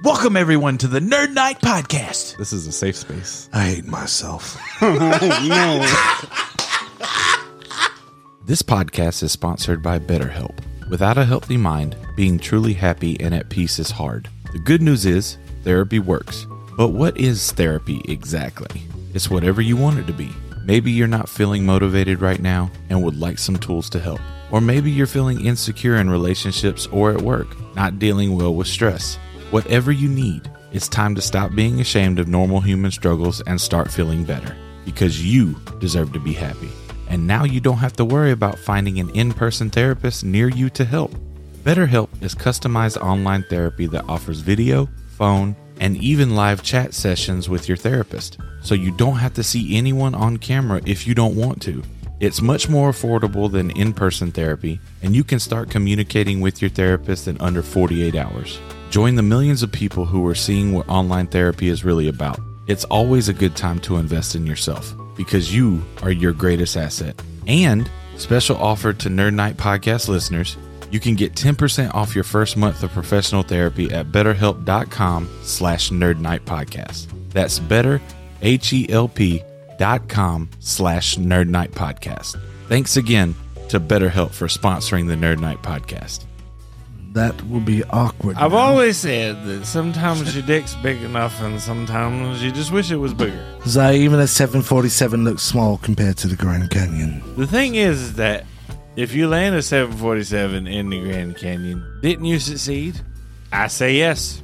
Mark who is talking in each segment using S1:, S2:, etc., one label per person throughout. S1: Welcome, everyone, to the Nerd Night Podcast.
S2: This is a safe space.
S3: I hate myself.
S4: This podcast is sponsored by BetterHelp. Without a healthy mind, being truly happy and at peace is hard. The good news is therapy works. But what is therapy exactly? It's whatever you want it to be. Maybe you're not feeling motivated right now and would like some tools to help. Or maybe you're feeling insecure in relationships or at work, not dealing well with stress. Whatever you need, it's time to stop being ashamed of normal human struggles and start feeling better because you deserve to be happy. And now you don't have to worry about finding an in person therapist near you to help. BetterHelp is customized online therapy that offers video, phone, and even live chat sessions with your therapist, so you don't have to see anyone on camera if you don't want to. It's much more affordable than in person therapy, and you can start communicating with your therapist in under 48 hours. Join the millions of people who are seeing what online therapy is really about. It's always a good time to invest in yourself because you are your greatest asset. And special offer to Nerd Night podcast listeners, you can get 10% off your first month of professional therapy at betterhelp.com slash nerd night podcast. That's better, H-E-L-P dot com slash nerd night podcast. Thanks again to BetterHelp for sponsoring the Nerd Night podcast.
S3: That will be awkward.
S5: I've always said that sometimes your dick's big enough and sometimes you just wish it was bigger.
S3: Zai, even a 747 looks small compared to the Grand Canyon.
S5: The thing is that if you land a 747 in the Grand Canyon, didn't you succeed? I say yes.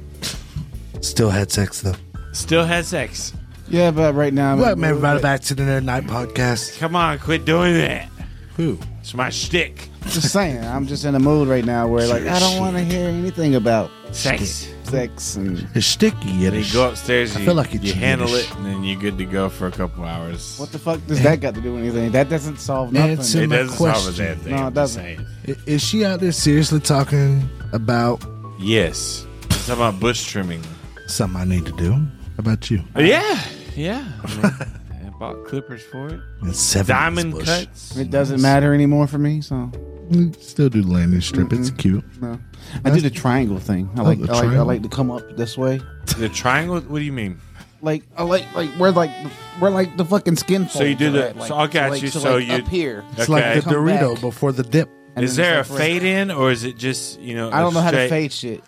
S3: Still had sex though.
S5: Still had sex.
S2: Yeah, but right now, I'm-
S3: Welcome everybody back to the Nerd Night podcast.
S5: Come on, quit doing that.
S3: Who?
S5: It's my shtick.
S2: just saying, I'm just in a mood right now where like I don't want to hear anything about
S5: Sex.
S2: sex and
S3: It's sticky
S5: Then
S3: Yiddish.
S5: you go upstairs,
S3: I
S5: you,
S3: feel like it's
S5: you handle
S3: Yiddish.
S5: it, and then you're good to go for a couple hours.
S2: what the fuck does that got to do with anything? That doesn't solve nothing.
S3: It's
S5: it
S3: in my
S5: doesn't solve
S3: question.
S5: that thing.
S2: No, it
S5: I'm just
S2: doesn't.
S5: saying.
S3: I- Is she out there seriously talking about
S5: Yes. It's about bush trimming.
S3: something I need to do? How about you?
S5: Yeah. Yeah. I, mean, I bought clippers for it.
S3: It's seven
S5: Diamond
S3: bush.
S5: cuts.
S2: It doesn't matter anymore for me. So
S3: You Still do the landing strip.
S5: Mm-hmm.
S3: It's cute.
S2: no, I do the triangle thing. I like,
S3: the
S2: I like, I
S3: triangle.
S2: like to come up this way.
S5: The triangle. What do you mean?
S2: Like I like like we're like we're like the fucking skin.
S5: So you
S2: folds
S5: do
S2: are
S5: the-
S2: at, like-
S5: so I got
S2: like-
S5: you,
S2: So,
S5: so
S2: like,
S5: you-
S2: up here.
S3: It's
S5: Okay.
S3: like the
S2: Come
S3: Dorito
S2: back.
S3: before the dip.
S2: And
S5: Is
S2: then
S5: there a
S2: it's like-
S5: fade in, or is it just you know?
S2: I don't know how to
S5: straight-
S2: fade shit,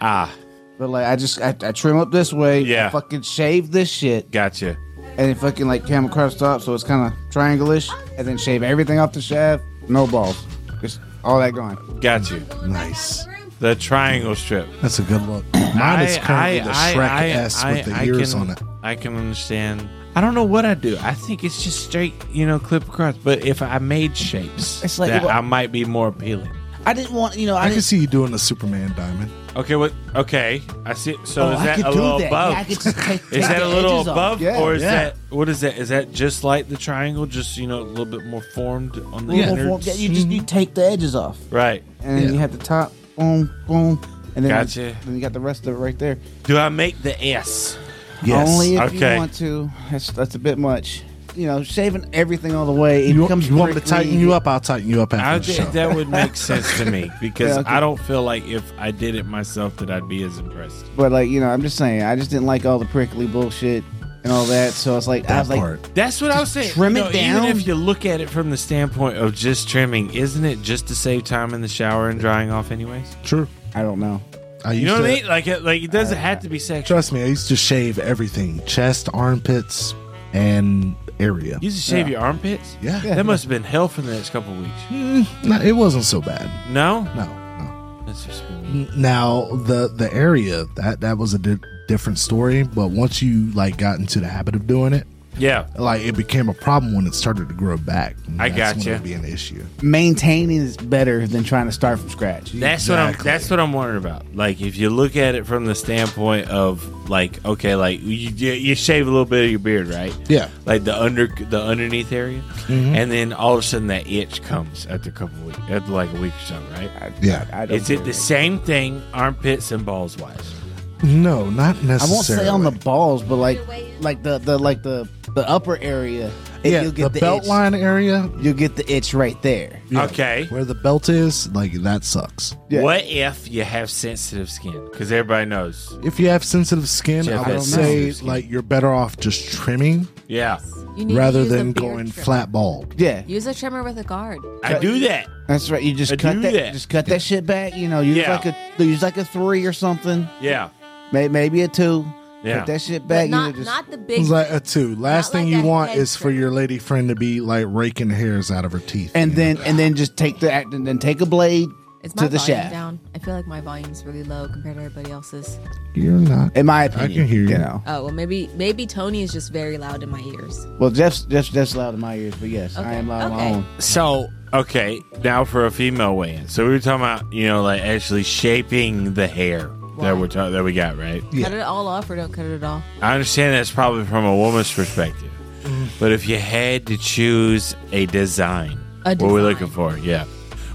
S5: Ah,
S2: but like I just I, I trim up this way.
S5: Yeah.
S2: I fucking shave this shit.
S5: gotcha.
S2: and it fucking like came across top, so it's kind of triangle-ish, and then shave everything off the shaft, no balls, just all that gone.
S5: Got you.
S3: Nice.
S5: The triangle strip.
S3: That's a good look. Mine is currently the Shrek S with the ears
S5: can,
S3: on it.
S5: I can understand. I don't know what I do. I think it's just straight, you know, clip across. But if I made shapes,
S2: It's like-
S5: that I might be more appealing.
S2: I didn't want, you know, I,
S3: I can
S2: didn't.
S3: see you doing the Superman diamond.
S5: Okay, what? Okay, I see. So
S2: oh,
S5: is
S2: I
S5: that
S2: could
S5: a
S2: do
S5: little
S2: that.
S5: above?
S2: Yeah, I could just take, take
S5: is that
S2: the
S5: a little
S2: edges off.
S5: above,
S2: Yeah.
S5: or is
S3: yeah.
S5: that what is that? Is that just like the triangle, just you know, a little bit more formed on the
S2: Yeah.
S5: inner?
S2: Yeah, you just you take the edges off,
S5: Right.
S2: and then
S3: Yeah.
S2: you have the top, boom, boom, and then
S5: Gotcha.
S2: then you got the rest of it right there.
S5: Do I make the S?
S3: Yes.
S2: Only if
S5: Okay.
S2: you want to. That's that's a bit much. You know, shaving everything all the way, it
S3: you,
S2: becomes.
S3: you want me to
S2: prickly.
S3: tighten you up? I'll tighten you up
S5: I
S3: after the show.
S5: think that would make sense to me because
S2: Yeah, okay.
S5: I don't feel like if I did it myself that I'd be as impressed.
S2: But like, you know, I'm just saying, I just didn't like all the prickly bullshit and all that. So it's like, I was
S3: that
S2: like,
S3: part.
S5: That's what I was saying.
S2: trim it down.
S5: Even if you look at it from the standpoint of just trimming, isn't it just to save time in the shower and drying off anyways?
S3: True.
S2: I don't know.
S3: I
S5: You
S3: used
S5: know what
S3: to,
S5: I
S2: uh,
S5: mean? Like, it- like it doesn't have to be sexual.
S3: Trust me, I used to shave everything chest, armpits, and area.
S5: You used to shave your armpits.
S3: Yeah.
S5: that must have been hell for the next couple weeks.
S3: No, it wasn't so bad.
S5: No,
S3: No, no.
S5: that's just me.
S3: Now the the area that that was a di- different story, but once you like got into the habit of doing it,
S5: Yeah,
S3: like it became a problem when it started to grow back. And
S5: I
S3: that's
S5: gotcha.
S3: When it be an issue.
S2: Maintaining is better than trying to start from scratch.
S5: that's what I'm.
S3: Exactly.
S5: That's what I'm worried about. Like, if you look at it from the standpoint of like, okay, like you you you shave a little bit of your beard, right?
S3: Yeah. Mm-hmm.
S5: like the under the underneath area, and then all of a sudden that itch comes after a couple weeks, after like a week or something, right?
S3: Yeah.
S2: I don't
S5: Is it
S2: care.
S5: the same thing, armpits and balls wise?
S3: No, not
S2: I won't
S3: necessarily.
S2: say on the balls, but like, like the the like the the upper area. And
S3: yeah,
S2: you'll
S3: the,
S2: get the,
S3: belt
S2: itch.
S3: line area
S2: You'll get the itch right there.
S3: yeah,
S5: Okay.
S3: where the belt is. Like that sucks.
S2: Yeah.
S5: What if you have sensitive skin? Because everybody knows.
S3: If you have sensitive skin,
S5: Jeff
S3: I would
S5: has
S3: say
S5: sensitive skin.
S3: like you're better off just trimming
S5: Yeah,
S6: You need to
S3: rather
S6: use a
S3: than
S6: beard
S3: going
S6: trimmer.
S3: flat bald.
S2: Yeah,
S6: Use a trimmer with a guard.
S5: I do that.
S2: that's right. You just
S5: I Uh, do
S2: cut that,
S5: that.
S2: Just cut that shit back. You know, use
S5: Yeah.
S2: like a use like a three or something.
S5: Yeah,
S2: May, maybe a two.
S5: Yeah.
S2: Cut that shit
S6: But
S2: back. you
S6: not,
S2: know, just,
S6: not the big.
S3: It's like uh, a two. Last
S6: Not
S3: thing
S6: like
S3: you
S6: that
S3: want
S6: head
S3: is for
S6: trim.
S3: your lady friend to be like raking hairs out of her teeth.
S2: and
S3: you know?
S2: then and then just take the act and then take a blade
S6: Is my
S2: to the
S6: volume
S2: shaft.
S6: down? I feel like my volume's really low compared to everybody else's.
S3: you're not.
S2: In my opinion,
S3: can hear you.
S2: know,
S6: Oh well, maybe maybe Tony is just very loud in my ears.
S2: well, Jeff's Jeff's Jeff's loud in my ears, but yes, I
S6: Okay,
S2: am loud in my
S6: okay.
S2: own.
S5: So okay, now for a female weigh-in. So we were talking about you know like actually shaping the hair
S6: Why?
S5: that we're ta- that we got right.
S3: Yeah.
S6: Cut it all off or don't cut it at all.
S5: I understand that's probably from a woman's perspective,
S6: Mm-hmm.
S5: but if you had to choose a design,
S6: A
S5: what we're
S6: design.
S5: looking for, yeah,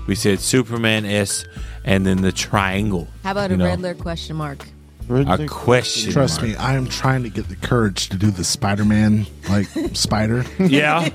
S5: we said Superman S, and then the triangle.
S6: How about a
S5: you know,
S6: Riddler question mark?
S5: A question.
S3: Trust
S5: mark.
S3: me, I am trying to get the courage to do the Spider-Man like spider.
S5: Yeah.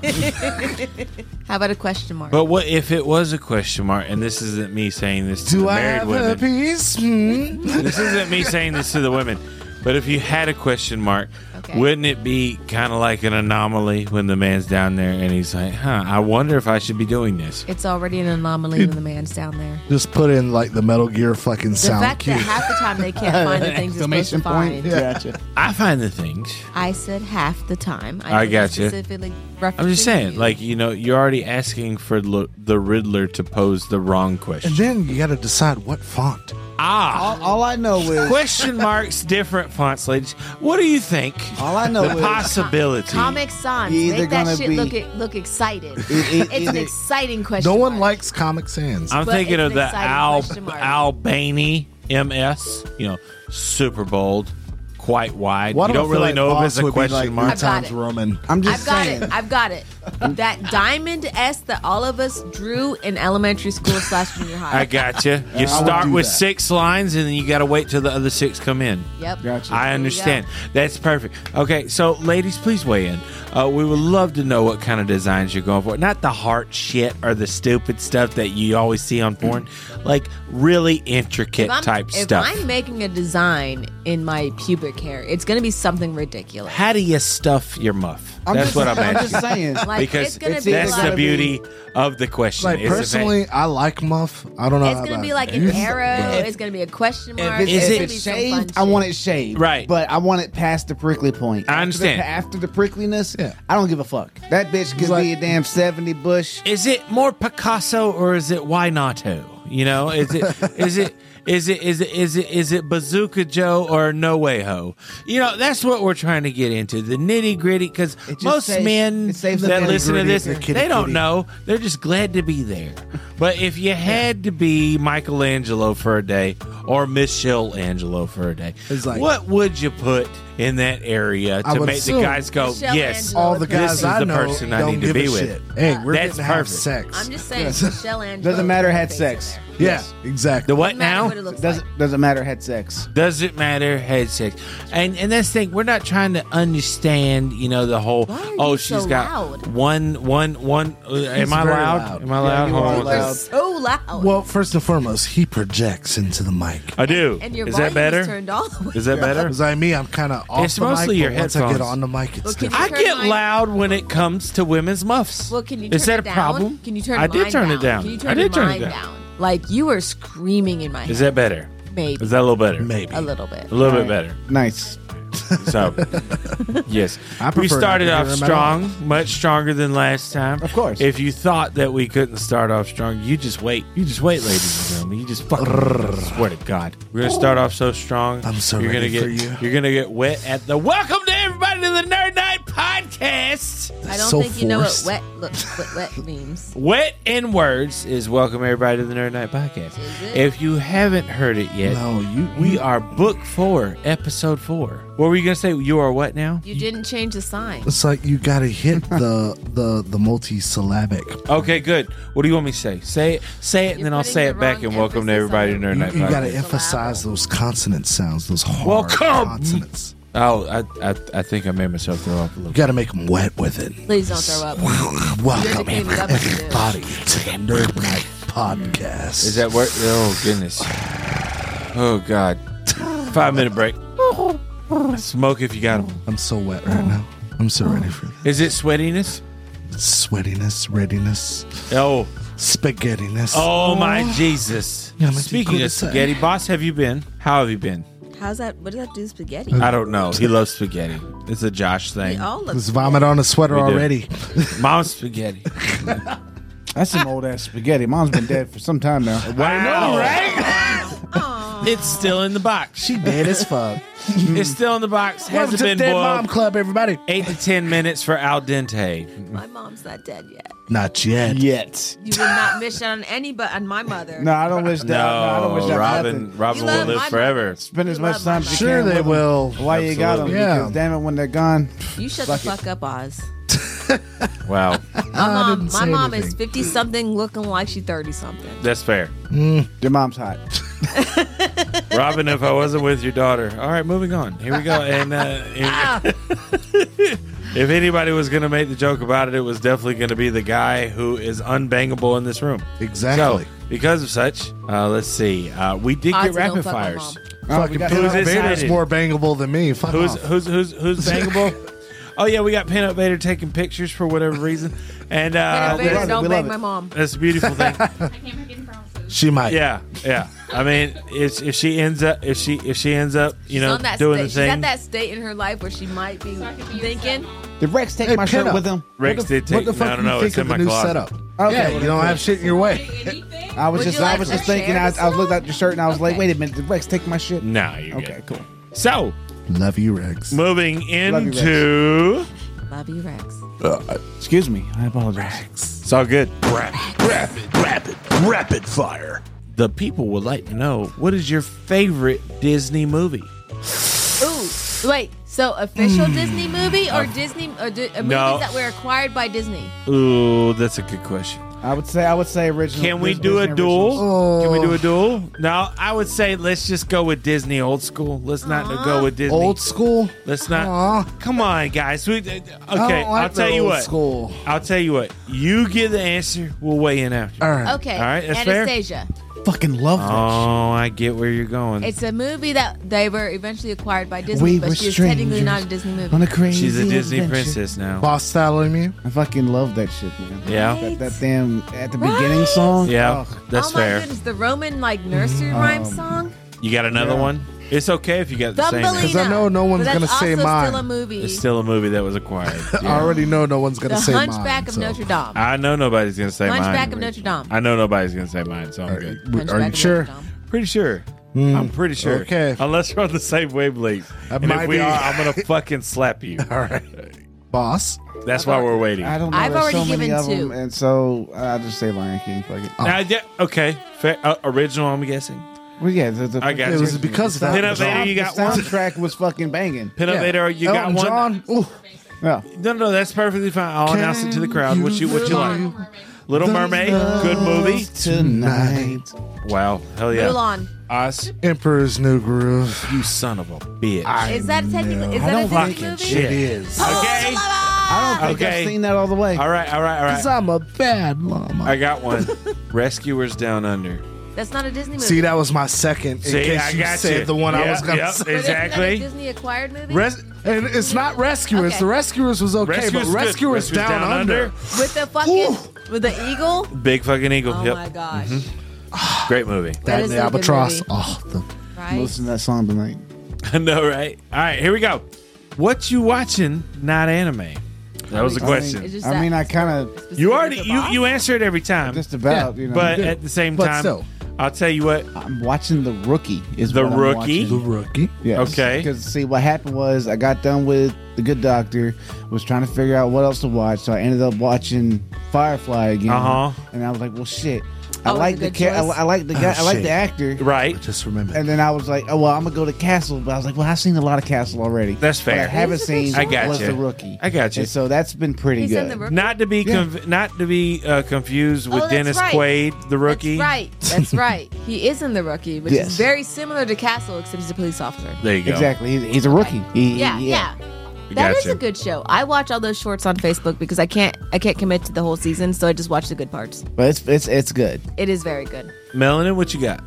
S6: How about a question mark?
S5: But what if it was a question mark? And this isn't me saying this to the
S3: Do I
S5: married
S3: have a
S5: women.
S3: piece? Hmm?
S5: this isn't me saying this to the women. But if you had a question mark,
S6: Okay.
S5: wouldn't it be kind of like an anomaly when the man's down there and he's like, "Huh, I wonder if I should be doing this."
S6: it's already an anomaly when the man's down there.
S3: Just put in like the Metal Gear fucking
S6: The
S3: sound
S6: fact
S3: cue.
S6: that half the time they can't find the things they're supposed to
S2: Exclamation point.
S6: find.
S2: Gotcha.
S5: I find the things.
S6: I said half the time.
S5: I
S6: didn't
S5: gotcha.
S6: specifically
S5: I'm just
S6: referencing
S5: saying,
S6: you.
S5: like you know, you're already asking for lo- the Riddler to pose the wrong question.
S3: and then you got to decide what font.
S5: ah,
S2: All, all I know is
S5: question marks, different fonts, ladies. What do you think?
S2: all I know
S5: the
S2: is
S5: possibility.
S6: Comic Sans.
S2: You're either
S6: Make that
S2: gonna
S6: shit
S2: be-
S6: look e-, look look excited.
S2: it-
S6: it's an
S2: either-
S6: exciting question.
S3: No one
S6: mark.
S3: likes Comic Sans.
S5: I'm
S6: But
S5: thinking
S6: it's
S5: of
S6: an
S5: the
S6: exciting
S5: Al
S6: question mark.
S5: Albany MS. You know, super bold, quite wide.
S3: Why
S5: you
S3: I
S5: don't
S3: feel
S5: really
S3: like
S5: know if
S3: Voss
S5: it's a
S3: would be
S5: question
S3: like
S5: mark.
S3: three
S6: got
S3: times
S6: it.
S3: Roman.
S2: I'm just
S6: I've got
S2: saying.
S6: it. I've got it. That diamond S that all of us drew in elementary school slash junior high.
S5: I got you. You
S2: I would
S5: start
S2: do
S5: with
S2: that.
S5: six lines, and then you got to wait till the other six come in.
S6: Yep.
S2: Gotcha.
S5: I
S6: There you
S5: understand. That's perfect. Okay, so ladies, please weigh in. Uh, we would love to know what kind of designs you're going for. Not the heart shit or the stupid stuff that you always see on porn. Like really intricate
S6: Mm-hmm. If I'm,
S5: type
S6: if
S5: stuff.
S6: I'm making a design in my pubic hair, it's going to be something ridiculous.
S5: How do you stuff your muff?
S2: I'm
S5: That's
S2: just,
S5: what I'm asking.
S2: just saying.
S6: Like
S5: because
S6: it's going to
S2: it's
S6: be
S2: either
S5: that's
S6: like,
S5: the beauty of the question.
S3: Like
S5: is the fact-
S3: personally, I like Muff. I don't know.
S6: it's going to be like an arrow. It's going to be a question
S2: If
S6: mark.
S2: it's, if
S5: Is it-
S2: it's shaved, I want it shaved.
S5: Right.
S2: But I want it past the prickly point.
S5: I
S2: After the-
S5: understand.
S2: After the, prickliness,
S3: Yeah.
S2: I don't give a fuck. That bitch could
S3: Like-
S2: be a damn 70 bush.
S5: is it more Picasso or is it why not who? You know, is it is it is it is it is it is it Bazooka Joe or No Way Ho? You know, that's what we're trying to get into the nitty gritty. Because
S2: It just
S5: most
S2: saves-
S5: men
S2: it saves the
S5: that listen to
S2: nitty-gritty
S5: this,
S2: of the
S3: kitty
S5: they don't
S3: kitty.
S5: know. They're just glad to be there. But if you had to be Michelangelo for a day or Michelle Angelo for a day,
S3: It's like-
S5: what would you put in that area
S3: I
S5: to
S3: would
S5: make the
S3: assume-
S5: guys go,
S6: Michelle
S5: yes,
S6: Angelo
S3: all the
S6: This
S3: guys
S5: is
S3: I
S5: the
S3: know
S5: person I
S3: don't
S5: need to
S3: give
S5: be
S3: a
S5: with.
S3: Shit. Hey, we're
S5: That's
S3: getting to have
S5: perfect.
S3: sex.
S6: I'm just saying, Michelle Angelo.
S2: Doesn't matter, had
S6: face in
S2: sex.
S6: there.
S3: yeah, exactly.
S5: the what
S6: Doesn't matter
S5: now?
S6: what it looks like.
S2: Doesn't, doesn't matter, had sex.
S5: Does it matter? Head sex. And and that's the thing, we're not trying to understand, you know, the whole
S6: Why are
S5: oh
S6: you
S5: she's
S6: so
S5: got
S6: loud?"
S5: one one one uh, am I
S3: very
S5: loud?
S3: loud.
S5: Am I
S2: Yeah,
S5: loud?
S2: you
S5: Hold
S2: are
S5: on one
S2: loud.
S5: second.
S6: You're so loud.
S3: Well, first and foremost, he projects into the mic.
S5: I do.
S6: and your
S5: Is that
S6: volume
S5: better?
S6: is turned all the way.
S5: Is that better?
S3: Because I mean, I'm kind of off.
S5: It's
S3: the mic,
S5: mostly
S3: but
S5: your
S3: once I get
S5: headphones.
S3: on the mic, it's
S6: Well, can
S3: different.
S6: you
S5: I
S6: turn
S5: get
S6: mine-
S5: loud when it comes to women's muffs.
S6: Well, can you? Turn
S5: Is that
S6: it
S5: a
S6: down?
S5: problem?
S6: Can you turn?
S5: I did
S6: mine
S5: turn it down.
S6: Can you turn
S5: I did
S6: your
S5: turn it
S6: mind
S5: down.
S6: Like you were screaming in my head.
S5: Is that better?
S6: maybe
S5: Is that a little better?
S3: Maybe.
S6: a little bit?
S5: A little bit better.
S2: Nice.
S5: So, yes,
S3: I prefer
S5: we started
S3: not to
S5: off
S3: hear him at
S5: strong, much stronger than last time.
S2: Of course.
S5: If you thought that we couldn't start off strong, you just wait. You just wait, ladies and gentlemen. You just fucking swear to God, we're gonna start off so strong.
S3: I'm so
S5: you're
S3: ready
S5: gonna
S3: for
S5: get
S3: you.
S5: are gonna get wet at the welcome to everybody to the Nerd Night podcast.
S6: I don't
S3: so
S6: think you know what
S3: forced.
S6: wet look what wet means.
S5: Wet in words is welcome everybody to the Nerd Night podcast.
S6: Is it?
S5: If you haven't heard it yet,
S3: No, you.
S5: we are book four, episode four. What were you gonna say? You are what now?
S6: You didn't change the sign.
S3: It's like you gotta hit the the the multi-syllabic.
S5: Okay, good. What do you want me to say? Say it, say it, and
S6: You're
S5: then I'll
S6: putting
S5: say
S6: the
S5: it back
S6: wrong
S5: and welcome to
S6: emphasis
S5: everybody to
S6: on
S5: Nerd
S3: You,
S5: Night
S3: you gotta
S5: Podcast.
S6: it.
S3: emphasize those consonant sounds, those hard
S5: Welcome.
S3: consonants.
S5: Oh, I, I I think I made myself throw up a little.
S3: You got to make them wet with it.
S6: Please don't throw up.
S3: Welcome
S6: clean it up and do it.
S3: everybody to the Nerd Night Podcast.
S5: Is that where? Oh goodness. Oh god. Five minute break. Smoke if you got them.
S3: I'm so wet right now. I'm so ready for
S5: Is it sweatiness?
S3: this. Sweatiness, readiness,
S5: Oh.
S3: spaghettiness.
S5: Oh my Jesus.
S3: Yeah, I'm
S5: Speaking
S3: gonna
S5: of
S3: say.
S5: spaghetti, boss, have you been? How have you been?
S6: How's that? What does that do to spaghetti?
S5: I don't know. He loves spaghetti. It's a Josh
S6: We
S5: thing.
S6: all look.
S3: There's vomit on the sweater
S5: We do.
S3: already.
S5: Mom's spaghetti.
S2: That's some old ass spaghetti. Mom's been dead for some time now.
S5: Wow. right? it's still in the box.
S3: She dead as fuck.
S5: It's still in the box.
S3: Welcome
S5: Hasn't
S3: to
S5: been
S3: Dead Mom
S5: boiled.
S3: Club, everybody.
S5: Eight to ten minutes for al dente.
S6: My mom's not dead yet.
S3: Not yet.
S2: Yet.
S6: You will not miss out on any but on my mother.
S2: No, I don't wish that. No, I don't wish that happened.
S5: Robin. Robin
S6: You
S5: will
S6: love
S5: live
S6: my
S5: forever.
S2: Spend as
S6: You
S2: much
S6: love
S2: time
S6: my
S2: as you
S6: mom.
S3: Sure,
S2: can
S3: they
S2: with
S3: will.
S2: them. Why you got them?
S3: Absolutely. Yeah.
S2: Because damn it, when they're gone,
S6: You shut the fuck up, Oz.
S5: Wow,
S6: My mom,
S3: didn't
S6: my
S3: say
S6: mom is
S3: anything.
S6: 50 something looking like she 30 something.
S5: that's fair.
S2: your mom's hot.
S5: Robin, if I wasn't with your daughter. All right, moving on. Here we go. And uh, if, if anybody was going to make the joke about it, it was definitely going to be the guy who is unbangable in this room.
S3: Exactly.
S5: So, because of such, uh, let's see. Uh, we did
S6: Odds
S5: get rapid
S6: and don't fuck my
S5: fires.
S6: mom.
S2: Oh, we
S3: Fucking
S2: got-
S3: Peanut
S5: Who's
S3: Vader's
S5: excited?
S3: more bangable than me. Fuck
S5: Who's
S3: off.
S5: who's who's who's bangable? oh yeah, we got Peanut Vader taking pictures for whatever reason, and uh,
S6: Better better
S2: love it, we love
S6: don't bang my
S2: it.
S6: mom.
S5: that's a beautiful thing.
S7: I can't make any promises.
S3: She might.
S5: Yeah, yeah. I mean, if, if she ends up, if she if she ends up, you know,
S6: on that
S5: doing the thing.
S6: state. She's at that state in her life where she might be
S7: I could be
S6: thinking.
S2: Did Rex take
S3: Hey,
S2: my
S3: Pena.
S2: shirt with him?
S5: Rex did take.
S3: What the fuck
S5: no,
S3: do
S5: no,
S3: you
S5: no.
S3: think
S5: It's
S3: of
S5: in my
S3: the new
S5: closet.
S3: setup?
S2: Okay,
S3: yeah,
S2: well,
S3: you don't
S2: that's
S3: have shit in your way.
S7: Anything?
S2: I was
S6: Would
S2: just,
S6: you
S2: I
S6: like
S2: was
S6: to
S2: just thinking.
S6: share
S2: I,
S6: this
S2: I was looking at your shirt and I was like, wait a minute, did Rex take my shirt?
S5: No, you're
S2: Okay,
S5: good.
S2: cool.
S5: So
S3: Love you, Rex.
S5: moving
S2: you, Rex.
S5: into.
S6: Love you, Rex.
S2: Excuse me, I apologize.
S5: It's all good.
S8: Rapid, rapid, rapid fire.
S5: The people would like to know what is your favorite Disney movie?
S6: Ooh, wait. So official Disney movie or Disney or di- or movies
S5: Hmm. No.
S6: that were acquired by Disney?
S5: Ooh, that's a good question.
S2: I would say, I would say original.
S5: Can we
S2: Disney
S5: do a duel?
S2: originals.
S5: Can
S3: Oh.
S5: we do a duel? No, I would say let's just go with Disney old school. Let's not go with Disney.
S3: Old school.
S5: let's not.
S3: Aw. oh,
S5: Come on, guys. We, uh, okay,
S3: I don't like
S5: I'll tell
S3: the
S5: you
S3: old
S5: what.
S3: School.
S5: I'll tell you what. You get the answer. We'll weigh in after.
S3: All right.
S6: Okay.
S5: All right, that's fair.
S6: Anastasia.
S3: Fucking love
S5: Oh, I get where you're going.
S6: It's a movie that they were eventually acquired by Disney,
S2: We were
S6: but she was technically
S2: strangers
S6: not a Disney movie.
S2: On a crazy
S5: She's a Disney
S2: adventure.
S5: princess
S3: that.
S5: now.
S3: Boss style on me.
S2: I fucking love that shit, man.
S5: Yeah.
S2: That, that damn at the
S6: Right?
S2: beginning song.
S5: Yeah,
S2: Oh,
S5: that's
S6: oh my
S5: fair. Um,
S6: goodness, the Roman like nursery rhyme song.
S5: You got another one? It's okay if you got the same.
S6: Thumbelina.
S5: name.
S3: I know no one's
S6: But
S3: gonna
S6: that's
S3: say
S6: also
S3: mine.
S6: Still a movie.
S5: It's still a movie that was acquired.
S3: I already know no one's gonna
S6: the
S3: say mine.
S6: Hunchback of
S3: so-
S6: Notre Dame.
S5: I know nobody's gonna say mine.
S6: Hunchback of Notre Dame.
S5: I know nobody's gonna say mine, so I'm
S3: Are
S5: good.
S3: you- Are
S6: Hunchback
S3: you
S6: of
S3: sure?
S6: Notre Dame.
S5: Pretty sure. I'm pretty sure.
S3: Hmm. Okay.
S5: Unless we're on the same wavelength.
S3: That
S5: and if
S3: might
S5: we
S3: be.
S5: are, I'm gonna fucking slap you.
S3: All right. Boss.
S5: That's why we're waiting.
S2: I don't know.
S6: I've
S2: There's so
S6: already
S2: many
S6: given
S2: of them,
S6: two.
S2: and so I just say Lion King. Fuck it.
S5: Now, yeah, okay. Fair, uh, original, I'm guessing.
S2: Well, yeah, the, the,
S5: I got
S3: It was because of that.
S5: Pin up there,
S2: the
S5: you got one.
S2: soundtrack was fucking banging.
S5: Pin up Vader, you
S3: Elton
S5: got one.
S3: John. Ooh.
S2: Yeah.
S5: No, no, that's perfectly fine. I'll announce it to the crowd. What you, what you like?
S7: Little Mermaid.
S5: Little Mermaid, good movie.
S2: Tonight.
S5: Wow, hell yeah.
S6: Mulan.
S5: Us,
S3: Emperor's New Groove.
S5: you son of a bitch.
S6: Is that technically? Is
S5: I
S6: that
S5: don't
S6: a
S5: fucking
S6: Disney movie?
S5: shit.
S3: It is.
S5: Okay.
S2: I don't think
S5: Okay.
S2: I've seen that all the way.
S5: All right, all right, all right.
S3: I'm a bad mama.
S5: I got one. Rescuers Down Under.
S6: That's not a Disney movie.
S3: See, that was my second. In
S5: See,
S3: case
S5: I
S3: you
S5: got
S3: said
S5: you.
S3: the one I
S5: Yeah,
S3: was gonna
S5: yep.
S3: say.
S6: But isn't that a
S5: exactly.
S6: Disney acquired movie
S3: Res- and it's not rescuers.
S6: Okay.
S3: The rescuers was okay,
S5: Rescuers,
S3: but
S5: good.
S3: rescuers down, under.
S6: with the fucking
S3: Ooh.
S6: with the eagle.
S5: Big fucking eagle.
S6: Oh
S5: yep.
S6: my gosh!
S5: Mm-hmm. Great movie.
S6: That
S3: That
S6: is
S3: and the
S6: a good
S3: albatross.
S6: movie.
S3: Oh, the
S2: I'm
S6: Right?
S2: listening to that song tonight.
S5: I know, right? All right, here we go. What you watching? Not anime. That was the
S2: I
S5: question.
S6: It's
S2: mean,
S6: just
S2: I
S6: that-
S2: mean, I kind of
S5: You already you you answer it every time,
S2: just about
S3: Yeah,
S2: you know.
S5: but at the same
S3: But
S5: time,
S3: still.
S5: I'll tell you what.
S2: I'm watching the rookie. Is
S5: The
S2: what I'm
S5: Rookie?
S2: watching.
S5: The
S3: rookie.
S2: Yes.
S5: Okay.
S2: Because see, what happened was I got done with The Good Doctor, was trying to figure out what else to watch, so I ended up watching Firefly again.
S5: Uh-huh.
S2: And I was like, well, shit. I
S6: Always
S2: like
S6: Oh, a
S2: the
S6: good
S2: ca- I,
S6: choice.
S2: I like the guy.
S3: Oh,
S2: I like
S3: shit.
S2: the actor.
S5: Right.
S3: Just remember.
S2: And then I was like, oh well, I'm gonna go to Castle, but I was like, well, I've seen a lot of Castle already.
S5: That's
S2: What I
S5: fair.
S2: haven't
S6: He's a good
S2: seen
S6: I gotcha.
S2: was the rookie.
S5: I gotcha.
S2: And so that's been pretty
S6: He's
S2: good.
S6: in the rookie.
S5: Not to be conf- not to be uh, confused with
S6: Oh, that's
S5: Dennis
S6: right.
S5: Quaid, the rookie.
S6: That's right. That's right. He is in the rookie, which
S2: Yes.
S6: is very similar to Castle, except he's a police officer.
S5: There you go.
S2: Exactly. He's, he's a rookie. He-
S6: Yeah,
S2: he-
S6: yeah. That is
S5: Gotcha.
S6: a good show. I watch all those shorts on Facebook because I can't I can't commit to the whole season, so I just watch the good parts.
S2: But it's it's it's good.
S6: It is very good.
S5: Melanin, what you got?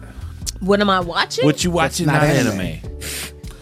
S6: What am I watching?
S5: What you watching?
S2: not
S5: Not,
S2: anime.
S5: anime.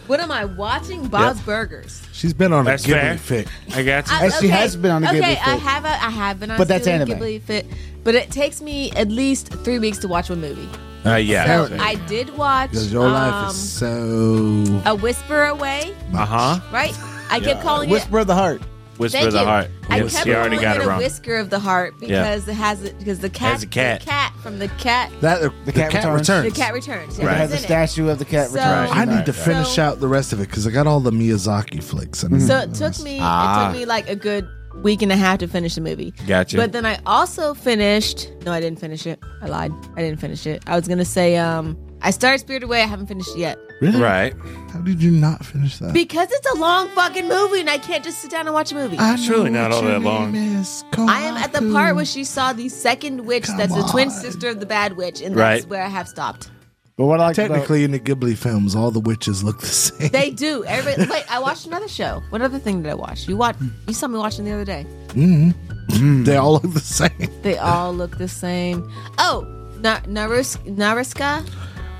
S6: what am I watching? Bob's Burgers.
S3: She's been on
S5: That's
S3: a Ghibli
S5: fair.
S3: fit.
S5: I got you.
S6: I-
S2: And she has been on the
S6: okay,
S2: Ghibli
S6: I
S2: Fit.
S6: have a, I have been on
S2: But that's
S6: Ghibli-
S2: anime.
S6: Ghibli Fit, but it takes me at least three weeks to watch one movie.
S5: Uh, yeah.
S6: So I did watch
S3: Because your life
S6: um,
S3: is so.
S6: A Whisper Away,
S5: Uh huh.
S6: right? I kept calling it
S2: Whisper of the Heart.
S5: Whisper
S6: Thank
S5: of the
S6: you.
S5: heart.
S6: I
S5: Yes,
S6: kept
S5: you already got
S6: calling
S5: it
S6: it a
S5: wrong.
S6: whisker of the heart because it has it because the cat,
S5: Has a cat.
S6: the cat from the cat,
S3: That the,
S2: cat
S3: cat,
S2: returns.
S3: returns.
S6: the cat returns. Yeah,
S2: It
S5: Right.
S2: has
S6: it's
S2: a
S6: in it.
S2: statue of the cat
S6: So-
S2: returns.
S3: I need to
S6: Right.
S3: finish
S6: So-
S3: out the rest of it because I got all the Miyazaki flicks. And
S6: So it took me it took me like a good week and a half to finish the movie.
S5: Gotcha.
S6: But then I also finished No, I didn't finish it. I lied. I didn't finish it. I was gonna say um I started Spirit Away, I haven't finished it yet.
S3: really?
S5: Right.
S3: How did you not finish that?
S6: Because it's a long fucking movie and I can't just sit down and watch a movie. I,
S3: I know
S5: really not
S3: what
S5: all
S3: your
S5: that long.
S3: name is,
S6: am at the
S3: Kohaku.
S6: part where she saw the second witch
S3: Come
S6: that's the twin
S3: on.
S6: sister of the bad witch, and that's
S5: Right.
S6: where I have stopped.
S2: But what I like
S3: Technically, in the Ghibli films, all the witches look the same.
S6: They do. Every wait, I watched another show. What other thing did I watch? You watch you saw me watching the other day.
S3: they all look the same.
S6: They all look the same. Oh, Na- Narus- Naruska?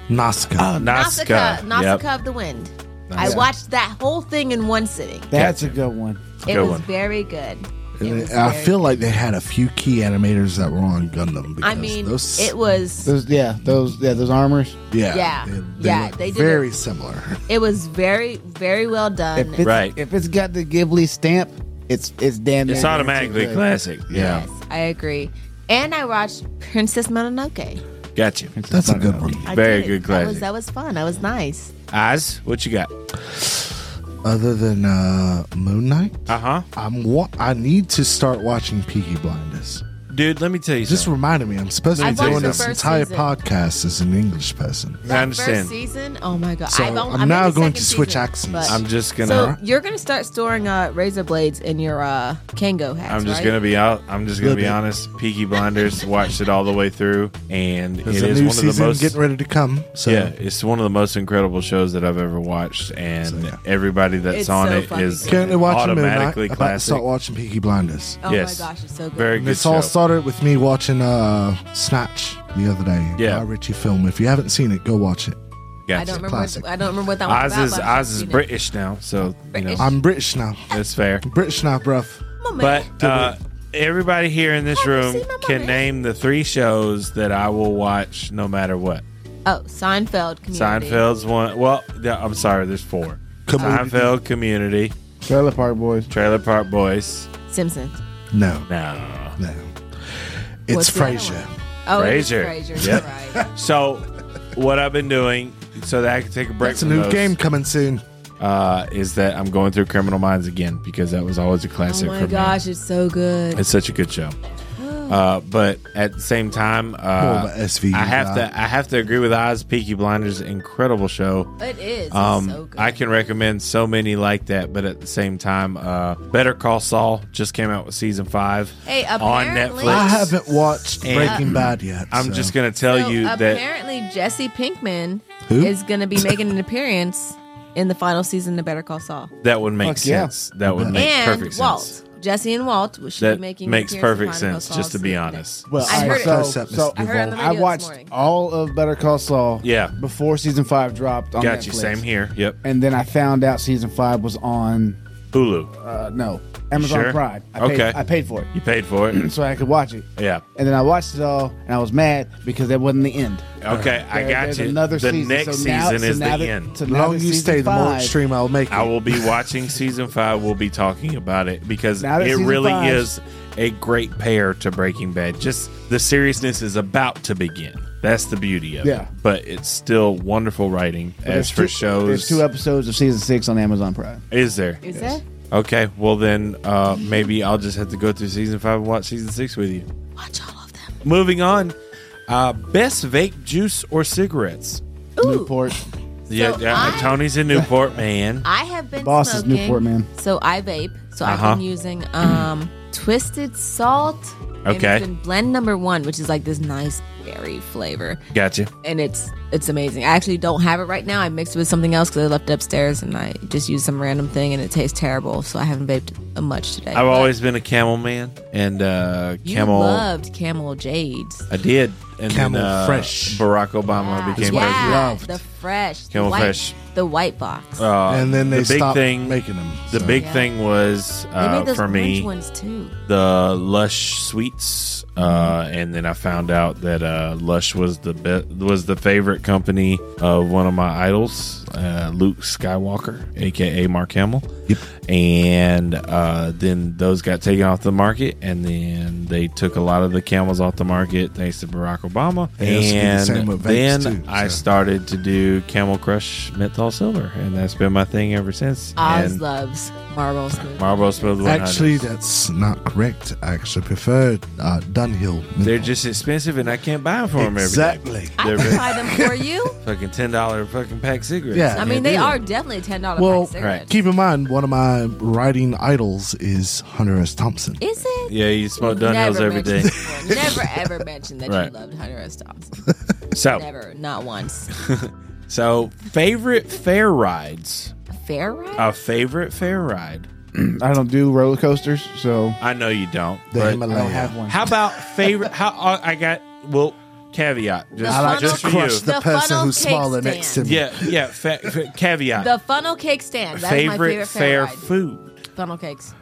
S3: Nazca.
S5: Nazca.
S6: Nausicaa, Nausicaa
S5: Yep.
S6: of the Wind. I watched that whole thing in one sitting.
S2: about, that's a good one.
S6: It
S5: Good
S6: was
S5: one.
S6: very good. It
S3: And
S6: was
S3: I
S6: very-
S3: feel like they had a few key animators that were on Gundam. Because
S6: I mean,
S3: those,
S6: it was
S2: Those yeah, those yeah, those armors.
S3: yeah,
S6: yeah,
S3: they,
S6: yeah,
S3: look
S6: they did
S3: very
S6: it.
S3: similar.
S6: it was very very well
S2: If
S6: done.
S2: it's,
S5: Right.
S2: If it's got the Ghibli stamp, it's it's damn.
S5: It's
S2: near
S5: automatically
S2: guaranteed good.
S5: classic. Yeah.
S6: Yes, I agree. And I watched Princess Mononoke.
S5: Got you.
S3: That's a good one.
S6: I
S5: Very
S6: did.
S5: good
S6: That was,
S5: classic.
S6: that was fun. That was nice.
S5: Eyes. What you got?
S3: Other than uh, Moon Knight,
S5: Uh huh.
S3: I'm wa- I need to start watching Peaky Blinders.
S5: Dude, let me tell you
S3: Just
S5: something.
S3: reminded me, I'm supposed to
S6: I
S3: be doing
S6: watched the
S3: this
S6: first
S3: entire
S6: season.
S3: podcast as an English person.
S5: I
S6: That
S5: understand.
S6: First season. Oh my god.
S3: So,
S6: I've only,
S3: I'm
S6: in
S3: now
S6: the
S3: going to
S6: second
S3: switch
S6: season,
S3: accents.
S6: but-
S5: I'm just gonna.
S6: So you're gonna start storing uh, razor blades in your uh, Kango hats.
S5: I'm just
S6: right?
S5: gonna be out. I'm just
S3: Little
S5: gonna be
S3: bit.
S5: honest. Peaky Blinders watched it all the way through, and it
S3: There's a
S5: is
S3: new
S5: one
S3: season
S5: of the most.
S3: getting ready to come. So
S5: Yeah, it's one of the most incredible shows that I've ever watched, and
S3: So, yeah.
S5: everybody that's
S6: It's
S5: on
S6: so
S5: it
S6: fucking
S5: is
S6: good.
S3: currently watching Moon Knight.
S5: automatically
S3: About to
S5: classic.
S3: start watching Peaky Blinders.
S6: Oh
S5: Yes.
S6: my gosh, it's so good.
S5: Very
S3: And
S5: good
S3: This all
S5: show.
S3: started with me watching uh, Snatch the other day.
S5: Yeah.
S3: Guy Ritchie film. If you haven't seen it, go watch it.
S5: Gotcha.
S6: I don't remember.
S3: classic.
S6: What, I don't remember what that
S5: Oz
S6: was about.
S5: is
S6: but I've
S5: Oz is
S6: seen it.
S5: British now, so you know
S6: British.
S3: I'm British now.
S5: that's fair.
S3: British now, bruv.
S6: Come on, man.
S5: But uh, everybody here in this
S6: Have you
S5: room
S6: seen my
S5: can
S6: mama?
S5: name the three shows that I will watch no matter what.
S6: oh, Seinfeld. Community.
S5: Seinfeld's one. Well, th- I'm sorry. There's four.
S3: Community.
S5: Seinfeld, Community,
S2: Trailer Park Boys.
S5: Trailer Park Boys.
S6: Simpsons.
S3: No,
S5: No.
S3: no.
S6: What's
S3: It's
S6: the other
S3: Frasier.
S6: one? Oh,
S5: Frasier.
S6: Frazier.
S5: Yep.
S6: Right.
S5: So, what I've been doing so that I can take a break
S3: It's a
S5: from
S3: new
S5: those,
S3: game coming soon.
S5: uh, is that I'm going through Criminal Minds again because that was always a
S6: Oh
S5: classic
S6: my
S5: for
S6: gosh, it's so
S5: me.
S6: good.
S5: It's such a good show. Uh, but at the same time, uh,
S3: More of a SVU
S5: I have
S3: guy.
S5: to I have to agree with Oz. Peaky Blinders, incredible show.
S6: It is. It's
S5: Um,
S6: so good.
S5: I can recommend so many like that, but at the same time, uh, Better Call Saul just came out with season five
S6: Hey,
S5: on
S6: apparently-
S5: Netflix.
S3: I haven't watched
S5: And-
S3: Breaking Bad yet.
S5: I'm
S3: so-
S5: just gonna tell
S6: So
S5: you that
S6: apparently Jesse Pinkman
S3: Who?
S6: is going to be making an appearance in the final season of Better Call Saul,
S5: that would make
S2: Fuck yeah.
S5: sense. That would make
S6: and
S5: perfect
S6: Walt.
S5: sense.
S6: Jesse and Walt should
S5: That
S6: be making. an
S5: makes
S6: appearance in
S5: perfect
S6: Better Call
S5: sense.
S6: Saul
S5: Just to be
S6: soon.
S5: honst,
S2: Well,
S6: I heard it.
S2: so,
S3: Close up,
S2: so-
S3: Mr. I
S6: heard it on the
S2: I
S6: radio this
S2: watched
S6: morning.
S2: all of Better Call Saul.
S5: Yeah.
S2: Before season five dropped on
S5: got you.
S2: Netflix.
S5: Same here. Yep.
S2: And then I found out season five was on
S5: Hulu.
S2: uh, no Amazon
S5: Sure.
S2: Prime. I paid,
S5: Okay.
S2: I paid for it
S5: You paid for it.
S2: so I could watch it.
S5: yeah.
S2: And then I watched it all, and I was mad because that wasn't the end.
S5: Okay, I
S2: There-
S5: got
S2: there's
S5: you.
S2: Another
S5: the
S2: season.
S5: next
S2: So now-
S5: season
S2: so
S5: is the
S2: now that-
S5: end.
S2: so
S3: The
S2: now
S3: longer
S2: that
S3: you
S2: season
S3: stay, the more
S2: five-
S3: extreme I'll make it.
S5: I will be watching season five. We'll be talking about it because
S2: Now that
S5: it
S2: season
S5: really
S2: five-
S5: is a great pair to Breaking Bad. Just the seriousness is about to begin. That's the beauty of
S2: Yeah.
S5: it. But it's still wonderful writing as
S2: There's
S5: for
S2: two-
S5: shows.
S2: There's two episodes of season six on Amazon Prime.
S5: is there?
S6: Is it?
S5: Okay, well then uh, maybe I'll just have to go through season five and watch season six with you.
S6: Watch all of them.
S5: Moving on, Uh, best vape juice or cigarettes?
S2: Newport.
S5: yeah, yeah,
S6: I-
S5: Tony's in Newport, man.
S6: I have been
S2: boss is
S6: smoking,
S2: Newport, man.
S6: So I vape. So
S5: Uh-huh.
S6: I've been using um twisted salt. and
S5: Okay.
S6: It's been blend number one, which is like this nice berry flavor,
S5: Gotcha.
S6: and it's it's amazing. I actually don't have it right now. I mixed it with something else because I left it upstairs, and I just used some random thing, and it tastes terrible. So I haven't vaped uh, much today.
S5: I've
S6: But
S5: always been a camel man, and uh,
S6: you
S5: camel.
S6: loved camel jades.
S5: I did, and
S3: Camel
S5: then, uh,
S3: Fresh.
S5: Barack Obama
S6: Yeah.
S5: became
S6: Yeah,
S5: president.
S3: loved.
S6: the fresh, the
S5: Camel
S6: white,
S5: Fresh.
S6: the white box.
S5: Uh,
S3: and then they
S5: the big
S3: stopped
S5: thing,
S3: making them.
S5: the
S3: so.
S5: big
S6: Yeah.
S5: thing was
S6: they
S5: uh,
S6: made those
S5: for me
S6: orange ones too.
S5: the Lush sweets, uh, and then I found out that uh, Lush was the be- was the favorite company of one of my idols, uh, Luke Skywalker, aka Mark Hamill. Yep. And uh, then those got taken off the market, and then they took a lot of the camels off the market thanks to Barack Obama.
S3: They also do the
S5: and
S3: same with
S5: then
S3: vapes, too,
S5: I
S3: so.
S5: started to do Camel Crush Menthol Silver, and that's been my thing ever since.
S6: Oz
S5: and
S6: loves Marlboro Smooth.
S5: Marlboro Smooth 100.
S3: Actually, that's not correct. I actually prefer uh, Dunhill.
S5: They're just expensive, and I can't buy them for them every day.
S3: exactly.
S6: I
S5: They're
S6: can try them for you.
S5: Fucking ten dollar fucking pack cigarettes.
S3: Yeah.
S6: I mean,
S3: can't
S6: they
S3: do
S6: are definitely ten dollar
S3: Well,
S6: pack cigarettes.
S3: Keep in mind, one of my writing idols is Hunter S. Thompson.
S6: Is it?
S5: yeah. You smoke
S6: You've
S5: Dunhills
S6: never
S5: every day.
S6: mentioned before. Never ever mentioned that
S5: Right.
S6: you loved Hunter S. Thompson.
S5: So,
S6: Never, not once.
S5: so favorite fair rides.
S6: Fair ride?
S5: A favorite fair ride.
S2: I don't do roller coasters, so
S5: I know you don't.
S3: The
S5: but
S2: I don't have
S3: Himalaya.
S2: one.
S5: how about favorite? How uh, I got well caveat just,
S6: I like
S5: just
S6: to
S5: for you.
S3: Crush the,
S6: The
S3: person
S6: funnel
S3: who's
S6: cake
S3: smaller
S6: stand.
S3: next to me.
S5: yeah, yeah. Fa- fa- caveat.
S6: the funnel cake stand. That's my favorite fair
S5: fair
S6: ride.
S5: food.
S6: funnel cakes.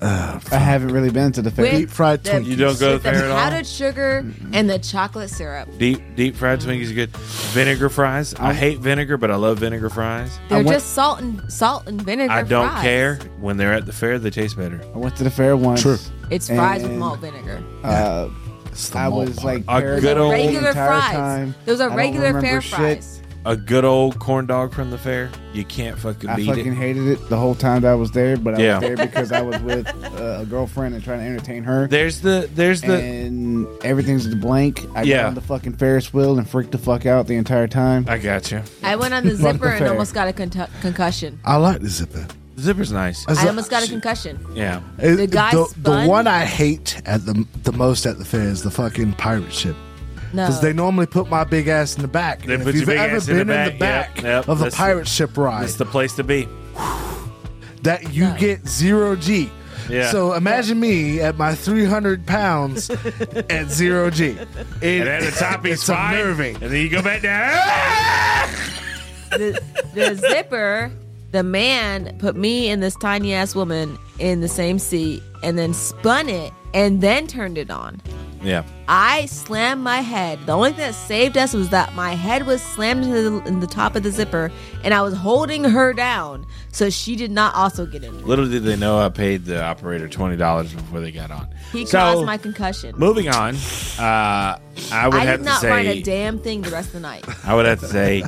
S2: I haven't really been to the fair.
S3: Deep fried
S6: the-
S3: Twinkies.
S5: You don't go
S6: With the
S5: there at all?
S6: powdered sugar and the chocolate syrup.
S5: Deep deep fried Twinkies are good. Vinegar fries. I hate vinegar, but I love vinegar fries.
S6: They're
S2: went-
S6: just salt and salt and vinegar.
S5: I don't
S6: fries.
S5: care when they're at the fair; they taste better.
S2: I went to the fair once.
S3: True.
S6: It's fries with
S2: And-
S6: malt vinegar.
S2: Uh,
S3: It's the
S2: I
S3: malt
S2: was
S3: part.
S2: like
S5: A
S2: paralyzed
S5: good
S2: the
S5: old-
S6: Regular
S2: entire
S6: fries.
S2: time.
S6: Those
S2: I
S6: are
S2: don't
S6: regular
S2: remember
S6: fair
S2: shit.
S6: fries.
S5: A good old corn dog from the fair. You can't fucking
S2: I
S5: beat
S2: fucking
S5: it.
S2: hated it the whole time that I was there, but I
S5: Yeah.
S2: was there because I was with uh, a girlfriend and trying to entertain her.
S5: There's the there's the
S2: and everything's blank. I
S5: Yeah.
S2: got on the fucking Ferris wheel and freaked the fuck out the entire time.
S5: I got you.
S6: I went on the zipper and
S2: fair.
S6: almost got a con- concussion.
S3: I like the zipper.
S5: Zipper's nice.
S3: As
S6: I
S3: a-
S6: almost got a concussion.
S5: Yeah.
S3: It-
S6: The guy
S3: the, the
S6: spun-
S3: one I hate at the the most at the fair is the fucking pirate ship.
S6: No,
S3: Because they normally put my big ass in the back.
S5: They
S3: And
S5: put
S3: if you've
S5: your big
S3: ever
S5: ass in
S3: been
S5: the
S3: in the back,
S5: back, yep, yep,
S3: of the
S5: that's-
S3: pirate ship ride,
S5: It's the place to be.
S3: that you
S6: No.
S3: get zero G.
S5: Yeah.
S3: So imagine me at my 300 pounds at zero G. It-
S5: And at the top he's
S3: it's
S5: fine.
S3: unnerving.
S5: And then you go back down. Ah!
S6: the, the zipper, the man put me and this tiny ass woman in the same seat and then spun it and then turned it on.
S5: Yeah.
S6: I slammed my head. The only thing that saved us was that my head was slammed into the, in the top of the zipper and I was holding her down so she did not also get injured.
S5: Little did they know I paid the operator twenty dollars before they got on.
S6: He
S5: So,
S6: caused my concussion.
S5: Moving on, uh, I would
S6: I
S5: have
S6: did
S5: to
S6: not write a
S5: say
S6: damn thing the rest of the night.
S5: I would have to say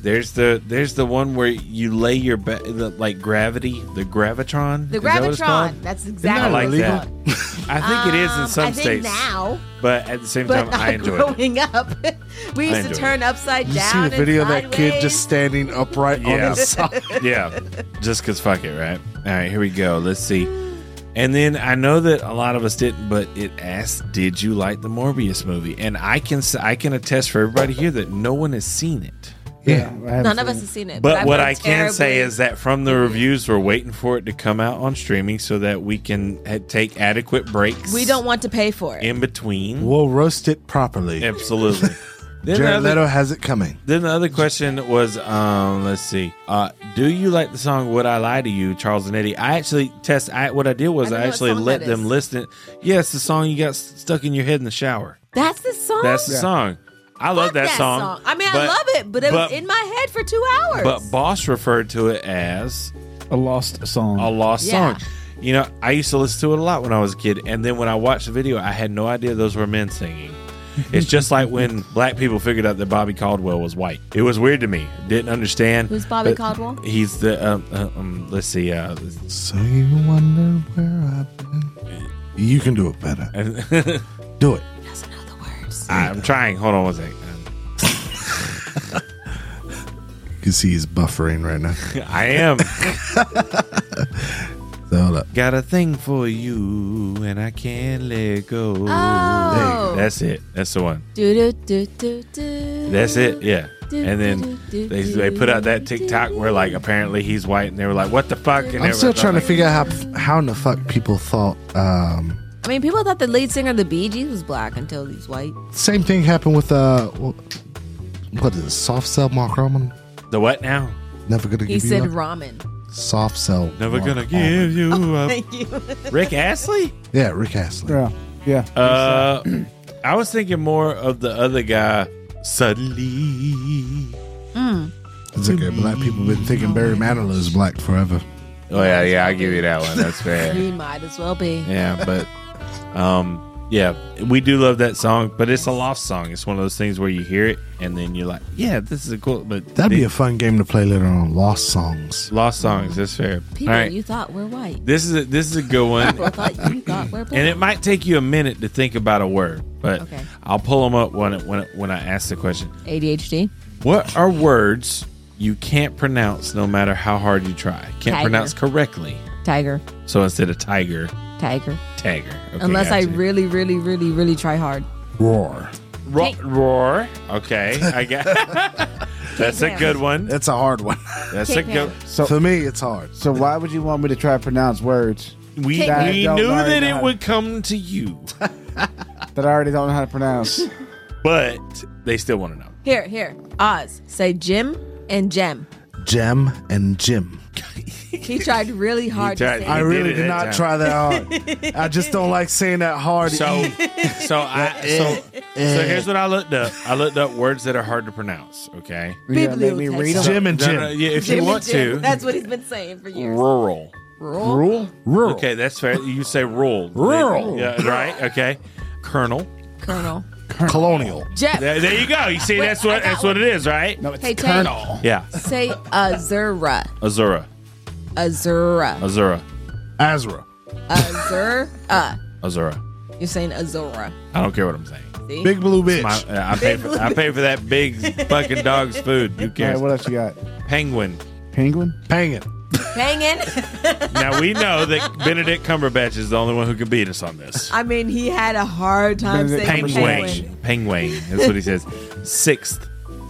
S5: there's the there's the one where you lay your ba- the, like gravity the gravitron
S6: The
S5: Is that what it's called?
S6: Gravitron. That's exactly
S5: I like
S6: what it's
S5: that.
S6: called.
S5: I think it is in
S6: Um,
S5: some
S6: I
S5: states,
S6: think now,
S5: but at the same
S6: but
S5: time
S6: not
S5: I enjoy it.
S6: growing up, we used
S5: enjoy it.
S6: to turn upside
S3: You see
S6: down.
S3: the video of
S6: and
S3: that kid just
S6: sideways.
S3: standing upright
S5: Yeah.
S3: on his side.
S5: yeah, just cause fuck it, right? All right, here we go. Let's see. And then I know that a lot of us didn't, but it asked, "Did you like the Morbius movie?" And I can s- I can attest for everybody here that no one has seen it.
S2: Yeah, I haven't
S6: None of
S2: seen
S6: us
S2: it.
S6: have seen it.
S5: But
S6: I've
S5: what
S6: heard
S5: I can say
S6: terribly-
S5: is that from the reviews, we're waiting for it to come out on streaming so that we can ha- take adequate breaks.
S6: we don't want to pay for it.
S5: in between.
S3: We'll roast it properly.
S5: Absolutely. Then the
S3: Jared
S5: other-
S3: Leto has it coming.
S5: Then the other question was, um, let's see, uh, do you like the song "Would I Lie to You"? Charles and Eddie. I actually test. I what I did was
S6: I
S5: I,
S6: don't know what
S5: actually
S6: song
S5: let
S6: that
S5: them
S6: is.
S5: listen. Yeah, it's the song you got s- stuck in your head in the shower.
S6: That's the song.
S5: That's the song. I love
S6: Fuck
S5: that, song.
S6: I mean, I
S5: but-
S6: love it, but it
S5: but,
S6: was in my head for two hours.
S5: But Boss referred to it as
S2: a lost song.
S5: a lost
S6: Yeah.
S5: song. You know, I used to listen to it a lot when I was a kid, and then when I watched the video, I had no idea those were men singing. It's just like when black people figured out that Bobby Caldwell was white. It was weird to me. Didn't understand.
S6: Who's Bobby
S5: But
S6: Caldwell?
S5: He's the um, uh, um let's see uh
S3: So you wonder where I've been. You can do it better. do it.
S6: Doesn't know the words.
S5: I'm trying. Hold on one second.
S3: You can see he's buffering right now.
S5: I am.
S3: So, hold up.
S5: Got a thing for you, and I can't let go.
S6: Oh.
S5: That's it. That's the one.
S6: Do, do, do, do, do.
S5: That's it. Yeah. And then they, they put out that TikTok where like apparently he's white, and they were like, "What the fuck?" And
S3: I'm still trying to figure out how how in the fuck people thought. Um,
S6: I mean, people thought the lead singer of the Bee Gees was black until he's white.
S3: same thing happened with uh, wh- what is it, soft cell Mark Roman?
S5: the what now?
S3: Never gonna give
S6: He
S3: you
S6: said
S3: up.
S6: ramen.
S3: soft cell.
S5: Never
S3: Mark
S5: gonna
S3: Almond.
S5: give you up.
S6: Thank you.
S5: Rick Astley.
S3: Yeah, Rick Astley.
S2: Yeah. Yeah.
S5: Uh, I was thinking more of the other guy. Suddenly.
S3: It's okay. Black people been thinking Barry
S6: Mm.
S3: Manilow is black forever.
S5: Oh yeah, yeah. I give you that one. That's fair.
S6: He might as well be.
S5: yeah but um yeah we do love that song but it's a lost song it's one of those things where you hear it and then you're like yeah this is a cool but
S3: That'd be
S5: the-
S3: a fun game to play later on. Lost songs.
S5: lost songs that's fair
S6: People
S5: all right
S6: you thought were white.
S5: this is a, this is a good one
S6: People thought you thought were black.
S5: and it might take you a minute to think about a word but
S6: Okay.
S5: i'll pull them up when it, when it, when i ask the question
S6: ADHD.
S5: what are words you can't pronounce no matter how hard you try can't
S6: Tiger.
S5: pronounce correctly
S6: Tiger.
S5: so instead of tiger
S6: Tiger.
S5: tiger okay,
S6: Unless I
S5: gotcha.
S6: really, really, really, really try hard.
S3: Roar.
S5: Ro-
S6: Can't-
S5: roar. Okay, I got. That's a
S6: Can't
S5: good one.
S3: That's a hard one.
S5: That's a
S6: Can't
S5: good.
S3: For me, it's hard.
S2: So why would you want me to try to pronounce words
S5: We
S6: Can't-
S5: we
S2: Don't
S5: knew
S2: worry
S5: that
S2: about
S5: it
S2: it.
S5: would come to you,
S2: that I already don't know how to pronounce?
S5: but they still want to know.
S6: Here, here. Oz. Say Jim and Jem.
S3: Gem and Jim.
S6: He tried really hard
S5: tried-
S6: to say
S5: I
S3: I
S5: did
S3: really
S5: it
S3: did
S5: that
S3: not
S5: time.
S3: try that hard. I just don't like saying that hard. Eh,
S5: So, so I so so here's what I looked up. I looked up words that are hard to pronounce. Okay,
S2: You gonna make me read 'em?
S3: Jim and
S5: No,
S3: Jim.
S5: no, yeah, if
S6: Jim
S5: you
S6: and
S5: want
S6: Jim.
S5: to,
S6: That's what he's been saying for years.
S5: rural.
S6: Rural.
S3: Rule? Rural.
S5: Okay, that's fair. You say rural.
S3: Rural.
S5: Yeah, right. Okay, colonel.
S6: Colonel.
S3: Colonial.
S6: Jeff.
S5: There, there you go. You see,
S6: Wait,
S5: that's
S6: I
S5: what
S6: got
S5: that's
S6: one.
S5: what it is, right?
S2: No, it's
S6: Hey, Tay.
S2: Colonel.
S5: Yeah,
S6: Say Azura.
S5: Azura.
S6: Azura.
S5: Azura.
S3: Azra.
S6: Azura.
S5: Azura.
S6: You're saying Azura.
S5: I don't care what I'm saying.
S6: See?
S3: Big blue bitch.
S5: My, uh, I pay for I pay for that big fucking dog's food. Who
S2: All right,
S5: cares?
S2: what else you got?
S5: Penguin.
S2: Penguin?
S3: Pangin'.
S6: Hanging.
S5: Now we know that Benedict Cumberbatch is the only one who can beat us on this.
S6: I mean, he had a hard time saying
S2: Benedict
S5: Penguin.
S6: penguin.
S5: Penguin. That's what he says. Sixth.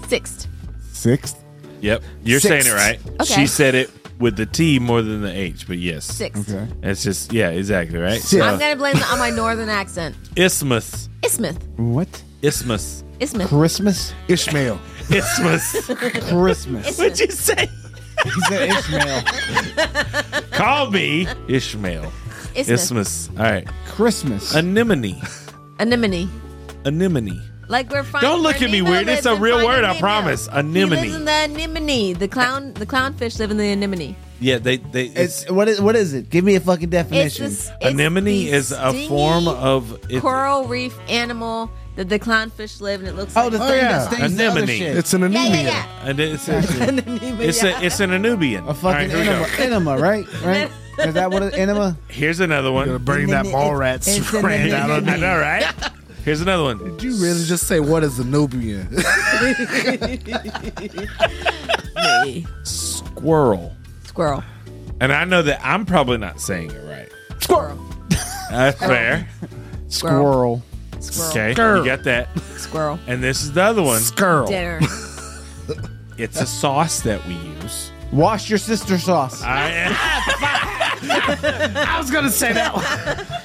S6: Sixth.
S2: Sixth?
S5: Yep. You're
S3: Sixth.
S5: saying it right.
S6: Okay.
S5: She said it with the T more than the H, but yes.
S6: Sixth.
S2: Okay.
S5: It's just yeah, exactly right.
S3: Sixth.
S5: So,
S6: I'm gonna blame it on my northern accent.
S5: isthmus.
S6: Ismith.
S2: What?
S5: Isthmus.
S6: Ismith.
S2: Christmas?
S3: Ishmael.
S5: Isthmus.
S2: Christmas.
S5: What'd you say?
S2: He said Ishmael.
S5: Call me Ishmael.
S6: Ismith.
S5: Isthmus. All right.
S2: Christmas.
S5: Anemone.
S6: Anemone.
S5: Anemone.
S6: Like we're finding.
S5: Don't look
S6: where
S5: at me
S6: Nemo
S5: weird.
S6: lives
S5: It's a
S6: and
S5: real
S6: finding
S5: word, I
S6: Nemo.
S5: promise.
S6: He lives in
S5: Anemone.
S6: the anemone. The clown. The clownfish live in the anemone.
S5: Yeah, they they it's,
S2: It's, what is what is it? Give me a fucking
S6: It's
S2: definition.
S6: this. it's
S5: anemone
S6: the
S5: is a form
S6: stingy
S5: of it's,
S6: coral reef animal that the clownfish live, and it looks
S2: oh,
S6: like.
S2: the
S3: Oh,
S2: thing
S3: yeah.
S2: that stings the other
S5: Anemone.
S2: shit.
S3: It's an
S6: yeah,
S3: anemia.
S6: yeah, yeah.
S5: and it's it's,
S6: Anemone,
S5: it's,
S6: yeah.
S5: a, it's an Anubian.
S2: A fucking
S5: here we
S2: enema,
S5: go.
S2: enema, right? Right? Is that what an enema?
S5: Here's another
S3: Gonna
S5: one.
S3: bring that ball rat
S6: it's an
S3: strand out of
S5: I
S3: me.
S5: know, right? Here's another one.
S3: Did you really just say what is Zenobian?
S5: Ah. Squirrel.
S6: Squirrel.
S5: And I know that I'm probably not saying it right.
S6: Squirrel.
S5: That's fair.
S2: Squirrel.
S6: Squirrel.
S5: Okay, you
S3: Squirrel.
S5: got that.
S6: Squirrel.
S5: And this is the other one.
S3: Skirl.
S6: Dinner.
S5: It's a sauce that we use.
S2: Wash your sister sauce.
S5: I,
S3: I was gonna say that one.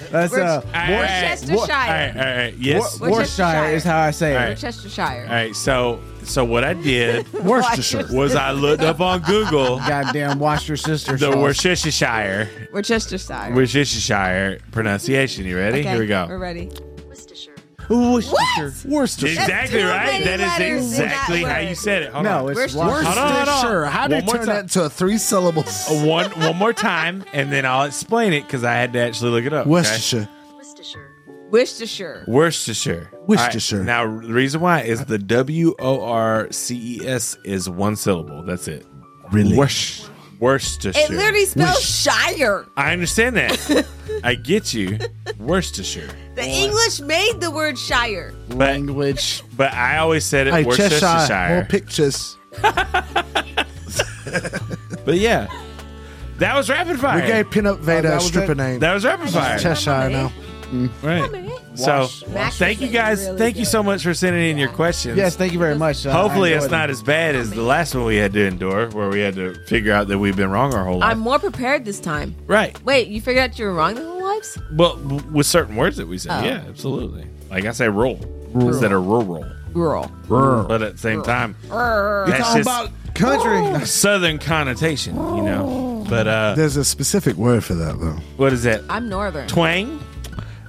S2: That's uh,
S6: Worcestershire.
S5: All right, all right. Yes.
S2: Wa-
S5: All
S6: Wor-
S2: Worcestershire is how I say
S5: All
S2: it.
S5: right.
S6: Worcestershire.
S5: right. So, so what I did
S3: Worcestershire.
S5: was I looked up on Google
S2: Goddamn, wash your sister
S5: the
S2: sauce.
S5: Worcestershire
S6: Worcestershire.
S5: Worcestershire pronunciation. You ready?
S6: Okay,
S5: Here we
S6: We're
S5: go.
S6: ready.
S2: Worcestershire.
S3: Worcestershire.
S5: Exactly
S6: two
S5: right.
S6: big
S5: That
S6: letters
S5: is
S6: in
S5: exactly
S6: that
S5: how
S6: word.
S5: you said it. Hold
S2: No,
S5: on.
S2: it's
S6: Worcester-
S2: wash.
S5: Hold on, hold on.
S3: Worcestershire. How do you
S5: One more
S3: turn
S5: time.
S3: that to a three syllables?
S5: Uh, one one more time, and then I'll explain it because I had to actually look it up. okay?
S3: Worcestershire.
S6: Worcestershire.
S5: Worcestershire.
S3: Worcestershire.
S5: All right, Now, the reason why is the W O R C E S is one syllable. That's it.
S3: Really?
S5: Worc- Worcestershire.
S6: It literally spells shire.
S5: I understand that. I get you. Worcestershire.
S6: The English made the word shire.
S3: language.
S5: But I always said it
S3: Hey, Cheshire, more
S5: Worcestershire.
S3: pictures.
S5: but yeah, that was rapid
S3: We
S5: fire.
S3: gave Pinup Vader
S2: that
S3: a
S2: was
S3: stripper
S2: it?
S3: name.
S5: that was rapid fire.
S3: Cheshire now.
S5: Right. So
S6: Max
S5: thank you
S6: was
S5: guys.
S6: really
S5: Thank you
S6: good.
S5: so much for sending in your questions.
S2: Yes, thank you very much. Uh,
S5: Hopefully
S2: I
S5: it's
S2: enjoyed
S5: not
S2: it.
S5: as bad as the last one we had to endure, where we had to figure out that we've been wrong our whole life.
S6: I'm more prepared this time.
S5: right.
S6: Wait, you figured out you were wrong the whole lives?
S5: Well, w- with certain words that we said,
S6: Oh.
S5: yeah, absolutely. Like I say, rural instead of rural,
S6: Girl.
S5: but at the same time,
S6: Err.
S5: that's just
S2: country.
S5: southern connotation, you know. But uh,
S3: There's a specific word for that though.
S5: what is that?
S6: I'm northern.
S5: Twang?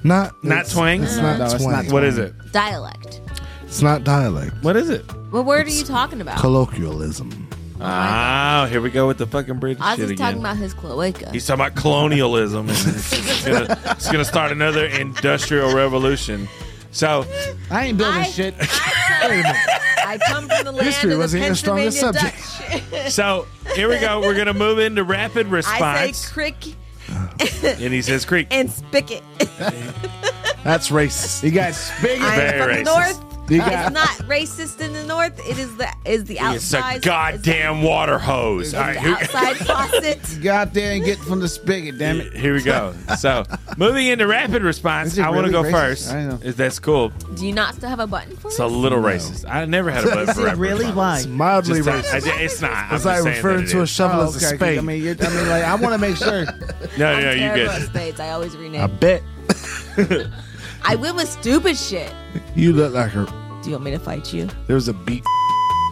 S3: Not
S5: Not
S3: it's-
S5: twang?
S3: It's
S2: No,
S3: not
S2: it's not
S3: twang.
S2: twang.
S5: What is it?
S6: Dialect.
S3: It's not dialect.
S5: What is it?
S6: What word are you talking about?
S3: Colloquialism.
S5: Ah, here we go with the fucking British
S6: I was
S5: shit
S6: just
S5: again.
S6: talking about his cloaca.
S5: He's talking about colonialism. and it's gonna, it's gonna start another industrial revolution. So
S2: I ain't building
S6: I-
S2: shit.
S6: I come from the land
S3: History
S6: of the
S3: wasn't your
S6: Pennsylvania
S3: strongest
S6: Dutch.
S5: So here we go. We're gonna move into rapid
S6: I
S5: response,
S6: say crick
S5: and he says "Creek."
S6: and spigot.
S3: That's racist.
S2: You got big.
S6: I am
S5: Very
S6: from the
S5: racist.
S6: north.
S3: You
S6: It's
S3: got
S6: not racist in the north. It is the is the
S5: It's
S6: outside.
S5: a goddamn water hose. All right,
S6: the
S5: here,
S6: outside faucet.
S2: Get out there and get from the spigot, damn it.
S5: here we go. So moving into rapid response,
S2: Is it
S5: I want to
S2: really
S5: go
S2: racist?
S5: first.
S2: I know.
S5: If that's cool,
S6: Do you not still have a button for
S5: it's a
S6: it?
S5: little racist. I never had a button for rapid response.
S3: it's mildly
S5: Just, uh,
S3: racist.
S5: I- it's not. I'm
S3: It's
S5: just
S3: like
S5: saying
S3: referring
S5: that it
S3: to a
S5: is.
S3: shovel
S2: Oh,
S3: as a
S2: okay, 'cause
S3: spade.
S2: I mean, you're, I mean, like, I want to make sure.
S5: No, no,
S6: I'm
S5: you
S6: terrible
S5: good.
S6: at spades. I always
S3: I
S6: renege.
S3: bet
S6: I went with stupid shit.
S3: you look like her.
S6: Do you want me to fight you?
S3: There was a beat.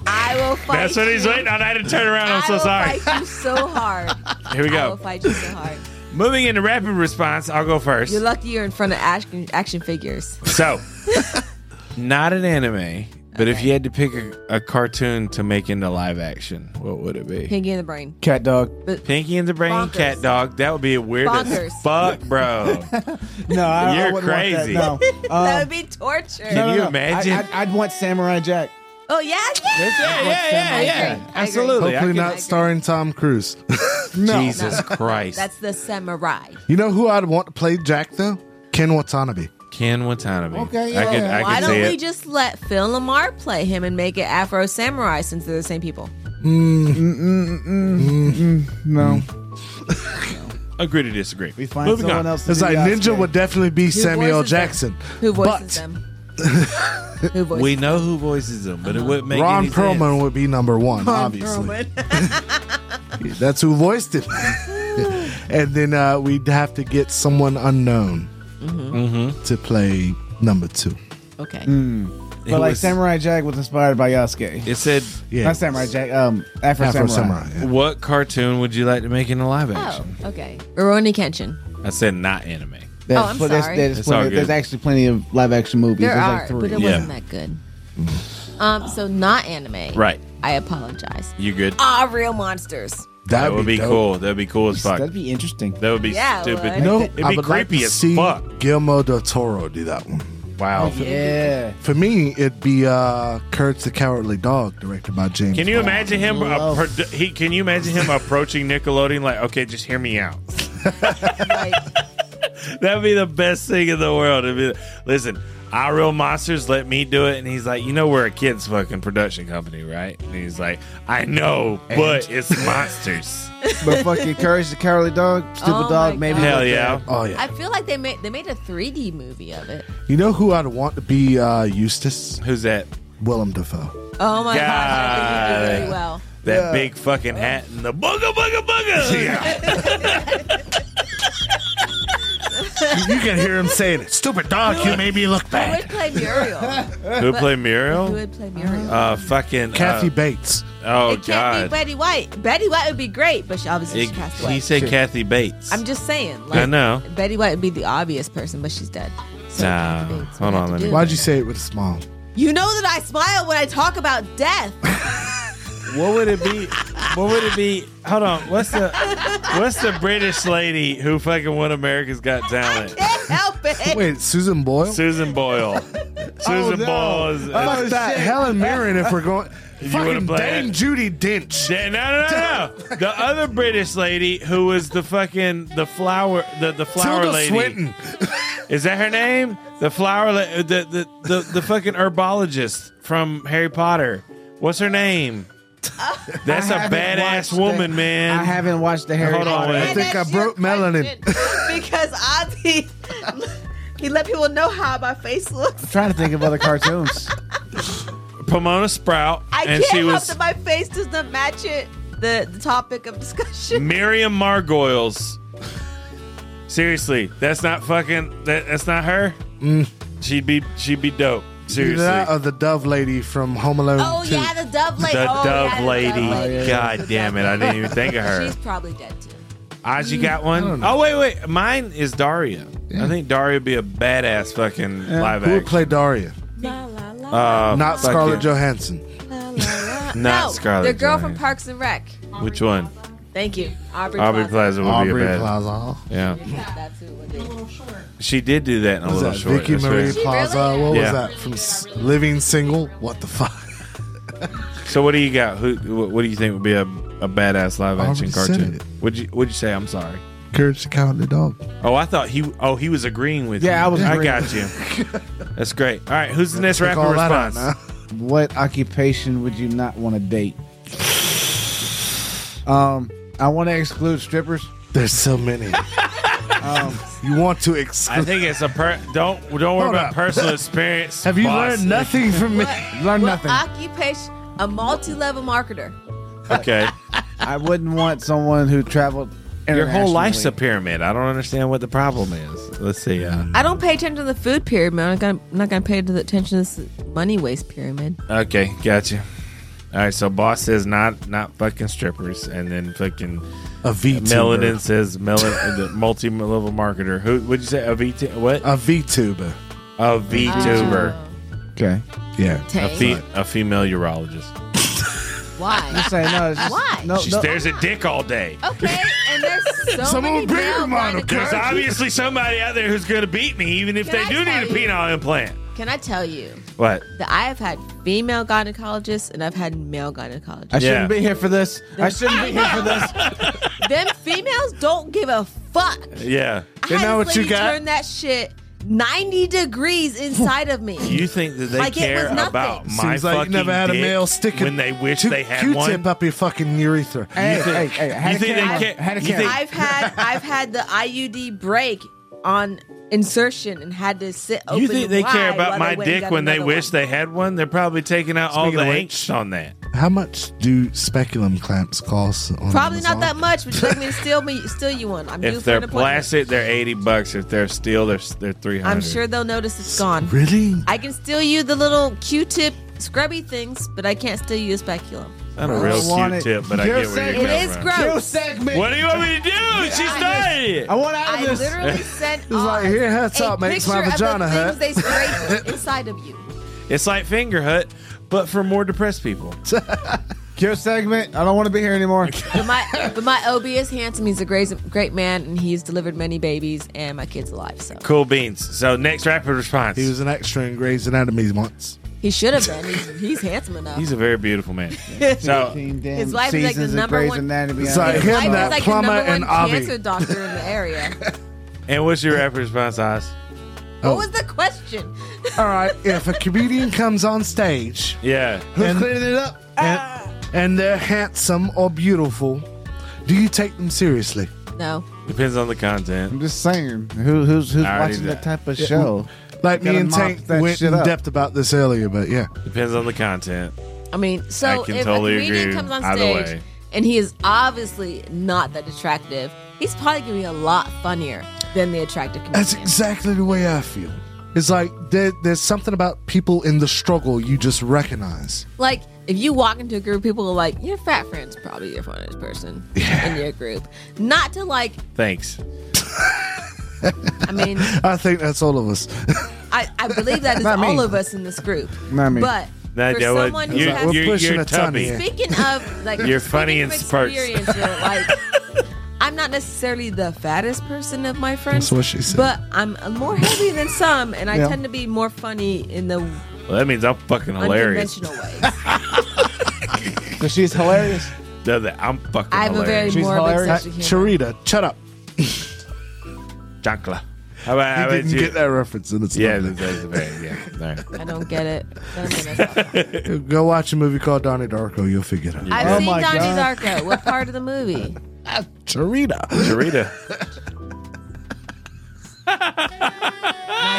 S6: I will fight.
S5: That's what he's
S6: you.
S5: waiting on. I had to turn around. I'm
S6: I
S5: so
S6: will
S5: sorry.
S6: fight you so hard.
S5: Here we
S6: I will
S5: go.
S6: fight you so hard.
S5: Moving into rapid response, I'll go first.
S6: You're lucky you're in front of action, action figures.
S5: So, not an anime, but if you had to pick a, a cartoon to make into live action, what would it be?
S6: Pinky in the brain.
S2: Cat dog.
S5: Pinky and the Brain,
S6: Bonkers.
S5: Cat Dog. That would be weird
S6: Bonkers.
S5: as fuck, bro.
S2: No, I,
S5: You're
S2: I wouldn't
S5: crazy.
S2: Want that. No.
S6: that
S2: Um,
S6: would be torture.
S5: Can you
S2: no, no, no.
S5: imagine?
S2: I, would want Samurai Jack.
S6: Oh yeah, yeah.
S5: yeah, yeah, yeah,
S6: I agree.
S5: yeah. Absolutely. I
S3: Hopefully
S5: can-
S3: not starring Tom Cruise.
S5: Jesus Christ.
S6: That's the samurai.
S3: you know who I'd want to play Jack though? Ken Watanabe.
S5: Ken Watanabe.
S2: Okay,
S5: I
S2: yeah,
S5: could,
S2: yeah.
S5: I
S6: Why
S5: could see
S6: don't we
S5: it.
S6: just let Phil Lamar play him and make it Afro Samurai since they're the same people?
S2: No,
S5: Agree to disagree.
S2: we find
S5: Moving
S2: someone
S5: on.
S2: else. to
S3: It's
S2: do
S3: like
S2: the
S3: Ninja
S2: Oscar.
S3: would definitely be Samuel
S6: voices them?
S3: Jackson.
S6: Who
S3: but
S6: voices them? Who voices
S5: We know who voices them,
S6: Uh-huh.
S5: but it wouldn't make
S3: Ron
S5: any
S3: Perlman
S5: sense.
S3: would be number one, obviously. That's who voiced it. and then uh, we'd have to get someone unknown
S5: Mm-hmm.
S3: to play number two.
S6: Okay.
S5: Mm. It
S2: But like
S5: was-
S2: Samurai Jack was inspired by Yosuke.
S5: It said,
S3: Yeah,
S2: Not Samurai Jack. Um, Afro,
S3: Afro
S2: Samurai.
S3: Samurai. yeah.
S5: "What cartoon would you like to make into live
S6: Oh,
S5: action?"
S6: okay. Rurouni Kenshin.
S5: I said, "Not anime."
S2: There's,
S6: Oh, I'm
S2: pl- there's-
S6: sorry.
S2: There's,
S5: It's all
S2: plenty,
S5: good.
S2: there's actually plenty of live action movies.
S6: There
S2: there's
S6: are,
S2: like three.
S6: but it
S5: Yeah. Mm.
S6: wasn't that good. Um, so not anime.
S5: Right.
S6: I apologize.
S5: You good?
S6: Ah, real monsters.
S5: That would be
S3: dope.
S5: cool. That'd be cool as fuck.
S2: That'd be interesting.
S5: That would be
S6: Yeah, it
S5: stupid.
S6: would.
S3: You know,
S5: it'd be
S3: I would like
S5: creepy
S3: to
S5: as
S3: see
S5: fuck.
S3: Guillermo del Toro do that one.
S5: Wow.
S2: Yeah.
S3: For me, it'd be uh, Courage the Cowardly Dog, directed by James.
S5: Can you
S3: Wan.
S5: imagine him?
S2: Love.
S5: appro- he can you imagine him approaching Nickelodeon like, okay, just hear me out.
S6: Like,
S5: That'd be the best thing in the world. It'd be, listen, our real monsters, let me do it. And he's like, you know, we're a kids fucking production company, right? And he's like, I know, but it's monsters.
S2: But fucking Courage the Cowardly Dog, Stupid
S6: Oh my
S2: Dog, maybe.
S6: God.
S5: Hell yeah.
S3: Oh yeah.
S6: I feel like they made they made a 3D movie of it.
S3: You know who I'd want to be uh, Eustace?
S5: Who's that?
S3: Willem Dafoe.
S6: Oh my god, I think you did
S5: God.
S6: really well.
S5: That big fucking hat and the booga booga booga.
S3: you can hear him saying it. Stupid dog, you made me look
S6: Who
S3: bad.
S6: would play Muriel?
S5: Who played
S6: Who
S5: Muriel?
S6: would play Muriel?
S5: Uh, fucking uh,
S3: Kathy Bates.
S5: oh
S6: it can't be
S5: god.
S6: Betty White. Betty White would be great, but she obviously
S5: It-
S6: she passed away.
S5: he said Kathy Bates.
S6: I'm just saying. Like,
S5: I know.
S6: Betty White would be the obvious person, but she's dead. So
S5: Nah,
S6: Kathy Bates would
S5: hold
S6: have
S5: on,
S6: to
S5: let
S6: do
S5: me-
S6: it.
S3: Why'd you say it with a smile?
S6: You know that I smile when I talk about death.
S5: What would it be? What would it be? Hold on. What's the What's the British lady who fucking won America's Got Talent?
S6: Can't help it.
S3: Wait, Susan Boyle?
S5: Susan Boyle.
S6: Oh,
S5: Susan
S3: no.
S5: Boyle is.
S3: Fuck
S5: is-
S3: that Helen Mirren if we're going.
S5: wanna
S3: fucking
S5: play
S3: Dame
S5: it?
S3: Judy Dench.
S5: Yeah, no, no, no, no. The other British lady who was the fucking the flower the the flower
S3: Tilda
S5: lady.
S3: Swinton.
S5: Is that her name? The flower, la- the the the, the fucking herbologist from Harry Potter. What's her name? That's a
S2: I haven't watched
S5: badass
S2: the-
S5: woman, man.
S2: I haven't watched the Harry
S5: Hold on,
S2: Potter.
S5: wait.
S3: I think I broke melanin.
S6: because Ozzy, he let people know how my face looks.
S2: I'm trying to think of other cartoons.
S5: Pomona Sprout,
S6: I
S5: and
S6: can't
S5: she
S6: help
S5: was
S6: that my face doesn't match it. The, the topic of discussion.
S5: Miriam Margoyles. Seriously, that's not fucking. That, that's not her. She'd be she'd be dope. Seriously,
S3: That or the dove lady from Home Alone
S6: Oh
S3: 2.
S6: yeah, the dove lady.
S5: the
S6: oh, yeah,
S5: Dove
S6: the
S5: Lady.
S6: lady.
S5: God damn it, I didn't even think of her.
S6: She's probably dead too.
S5: Oz, you
S3: Mm.
S5: got one? Oh wait, wait. Mine is Daria. I think Daria would be a badass fucking live
S3: Who would
S5: action.
S3: play Daria?
S6: La, la, la,
S5: Uh,
S3: Not
S5: fucking-
S3: Scarlett Johansson.
S6: la, la, la.
S5: Not
S6: no,
S5: Scarlett
S6: The girl
S5: Johansson.
S6: from Parks and Rec.
S5: Which one?
S6: Thank you, Aubrey.
S5: Aubrey Plaza
S6: Plaza.
S5: would
S3: Aubrey
S5: be a bad.
S3: Plaza.
S5: Yeah,
S6: That's who it would be.
S5: she did do that in a
S3: What was
S5: little
S3: that?
S5: short.
S3: Vicky
S5: that's
S3: Marie
S5: right.
S3: Plaza. What
S5: Yeah.
S3: was that? From S- Living Single? What the fuck?
S5: So what do you got? Who? What, what do you think would be a, a badass live action
S3: already said
S5: cartoon?
S3: it.
S5: Would you Would you say? I'm sorry.
S3: Courage to count the dog.
S5: Oh, I thought he. Oh, he was agreeing with you.
S2: Yeah, I was
S5: I
S2: agreeing.
S5: got you. That's great. All right, who's the next
S3: Take
S5: rapid
S3: all that out
S5: response?
S3: now.
S2: What occupation would you not want to date? Um, I want to exclude strippers.
S3: There's so many.
S2: Um,
S3: You want to
S5: I
S3: exclude.
S5: think it's a per. Don't don't worry
S3: Hold
S5: about
S3: up.
S5: personal experience.
S3: Have you
S5: boss.
S3: learned nothing from me?
S2: learn
S6: Well,
S2: nothing.
S6: occupation, a multi-level marketer.
S5: Okay,
S2: I wouldn't want someone who traveled.
S5: your whole life's a
S2: internationally.
S5: pyramid. I don't understand what the problem is. Let's see. Uh,
S6: I don't pay attention to the food pyramid. I'm not gonna, I'm not gonna pay the attention to this money waste pyramid.
S5: okay, gotcha. All right, so boss says not not fucking strippers, and then fucking
S3: A VTuber.
S5: Melanin says Melanin, the multi level marketer. Who would you say a VT? What
S3: A VTuber.
S5: a VTuber?
S2: okay.
S3: Yeah.
S5: A,
S6: Tank.
S5: fe- a female urologist.
S6: Why?
S2: Just say no. It's just,
S6: Why?
S2: No,
S5: She
S2: no.
S5: stares at dick all day.
S6: Okay, and there's so
S3: Someone
S6: many
S3: bring
S6: male
S3: your monitor.
S5: There's
S6: gynecologists.
S5: obviously somebody out there who's going to beat me, even if
S6: Can
S5: they
S6: I
S5: do
S6: tell
S5: need a
S6: you?
S5: penile implant.
S6: Can I tell you
S5: What?
S6: that I have had female gynecologists and I've had male
S2: I
S6: gynecologists.
S2: shouldn't
S5: Yeah.
S2: be here for this. I shouldn't be here for this.
S6: Them females don't give a fuck.
S5: Yeah.
S6: I had
S3: know
S6: this
S3: what you
S6: lady
S3: got?
S6: Turn that shit ninety degrees inside of me.
S5: You think that they
S6: Like it
S5: care
S6: was nothing.
S5: about my
S3: Seems like
S5: fucking
S3: you never had a
S5: dick
S3: male sticking
S5: when they wish
S3: Q-
S5: they had
S3: Q-tip
S5: one?
S3: up your fucking urethra.
S2: Hey,
S5: think-
S2: hey, hey, I
S5: you
S2: had a
S5: think they
S2: camera.
S5: can't-
S2: I had a
S5: you
S2: camera.
S5: think-
S6: I've had I've had the IUD break on insertion and had to sit open.
S5: You think they
S6: wide
S5: care about
S6: while
S5: my
S6: I went and
S5: dick
S6: got
S5: when they
S6: another
S5: wish
S6: one.
S5: they had one? They're probably taking out all
S3: Speaking
S5: the
S3: of which-
S5: angst on that.
S3: How much do speculum clamps cost? On
S6: Probably
S3: Amazon?
S6: not that much. Would you like me to steal me steal you one? I'm due
S5: If
S6: for an
S5: they're
S6: appointment.
S5: plastic, they're eighty bucks. If they're steel, they're they're three hundred.
S6: I'm sure they'll notice it's gone.
S3: Really?
S6: I can steal you the little Q-tip scrubby things, but I can't steal you a speculum.
S5: not a
S2: I
S5: real
S2: don't want
S5: cute
S2: it.
S5: tip, but I
S2: You're
S5: get where
S2: saying
S5: you're
S6: It
S5: coming
S6: is
S5: from.
S2: Q
S6: gross.
S2: segment.
S5: What do you want me to do? She's dying.
S2: I want out
S6: I
S2: of this.
S6: literally sent
S3: was like, "Here, that's
S6: a
S3: how it makes my
S6: picture
S3: vagina
S6: of
S3: hurt."
S6: the things they scrape inside of you.
S5: It's like Finger Hut, but for more depressed people.
S2: Cure segment. I don't want to be here anymore.
S6: But my, but my OB is handsome. He's a great, great man, and he's delivered many babies, and my kid's alive. So
S5: Cool beans. So next rapid response.
S3: He was an extra in Grey's Anatomy once.
S6: he should have been. He's, he's handsome enough.
S5: He's a very beautiful man. So
S2: His
S6: wife is like the number one-
S2: Anatomy.
S3: It's like
S6: His
S3: him,
S6: wife is
S5: uh,
S3: that
S6: like
S3: plumber,
S6: the number one
S3: and Avi.
S6: cancer doctor in the area.
S5: and what's your rapid response, Oz?
S3: Oh.
S6: What was the question?
S3: All right, if a comedian comes on stage
S5: Yeah.
S3: who's And-
S2: cleaning it up. Ah.
S3: and, and they're handsome or beautiful, do you take them seriously?
S6: No,
S5: Depends on the content.
S2: I'm just saying, who, who's who's
S5: I already
S2: watching
S5: did.
S2: that type of show?
S3: Like me
S2: gotta
S3: and
S2: mop
S3: Tank
S2: that
S3: went
S2: shit
S3: in
S2: up.
S3: depth about this earlier, but yeah.
S5: Depends on the content.
S6: I mean, so
S5: I
S6: if
S5: can
S6: a
S5: totally
S6: comedian
S5: agree
S6: comes on
S5: either way.
S6: stage and he is obviously not that attractive, he's probably gonna be a lot funnier than the attractive comedian.
S3: That's exactly the way I feel. It's like there, there's something about people in the struggle you just recognize.
S6: Like if you walk into a group, people are like, "Your fat friend's probably your funniest person in your group." Not to like,
S5: Thanks.
S6: I mean,
S3: I think that's all of us.
S6: I, I believe that is
S2: Not me.
S6: all of us in this group.
S2: Not me.
S6: But
S5: That-
S6: for
S5: that was-
S6: someone who
S5: you're,
S6: has,
S5: you're,
S3: We're pushing
S5: you're
S3: a ton
S5: tubby.
S3: here.
S6: speaking of like,
S5: You're
S6: speaking
S5: funny
S6: of
S5: in spurts.
S6: experience, you're like. I'm not necessarily the fattest person of my friends,
S3: That's what she said.
S6: but I'm more heavy than some, and I
S2: Yeah.
S6: tend to be more funny in the
S5: Well, that means I'm fucking hilarious.
S6: unconventional ways.
S2: So she's hilarious.
S5: No, that- I'm fucking
S6: I have a very
S5: hilarious.
S2: She's
S6: morbid
S2: hilarious.
S6: sense of humor.
S3: Charita, shut up.
S5: Chancla. How about,
S3: I
S5: how about
S3: didn't
S5: you?
S3: get that reference, and it's
S5: yeah,
S3: not
S5: that's the very, yeah. All right.
S6: I don't get it.
S5: Oh
S3: there. Go watch a movie called Donnie Darko. You'll figure it out.
S6: I've
S2: Oh
S6: seen
S2: my
S6: Donnie Darko. What part of the movie?
S3: Charita.
S5: Dorita.
S6: My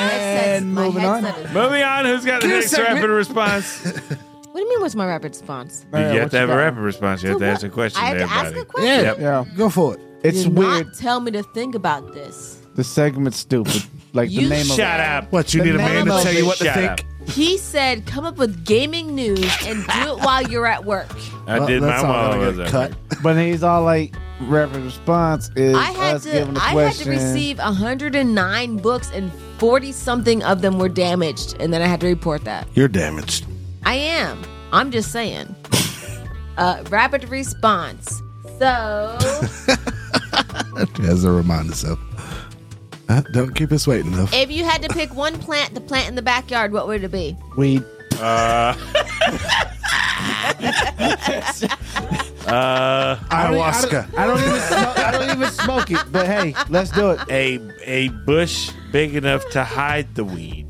S6: headset's-
S2: And
S6: my
S2: moving on.
S6: headset is-
S5: Moving on. Who's got the
S3: Give
S5: next
S3: us a
S5: rapid
S3: re-
S5: response? you
S6: What do you mean? What's my rapid response?
S5: have to have a
S2: got?
S5: rapid response. You have to ask a question.
S6: I have
S5: to
S6: to ask
S5: everybody.
S6: a question.
S5: Yep.
S2: Yeah,
S3: Go for it.
S2: it's
S6: Do
S2: weird.
S6: not tell me to think about this.
S2: The segment's stupid. Like the
S6: You
S2: name of
S5: Shut up.
S3: What, you
S2: The
S3: need a man to
S2: memo-
S3: tell you what to
S5: Shut
S3: think?
S5: up.
S6: He said, "Come up with gaming news and do it while you're at work."
S5: I
S3: Well,
S5: did my
S3: that's all
S5: mom.
S3: gonna
S5: was
S3: get
S5: up.
S3: cut.
S2: But he's all like, rapid response is
S6: I had
S2: us
S6: to.
S2: giving a
S6: I had to
S2: question.
S6: receive 109 books, and 40 something of them were damaged, and then I had to report that.
S3: You're damaged.
S6: I am. I'm just saying. uh, rapid response. So
S3: As a reminder, so. Uh, don't keep us waiting, though.
S6: if you had to pick one plant to plant in the backyard, what would it be?
S2: Weed.
S3: Ayahuasca.
S2: I don't even. Smoke, I don't even smoke it. But hey, let's do it.
S5: A a bush big enough to hide the weed.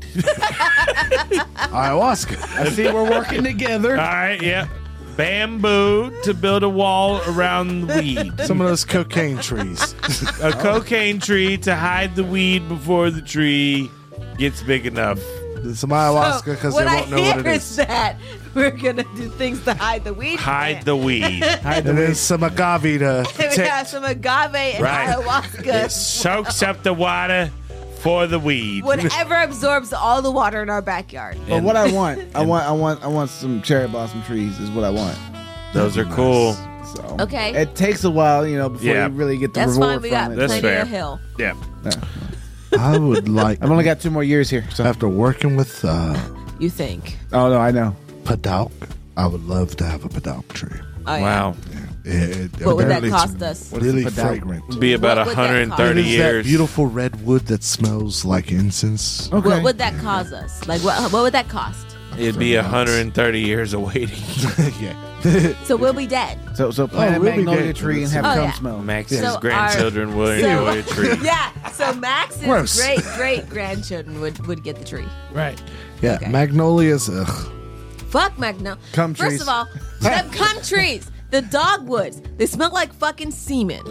S3: Ayahuasca.
S2: I see we're working together.
S5: All right. Yeah. Bamboo to build a wall around the weed.
S3: Some of those cocaine trees.
S6: Oh.
S5: A cocaine tree to hide the weed before the tree gets big enough.
S3: Some ayahuasca because they
S6: what
S3: won't
S6: I
S3: know
S6: hear
S3: what it is.
S6: that we're gonna do things to hide the weed.
S5: Hide the weed.
S3: And then some agave to
S6: plant. we have
S3: protect.
S6: some agave and
S5: Right.
S6: ayahuasca.
S5: It soaks up the water for the weed.
S6: Whatever absorbs all the water in our backyard.
S2: But what I want, I want, I want, I want some cherry blossom trees. Is what I want.
S5: Those are cool.
S2: So
S6: Okay.
S2: it takes a while, you know, before
S5: Yeah.
S2: you really get the
S6: That's
S2: reward
S6: fine. We got
S2: from it.
S5: That's
S6: plenty
S5: fair.
S6: of hill.
S5: Yeah.
S3: I would like,
S2: I've only got two more years here.
S5: Uh,
S2: So
S3: after working with uh,
S6: You think?
S2: oh no, I know.
S3: Padauk, I would love to have a Padauk tree.
S6: Oh, yeah.
S5: Wow.
S3: It,
S6: What would that
S3: apparently
S6: cost
S3: it's
S6: us?
S3: Really
S2: Padauk?
S3: fragrant.
S5: Be about
S6: What would that cost?
S5: 130
S3: It is
S5: years.
S3: That beautiful red wood that smells like incense.
S2: Okay.
S6: What would that cause us? Like, what, what would that cost?
S5: It'd be 130 years of waiting.
S3: yeah.
S6: So we'll be dead.
S2: so so plant
S3: Oh,
S2: a
S3: we'll be
S2: magnolia
S3: dead.
S2: tree and have
S6: Oh,
S2: it come
S6: yeah.
S2: smell.
S5: Max's
S6: So our-
S5: grandchildren will
S6: so-
S5: enjoy a tree.
S6: Yeah. So Max's
S3: Gross.
S6: great great grandchildren would would get the tree.
S9: Right.
S3: Yeah.
S6: Okay.
S3: Magnolias. Ugh.
S6: Fuck Magno.
S2: Cum
S6: First
S2: trees.
S6: of all, them cum trees. The dogwoods. They smell like fucking semen.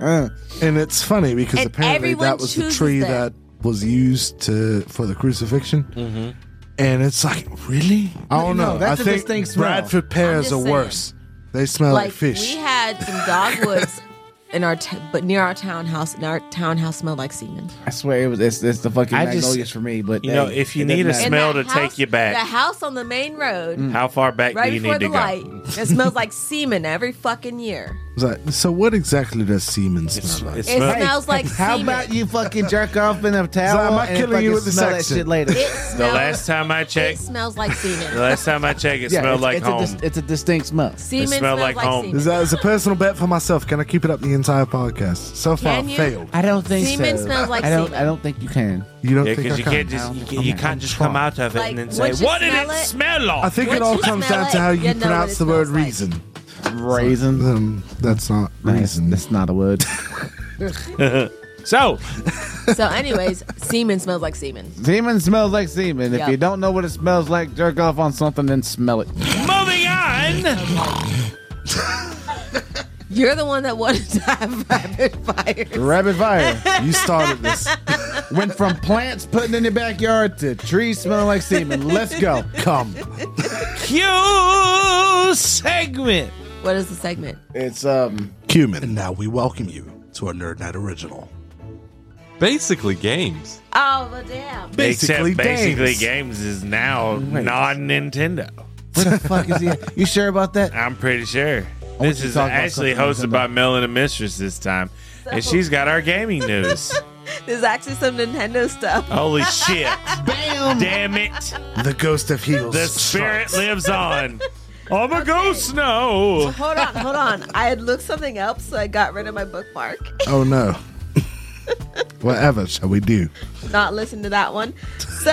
S3: And it's funny because
S6: And
S3: apparently
S6: everyone
S3: that was the
S6: chooses
S3: tree that
S6: that.
S3: was used to for the crucifixion.
S5: Mm-hmm.
S3: And it's like, really? I don't
S2: No,
S3: know.
S2: that's
S3: I
S2: a
S3: think
S2: distinct smell.
S3: Bradford pears are
S6: I'm just saying.
S3: worse. They smell like,
S6: like
S3: Oh, fish.
S6: we had some dogwoods in our t- but near our townhouse, and our townhouse smelled like semen.
S2: I swear it was. It's, it's the fucking
S9: I just-
S2: magnolias for me. But
S5: you know,
S2: hey,
S5: if you
S2: it doesn't
S5: need a
S2: matter.
S5: smell-
S6: And that
S5: to take you back.
S6: The house on the main road,
S5: How far back
S6: right
S5: do you
S6: before
S5: need
S6: the
S5: to
S6: light,
S5: go?
S6: it smells like semen every fucking year.
S3: It's like, so what exactly does semen smell like?
S5: It
S6: It
S5: smells-
S6: smells like
S2: How
S6: semen.
S2: about you fucking jerk off in a towel?
S3: Zion, am I
S2: and
S3: killing
S2: fucking
S3: you with this
S2: smell that
S3: accent?
S2: shit later?
S6: It
S5: the
S6: smells-
S5: last time I
S6: It
S5: checked,
S6: smells like
S5: the
S6: semen.
S5: last time I checked, it
S2: Yeah,
S5: smelled
S2: it's,
S5: like
S2: it's
S5: home.
S2: A dis- it's a distinct smell.
S6: Semen
S5: smelled
S6: smells
S5: like
S6: like,
S5: home.
S6: semen.
S3: Is that as a personal bet for myself? Can I keep it up the entire podcast? So far,
S6: Can you?
S3: failed.
S2: I don't think
S6: Semen smells like
S2: I don't.
S6: semen.
S2: I don't think you can.
S3: You don't
S5: yeah,
S3: think I
S5: because you
S3: can?
S5: can't just you, can,
S2: Okay.
S5: you can't just come out of it
S6: Like,
S5: and then say,
S6: once you
S5: "What did it
S6: smell it-
S5: smell
S3: I
S5: like?"
S3: think it
S6: Once
S3: all
S6: you
S3: comes
S6: smell
S3: down to
S6: it,
S3: how
S6: you
S3: you
S6: know what
S3: pronounce
S6: it
S3: the word
S6: smells like.
S3: reason.
S2: Raisin.
S3: Um, that's not reason.
S2: That's not a word.
S5: So
S6: So, anyways, semen smells like semen.
S2: Semen smells like semen. If
S6: Yeah.
S2: you don't know what it smells like, jerk off on something, then smell it.
S5: moving on,
S6: You're the one that wanted to have rapid fire.
S2: Rapid fire.
S3: You started this.
S2: Went from plants putting in your backyard to trees smelling like semen. Let's go.
S3: Come.
S5: cue segment.
S6: What is the segment?
S2: It's um.
S3: Cumin. And now we welcome you to our Nerd Night Original.
S4: Basically, games.
S6: Oh, well, damn.
S3: Basically
S5: Except basically
S3: games.
S5: games is
S2: Oh,
S5: now non Nintendo.
S2: What the fuck is he? At? You sure about that?
S5: I'm pretty sure. This
S2: you to
S5: is
S2: talk about
S5: actually
S2: something
S5: hosted
S2: Nintendo.
S5: by Melanie Mistress this time, and
S6: So-
S5: she's got our gaming news.
S6: There's actually some Nintendo stuff.
S5: Holy shit!
S2: Bam.
S5: Damn it!
S3: The Ghost of Heels.
S5: The spirit lives on. I'm a ghost now.
S6: Hold on, hold on. I had looked something up, so I got rid of my bookmark.
S3: Oh no. Whatever shall we do?
S6: Not listen to that one. So,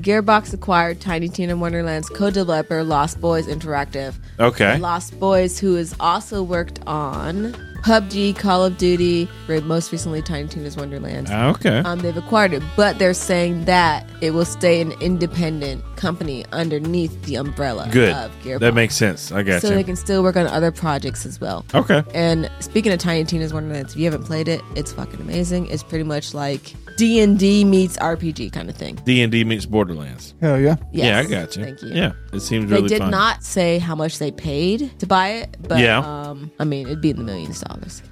S6: Gearbox acquired Tiny Tina Wonderland's co-developer Lost Boys Interactive.
S5: Okay.
S6: Lost Boys, who has also worked on PUBG, Call of Duty, or most recently Tiny Tina's Wonderlands.
S5: Okay.
S6: Um, they've acquired it, but they're saying that it will stay an independent company underneath the umbrella
S5: Good.
S6: of Gearbox.
S5: That makes sense. I got
S6: so they
S5: you.
S6: can still work on other projects as well.
S5: Okay.
S6: And speaking of Tiny Tina's Wonderlands, if you haven't played it, it's fucking amazing. It's pretty much like D and D meets RPG kind of thing.
S5: D and D meets Borderlands.
S2: Hell yeah.
S6: Yes.
S5: Yeah, I got you.
S6: Thank you.
S5: Yeah, it seems
S6: They
S5: really
S6: did
S5: fun.
S6: not say how much they paid to buy it, but
S5: Yeah. Mm-hmm.
S6: um, I mean, it'd be in the millions of dollars.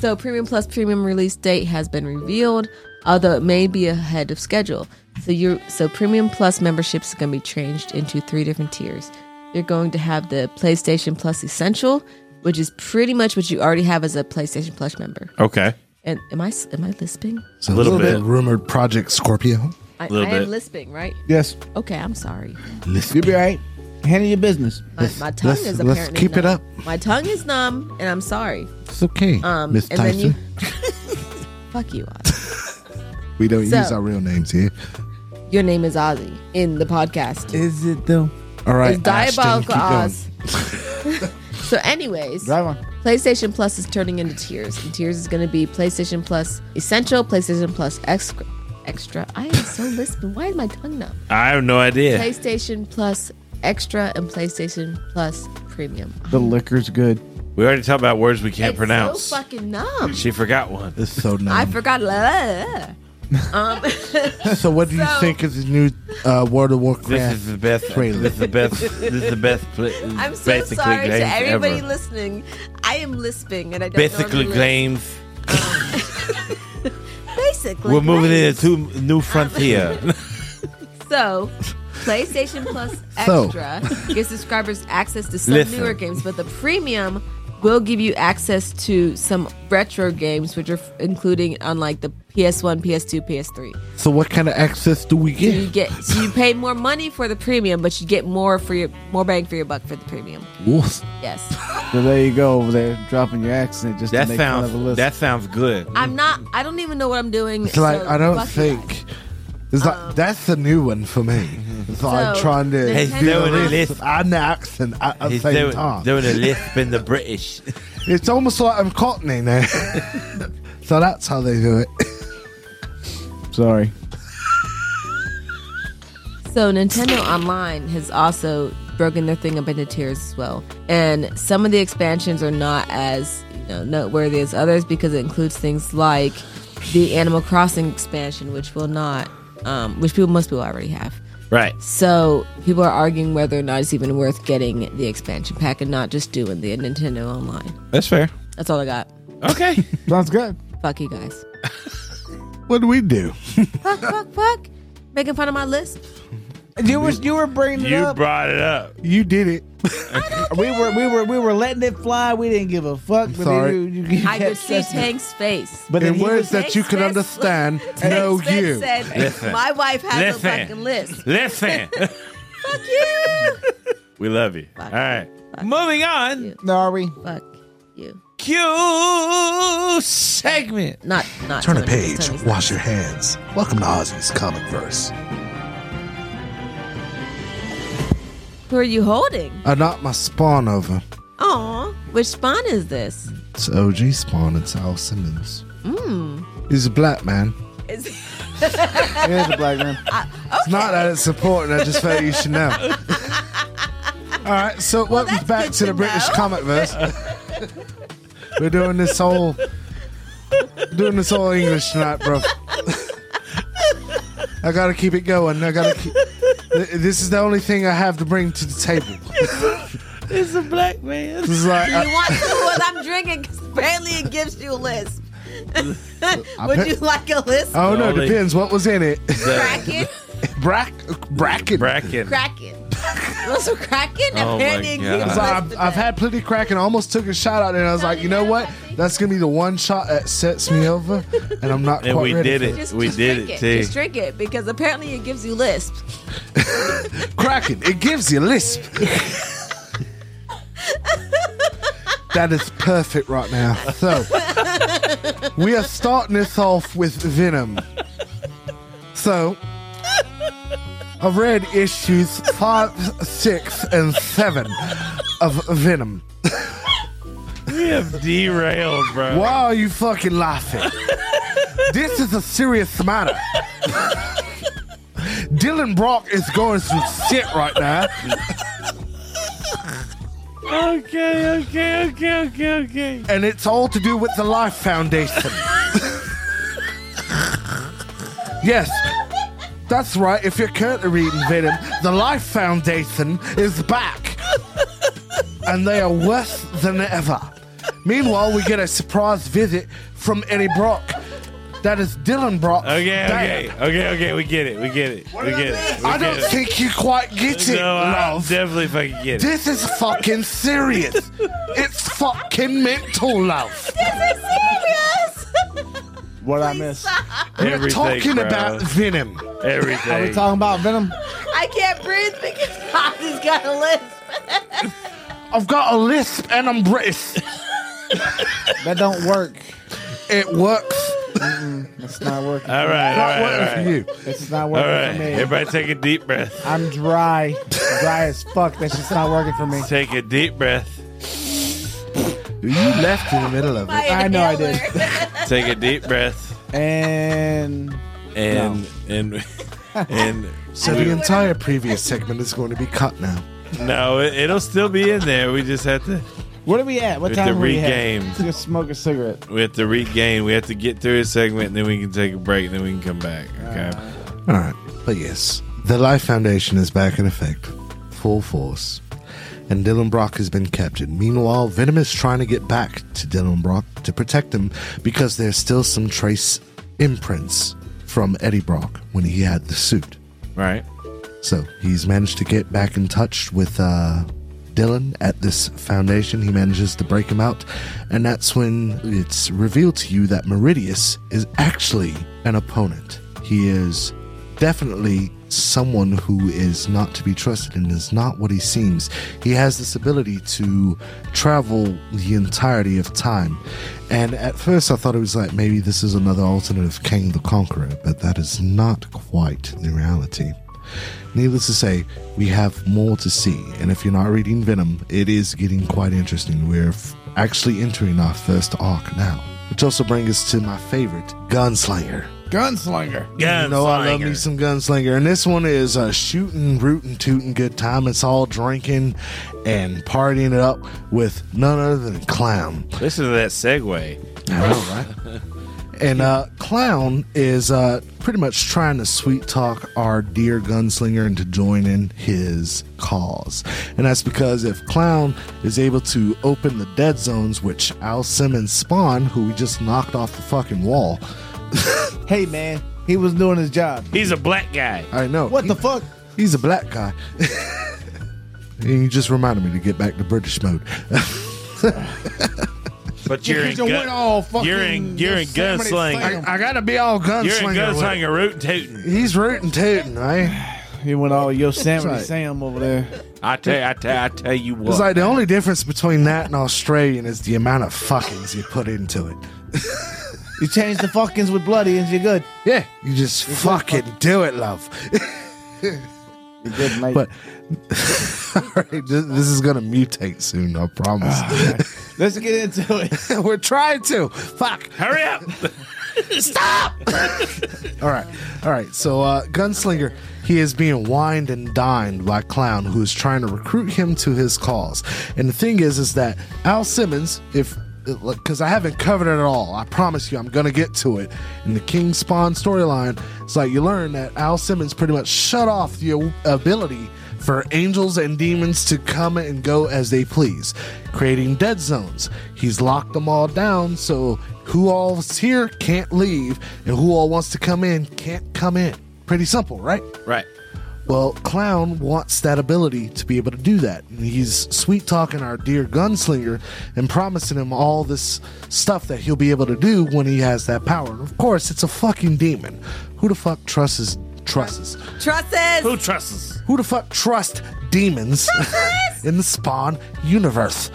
S6: So, Premium Plus Premium release date has been revealed, although it may be ahead of schedule. So, you're so Premium Plus memberships is going to be changed into three different tiers. You're going to have the PlayStation Plus Essential, which is pretty much what you already have as a PlayStation Plus member.
S5: okay.
S6: And am I am I lisping?
S3: It's a
S5: Little
S3: little, bit.
S5: bit.
S3: rumored Project Scorpio.
S6: I,
S5: Little
S6: I am
S5: bit.
S6: lisping, right?
S2: Yes.
S6: Okay, I'm sorry.
S2: You'll be all right. Handle your business.
S6: My, my tongue
S3: let's-
S6: is
S3: let's
S6: apparently
S3: keep it
S6: numb.
S3: up.
S6: My tongue is numb, and I'm sorry.
S3: It's okay,
S6: Um,
S3: Miss
S6: and then
S3: Tyson.
S6: you. Fuck you, Ozzy.
S3: we don't
S6: So-
S3: use our real names here.
S6: Your name is Ozzy in the podcast.
S2: Is it though?
S3: All right,
S6: It's diabolical Oz.
S3: Ashton, keep
S6: so, anyways,
S2: Drive on.
S6: PlayStation Plus is turning into tiers, and tiers is going to be PlayStation Plus Essential, PlayStation Plus Extra. Extra. I am so lisping. Why is my tongue numb?
S5: I have no idea.
S6: PlayStation Plus Extra and PlayStation Plus Premium.
S2: The liquor's good.
S5: We already talked about words we can't
S6: It's
S5: pronounce.
S6: So fucking numb.
S5: she forgot one.
S3: It's so
S6: I
S3: nice.
S6: forgot.
S3: so, what do you think of the new uh, World of
S5: This
S3: Warcraft?
S5: is the best.
S3: Trailer.
S5: This is the best. This is the best. Pl-
S6: I'm so
S5: basically
S6: sorry to
S5: games
S6: everybody
S5: Ever.
S6: listening. I am lisping, and I don't
S5: Basically,
S6: normally lisp.
S5: games.
S6: Basically,
S5: We're moving
S6: games.
S5: into new frontier.
S6: So, PlayStation Plus
S3: So.
S6: Extra gives subscribers access to some
S5: Listen.
S6: newer games, but the premium will give you access to some retro games, which are f- including on like the PS1, PS2, PS3.
S3: so, what kind of access do we
S6: So you
S3: get?
S6: get so you pay more money for the premium, but you get more for your more bang for your buck for the premium.
S3: Wolf.
S6: Yes,
S2: So there you go over there, dropping your accent just
S5: that
S2: to make fun of a
S5: sounds.
S2: list.
S5: That sounds good.
S6: I'm not. I don't even know what I'm doing.
S3: It's like
S6: so
S3: I don't
S6: fuck you guys.
S3: think. It's like that's the new one for me. It's like
S6: So,
S3: trying to
S6: He's
S3: do
S5: doing
S3: the
S5: a
S3: list
S5: lisp.
S3: and the accent at the
S5: He's
S3: same
S5: doing,
S3: time.
S5: doing a lisp in the British.
S3: It's almost like I'm Cockney now. so that's how they do it.
S2: Sorry.
S6: So Nintendo Online has also broken their thing up into tiers as well, and some of the expansions are not as you know noteworthy as others because it includes things like the Animal Crossing expansion, which will not, um, which people most people already have.
S5: Right.
S6: So people are arguing whether or not it's even worth getting the expansion pack and not just doing the Nintendo Online.
S5: That's fair.
S6: That's all I got.
S5: Okay.
S2: Sounds good.
S6: Fuck you guys.
S3: What do we do?
S6: Fuck, fuck, fuck. Making fun of my list.
S2: You was you were bringing it
S5: You
S2: up.
S5: brought it up.
S3: You did it.
S2: we were we were we were letting it fly. We didn't give a fuck. But
S3: sorry.
S2: Then you, you
S6: I could
S2: kept
S6: see
S2: stressing it.
S6: Tank's face.
S2: But then
S3: In
S2: he
S3: words
S2: was,
S3: that you can
S6: Tank's face-
S3: understand,
S6: Tank's
S3: no
S6: face
S3: you.
S6: said, My wife has
S5: Listen.
S6: a fucking list.
S5: Listen.
S6: Fuck you.
S5: we love you. All right. Moving on.
S2: no, are we?
S6: Fuck you.
S5: Q segment.
S6: Not not
S10: Turn a
S6: Tony,
S10: page,
S6: Tony's not.
S10: wash your hands. Welcome to Ozzy's Comic Verse.
S6: Who are you holding?
S3: I knocked my spawn over.
S6: Aw. Which spawn is this?
S3: It's OG spawn. It's Al Simmons. Mm. He's a black man.
S6: Is
S2: It is a black man.
S3: It's not that it's important. I just felt you should know. All right, so welcome
S6: that's
S3: back
S6: good
S3: to the
S6: to
S3: British
S6: know.
S3: comic verse. We're doing this whole, doing this whole English tonight, bro. I gotta keep it going. I gotta. Keep, Th- this is the only thing I have to bring to the table.
S5: It's a black man.
S3: It's like
S6: you
S3: I,
S6: want to while I'm drinking? 'Cause apparently it gives you a list. Would
S3: bet-
S6: you like a list?
S3: oh no,
S5: Only-
S3: depends what was in it.
S6: Kraken?
S3: Brack, bracket.
S5: Bracken.
S6: Kraken. You want some Kraken?
S5: Oh my
S6: apparently it
S5: God.
S6: gives
S3: So
S6: you a
S3: I've,
S6: list.
S3: I've had plenty crack and I almost took a shot out there. And I was like, you know what? That's gonna be the one shot that sets me over, and I'm not.
S5: And
S3: quite
S5: we
S3: ready
S5: did
S3: for
S5: it. We did
S6: drink
S5: it, too.
S6: Just drink it because apparently it gives you lisp.
S3: Kraken, it gives you a lisp. that is perfect right now. So, we are starting this off with Venom. So, I've read issues five, six, and seven of Venom.
S5: have derailed, bro.
S3: Why are you fucking laughing? this is a serious matter. Dylan Brock is going through shit right now.
S5: Okay, okay, okay, okay, okay.
S3: and it's all to do with the Life Foundation. yes, that's right. If you're currently reading Venom, the Life Foundation is back, and they are worse than ever. Meanwhile, we get a surprise visit from Eddie Brock. That is Dylan Brock.
S5: Okay, okay, okay, okay. We get it. We get it. We get it.
S3: I don't think you quite get it,
S5: No, I
S3: love.
S5: definitely fucking get it.
S3: This is fucking serious. it's fucking mental, love.
S2: What I miss?
S3: We're
S5: Everything,
S3: talking
S5: bro.
S3: about Venom.
S2: Are we
S5: everything.
S2: talking about Venom?
S6: I can't breathe because I just got a lisp.
S3: I've got a lisp and I'm British.
S2: That don't work.
S3: It works.
S2: It's not working.
S5: All right, all right, all
S3: What if
S5: right.
S3: you?
S2: It's not
S5: All
S2: working
S5: right,
S2: for me.
S5: everybody, take a deep breath.
S2: I'm dry, dry as fuck. That's just not working for me.
S5: Take a deep breath.
S3: You left in the middle of it.
S2: I know I did.
S5: Take a deep breath.
S2: And
S5: And and and
S3: So the entire previous segment is going to be cut now.
S5: no, it, it'll still be in there. We just have to
S2: what are we at? What
S5: With
S2: time
S5: the
S2: are we at?
S5: regames.
S2: Just smoke a cigarette.
S5: we have to regain. We have to get through a segment, and then we can take a break, and then we can come back. Okay.
S3: All right. But yes, the Life Foundation is back in effect, full force. And Dylan Brock has been captured. Meanwhile, Venom is trying to get back to Dylan Brock to protect him because there's still some trace imprints from Eddie Brock when he had the suit.
S5: Right.
S3: So he's managed to get back in touch with uh, Dylan at this foundation. He manages to break him out, and that's when it's revealed to you that Meridius is actually an opponent. He is definitely someone who is not to be trusted and is not what he seems. He has this ability to travel the entirety of time. And at first I thought it was like maybe this is another alternative King the Conqueror, but that is not quite the reality. Needless to say, we have more to see, and if you're not reading Venom, it is getting quite interesting. We're f- actually entering our first arc now, which also brings us to my favorite, Gunslinger.
S2: Gunslinger.
S5: Gunslinger.
S3: You know, I love me some Gunslinger, and this one is a shooting, rooting, tooting good time. It's all drinking and partying it up with none other than Clown.
S5: Listen to that segue.
S3: I know, right? and uh, Clown is uh, pretty much trying to sweet talk our dear gunslinger into joining his cause. And that's because if Clown is able to open the dead zones, which Al Simmons spawn, who we just knocked off the fucking wall,
S2: Hey man, he was doing his job.
S5: He's a black guy.
S3: I know.
S2: What the
S3: he-
S2: fuck?
S3: He's a black guy. and you just reminded me to get back to British mode.
S5: But you're in,
S2: Just went all
S5: gun,
S2: fucking
S5: you're in you're in
S2: Yosemite
S5: gunslinger.
S2: Sam.
S3: I gotta be all gunslinger.
S5: You're in
S3: with-
S5: gunslinger rootin' tootin'.
S3: He's rooting tooting, right?
S2: He went all Yosemite
S3: That's right.
S2: Sam over there.
S5: I tell you, I tell I tell you what.
S3: It's like the only difference between that and Australian is the amount of fuckings you put into it.
S2: You change the fuckings with bloody and you're good.
S3: Yeah, you just fucking do it, love.
S2: You're good, mate.
S3: But all right, this, this is gonna mutate soon. I promise.
S2: Let's get into it.
S3: We're trying to. Fuck.
S5: Hurry up!
S3: All right, all right. So, uh, Gunslinger, he is being wined and dined by Clown, who is trying to recruit him to his cause. And the thing is, is that Al Simmons, if because I haven't covered it at all, I promise you, I'm gonna get to it. In the King Spawn storyline, it's like you learn that Al Simmons pretty much shut off the ability for angels and demons to come and go as they please, creating dead zones. He's locked them all down, so who all's here can't leave, and who all wants to come in can't come in. Pretty simple, right?
S5: right.
S3: Well, Clown wants that ability to be able to do that. And he's sweet talking our dear gunslinger and promising him all this stuff that he'll be able to do when he has that power. And of course, it's a fucking demon. Who the fuck trusts trusts?
S6: Trusses.
S5: Who trusts us?
S3: Who the fuck trust demons in the Spawn universe?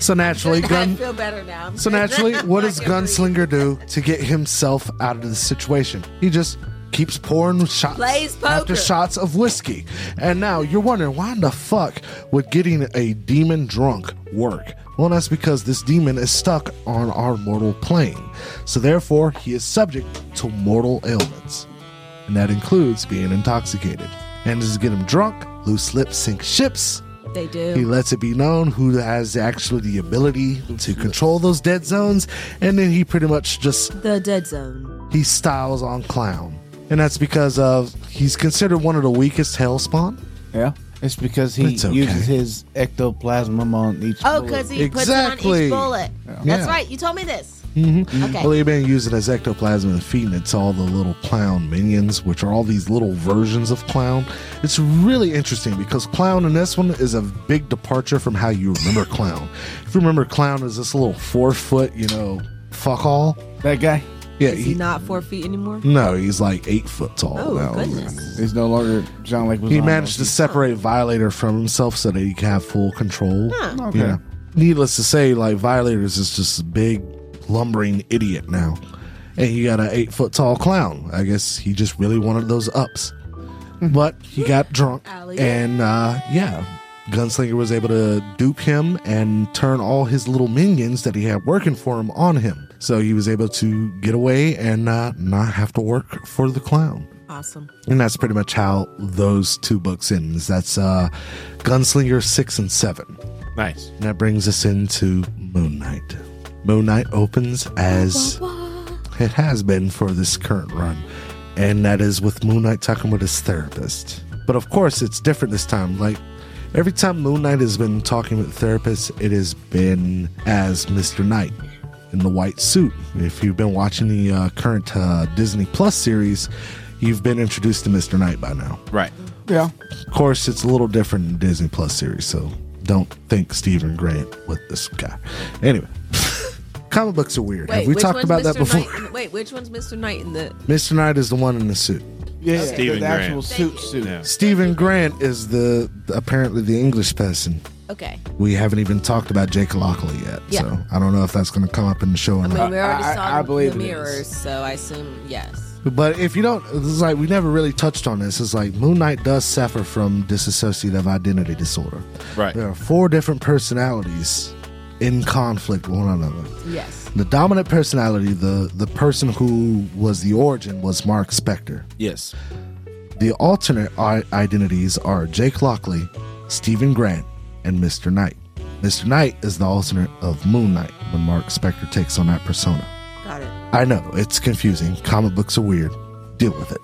S3: so naturally,
S6: I
S3: gun.
S6: feel better now.
S3: So naturally, what does
S6: I can breathe.
S3: Gunslinger do to get himself out of the situation? He just keeps pouring shots
S6: Plays poker.
S3: after shots of whiskey. And now you're wondering why in the fuck would getting a demon drunk work? Well, that's because this demon is stuck on our mortal plane. So therefore, he is subject to mortal ailments. And that includes being intoxicated. And to get him drunk, loose lips sink ships.
S6: They
S3: He
S6: do.
S3: lets it be known who has actually the ability to control those dead zones, and then he pretty much just
S6: The dead zone.
S3: he styles on clown. And that's because of he's considered one of the weakest hellspawn.
S2: Yeah. It's because he
S3: That's okay.
S2: uses his ectoplasm on each.
S6: Oh, because he puts it on
S3: Exactly.
S6: each bullet.
S3: Yeah. Mm-hmm.
S6: That's right. You told me this. Okay.
S3: Well, they've been using his ectoplasm and feeding it to all the little clown minions, which are all these little versions of clown. It's really interesting because clown in this one is a big departure from how you remember clown. If you remember clown as this little four foot, you know, fuck all.
S2: That guy.
S3: Yeah,
S6: Is
S3: he-
S6: he not four feet anymore?
S3: No, he's like eight foot tall.
S6: Oh,
S3: now.
S6: goodness.
S2: He's no longer John Lake.
S3: He managed to separate Violator from himself so that he can have full control.
S2: Okay.
S3: Yeah. Needless to say, like Violators is just a big lumbering idiot now, and you got an eight foot tall clown. I guess he just really wanted those ups, but he got drunk,
S6: Alley.
S3: and uh, yeah, Gunslinger was able to dupe him and turn all his little minions that he had working for him on him. So he was able to get away and uh, not have to work for the clown
S6: Awesome.
S3: and that's pretty much how those two books ends that's uh gunslinger six and seven
S9: Nice.
S3: and that brings us into moon knight moon knight opens as it has been for this current run and that is with moon knight talking with his therapist but of course it's different this time like every time moon knight has been talking with therapists it has been as mr knight in the white suit if you've been watching the uh, current uh, disney plus series you've been introduced to mr knight by now
S9: Right.
S2: Yeah.
S3: of course, it's a little different in Disney Plus series, so don't think Stephen Grant with this guy. Anyway, comic books are weird. Have we
S6: which
S3: talked
S6: one's
S3: about that
S6: Mr.
S3: before?
S6: Knight in- wait, which one's Mr. Knight in the?
S3: Mr. Knight is the one in the suit.
S2: Yeah.
S5: Stephen
S2: the
S5: Grant.
S2: actual suit suit.
S3: Stephen Grant is the apparently the English person.
S6: Okay.
S3: We haven't even talked about Jake Lockley yet,
S6: Yeah.
S3: so I don't know if that's going to come up in the show or
S6: I
S3: not.
S6: mean, we already
S2: I-
S6: saw
S2: I- I
S6: the-
S2: believe
S6: the
S2: it is.
S6: mirrors, so I assume yes.
S3: But if you don't, it's like we never really touched on this. It's like Moon Knight does suffer from dissociative identity disorder.
S9: Right.
S3: There are four different personalities in conflict with one another.
S6: Yes.
S3: The dominant personality, the the person who was the origin, was Mark Spector.
S9: Yes.
S3: The alternate i- identities are Jake Lockley, Stephen Grant, and Mr. Knight. Mr. Knight is the alternate of Moon Knight when Mark Spector takes on that persona.
S6: Got it.
S3: I know it's confusing. Comic books are weird. Deal with it.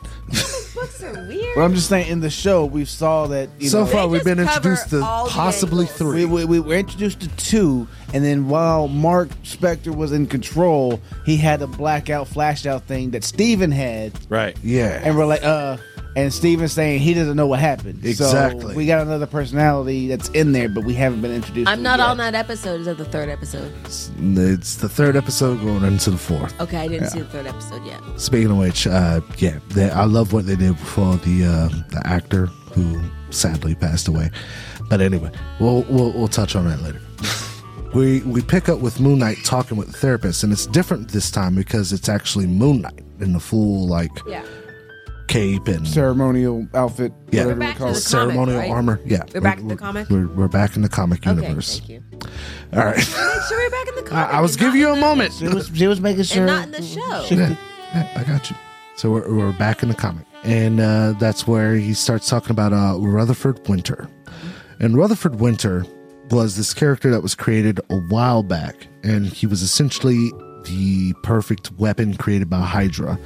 S6: Books are weird.
S2: But I'm just saying, in the show, we saw that. You
S3: so
S2: know,
S3: far,
S6: They
S3: we've
S6: just
S3: been
S6: cover
S3: introduced to
S6: all the
S3: possibly
S6: angles.
S3: three.
S2: We, we, we were introduced to two, and then while Mark Spector was in control, he had a blackout, flashed out thing that Steven had,
S9: Right.
S3: yeah.
S2: and we're like, uh, and Steven's saying he doesn't know what happened. So
S3: Exactly.
S2: we got another personality that's in there, but we haven't been introduced.
S11: I'm
S2: to
S11: not
S2: yet.
S11: on that episode. Is that the third episode?
S3: It's the third episode going into the fourth.
S11: Okay, I didn't see the third episode yet.
S3: Speaking of which, uh, yeah, they, I love what they did for the uh, the actor who sadly passed away. But anyway, we'll we'll, we'll touch on that later. we we pick up with Moon Knight talking with the therapist, and it's different this time because it's actually Moon Knight in the full like
S6: Yeah.
S3: cape and
S2: ceremonial outfit.
S3: Yeah.
S2: whatever
S6: We're
S2: we
S6: back
S2: call
S6: to
S2: it.
S6: the-
S3: ceremonial
S6: comic, right?
S3: armor. Yeah,
S6: We're back in the comic?
S3: We're, we're back in the comic
S6: Okay.
S3: universe.
S6: Thank you.
S3: All right,
S6: Make sure we're back in the car.
S3: I, I was giving you a moment.
S2: She was, she was making sure.
S6: And not in the show.
S3: Yeah, yeah, I got you. So we're, we're back in the comic. And uh, that's where he starts talking about uh, Rutherford Winter. And Rutherford Winter was this character that was created a while back. And he was essentially the perfect weapon created by Hydra.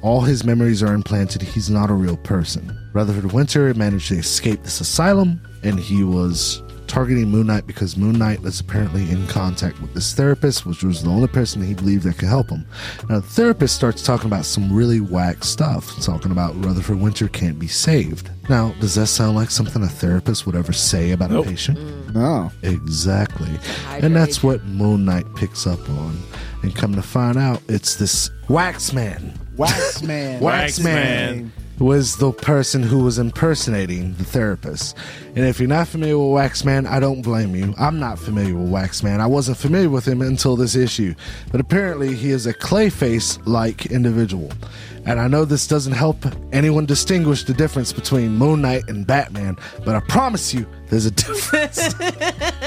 S3: All his memories are implanted. He's not a real person. Rutherford Winter managed to escape this asylum. And he was targeting Moon Knight because Moon Knight was apparently in contact with this therapist, which was the only person he believed that could help him. Now, the therapist starts talking about some really whack stuff, talking about Rutherford Winter can't be saved. Now, does that sound like something a therapist would ever say about a patient?
S2: No.
S3: Exactly. And that's what Moon Knight picks up on. And come to find out, it's this wax man.
S2: Wax man.
S3: Wax man. was the person who was impersonating the therapist. And if you're not familiar with Waxman, I don't blame you. I'm not familiar with Waxman. I wasn't familiar with him until this issue. But apparently, he is a clayface like individual. And I know this doesn't help anyone distinguish the difference between Moon Knight and Batman, but I promise you, there's a difference.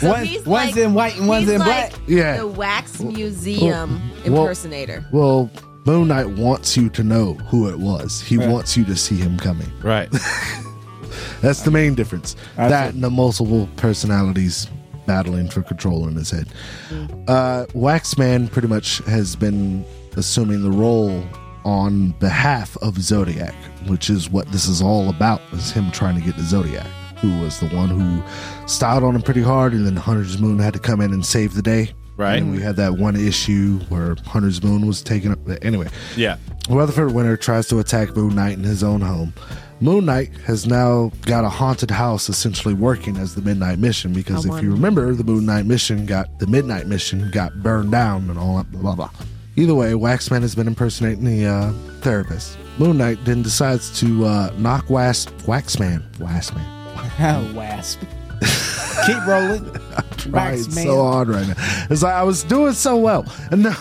S6: So
S2: One-
S6: he's
S2: one's
S6: like-
S2: in white and one's
S6: he's
S2: in
S6: like
S2: black.
S3: Yeah.
S6: The wax museum
S3: well-
S6: impersonator.
S3: well, Moon Knight wants you to know who it was, he wants you to see him coming.
S9: Right.
S3: That's the main difference.
S2: That's
S3: that
S2: it.
S3: and the multiple personalities battling for control in his head. Uh, Waxman pretty much has been assuming the role on behalf of Zodiac, which is what this is all about, is him trying to get to Zodiac, who was the one who styled on him pretty hard, and then Hunter's Moon had to come in and save the day.
S9: Right.
S3: And we had that one issue where Hunter's Moon was taken up. Anyway,
S9: Yeah.
S3: Rutherford Winter tries to attack Moon Knight in his own home. Moon Knight has now got a haunted house essentially working as the Midnight Mission because if you remember, the Moon Knight Mission got the Midnight Mission got burned down and all that blah blah blah. Either way, Waxman has been impersonating the uh, therapist. Moon Knight then decides to uh, knock Wax Waxman Waxman
S2: Wasp. Keep rolling.
S3: trying
S2: Wax man.
S3: so hard right now. It's like I was doing so well. And no,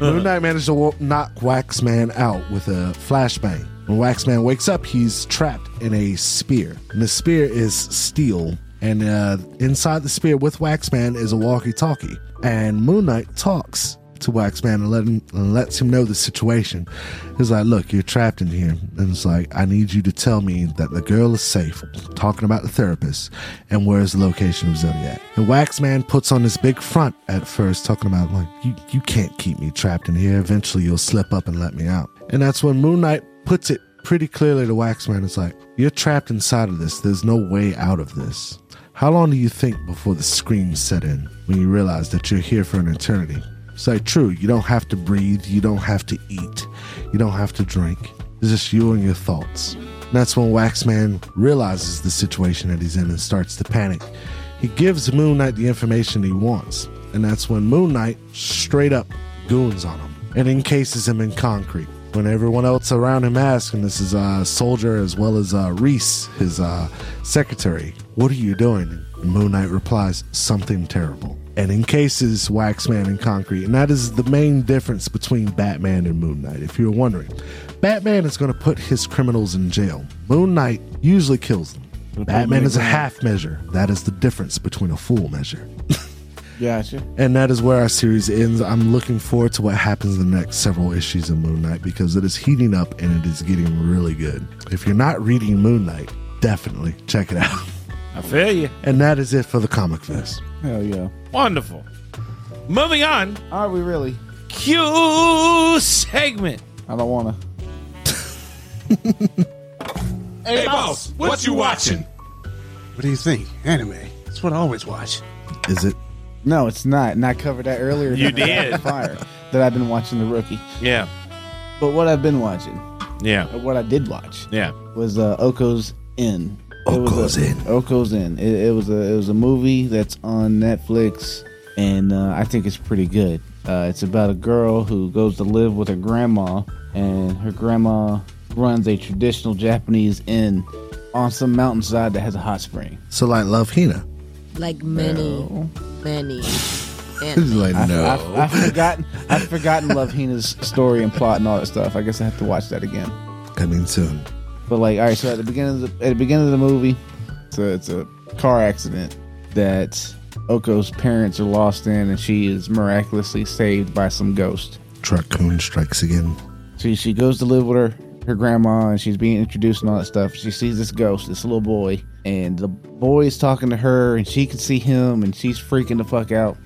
S3: Moon Knight managed to wa- knock Waxman out with a flashbang. When Waxman wakes up, he's trapped in a spear. And the spear is steel. And uh, inside the spear with Waxman is a walkie talkie. And Moon Knight talks to Waxman and, let him, and lets him know the situation. He's like, Look, you're trapped in here. And it's like, I need you to tell me that the girl is safe, talking about the therapist, and where's the location of Zodiac. And Waxman puts on this big front at first, talking about, like, you, you can't keep me trapped in here. Eventually, you'll slip up and let me out. And that's when Moon Knight puts it pretty clearly to Waxman. It's like, You're trapped inside of this. There's no way out of this. How long do you think before the scream set in when you realize that you're here for an eternity? It's like, true, you don't have to breathe, you don't have to eat, you don't have to drink. It's just you and your thoughts. And that's when Waxman realizes the situation that he's in and starts to panic. He gives Moon Knight the information he wants, and that's when Moon Knight straight up goons on him and encases him in concrete. When everyone else around him asks, and this is uh, Soldier as well as uh, Reese, his uh, secretary, what are you doing? And Moon Knight replies, something terrible. And encases Waxman in concrete. And that is the main difference between Batman and Moon Knight, if you're wondering. Batman is going to put his criminals in jail. Moon Knight usually kills them. Batman is a half measure. That is the difference between a full measure.
S2: Gotcha.
S3: And that is where our series ends. I'm looking forward to what happens in the next several issues of Moon Knight because it is heating up and it is getting really good. If you're not reading Moon Knight, definitely check it out.
S5: I feel you.
S3: And that is it for the Comic Fest.
S2: Hell yeah.
S5: Wonderful. Moving on.
S2: Are we really?
S5: Q segment.
S2: I don't wanna.
S1: Hey, boss, what you watching? What do you think? Anime. That's what I always watch.
S3: Is it?
S2: No, it's not. And I covered that earlier.
S5: You
S2: in the
S5: did.
S2: Fire. That I've been watching The Rookie.
S5: Yeah.
S2: But what I've been watching,
S5: Yeah.
S2: or what I did watch,
S5: Yeah.
S2: was uh, Oko's Inn. It was
S3: Oko's
S2: a-
S3: Inn.
S2: Oko's Inn. It, it was a it was a movie that's on Netflix, and uh, I think it's pretty good. Uh, it's about a girl who goes to live with her grandma, and her grandma runs a traditional Japanese inn on some mountainside that has a hot spring.
S3: So, like, Love Hina.
S11: Like many, many.
S3: He's like, no.
S2: I've, I've forgotten I've forgotten Love Hina's story and plot and all that stuff. I guess I have to watch that again.
S3: Coming soon.
S2: But like, all right, so at the beginning of the, at the beginning of the movie, so it's a car accident that Oko's parents are lost in, and she is miraculously saved by some ghost.
S3: Truck Coon strikes again.
S2: So she goes to live with her her grandma, and she's being introduced and all that stuff. She sees this ghost, this little boy, and the boy's talking to her, and she can see him, and she's freaking the fuck out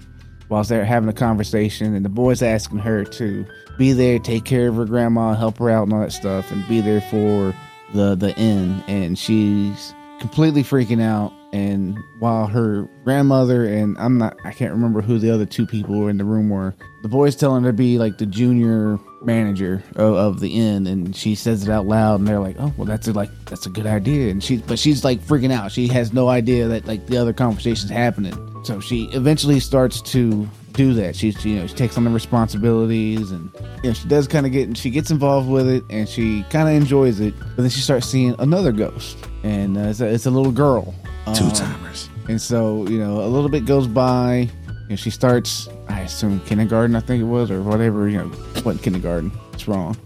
S2: whilst they're having a conversation. And the boy's asking her to be there, take care of her grandma, help her out, and all that stuff, and be there for the the inn. And she's completely freaking out. And while her grandmother and I'm not, I can't remember who the other two people were in the room were. The boy's telling her to be like the junior manager of, of the inn, and she says it out loud, and they're like, "Oh, well, that's a, like that's a good idea." And she, but she's like freaking out. She has no idea that like the other conversation's happening. So she eventually starts to do that. She, she, you know, she takes on the responsibilities, and you know, she does kind of get, she gets involved with it, and she kind of enjoys it. But then she starts seeing another ghost, and uh, it's, a, it's a little girl.
S3: Two
S5: Oh.
S2: Um,
S3: timers.
S2: and so, you know, a little bit goes by. And she starts, I assume, kindergarten, I think it was, or whatever. You know, what kindergarten? It's wrong.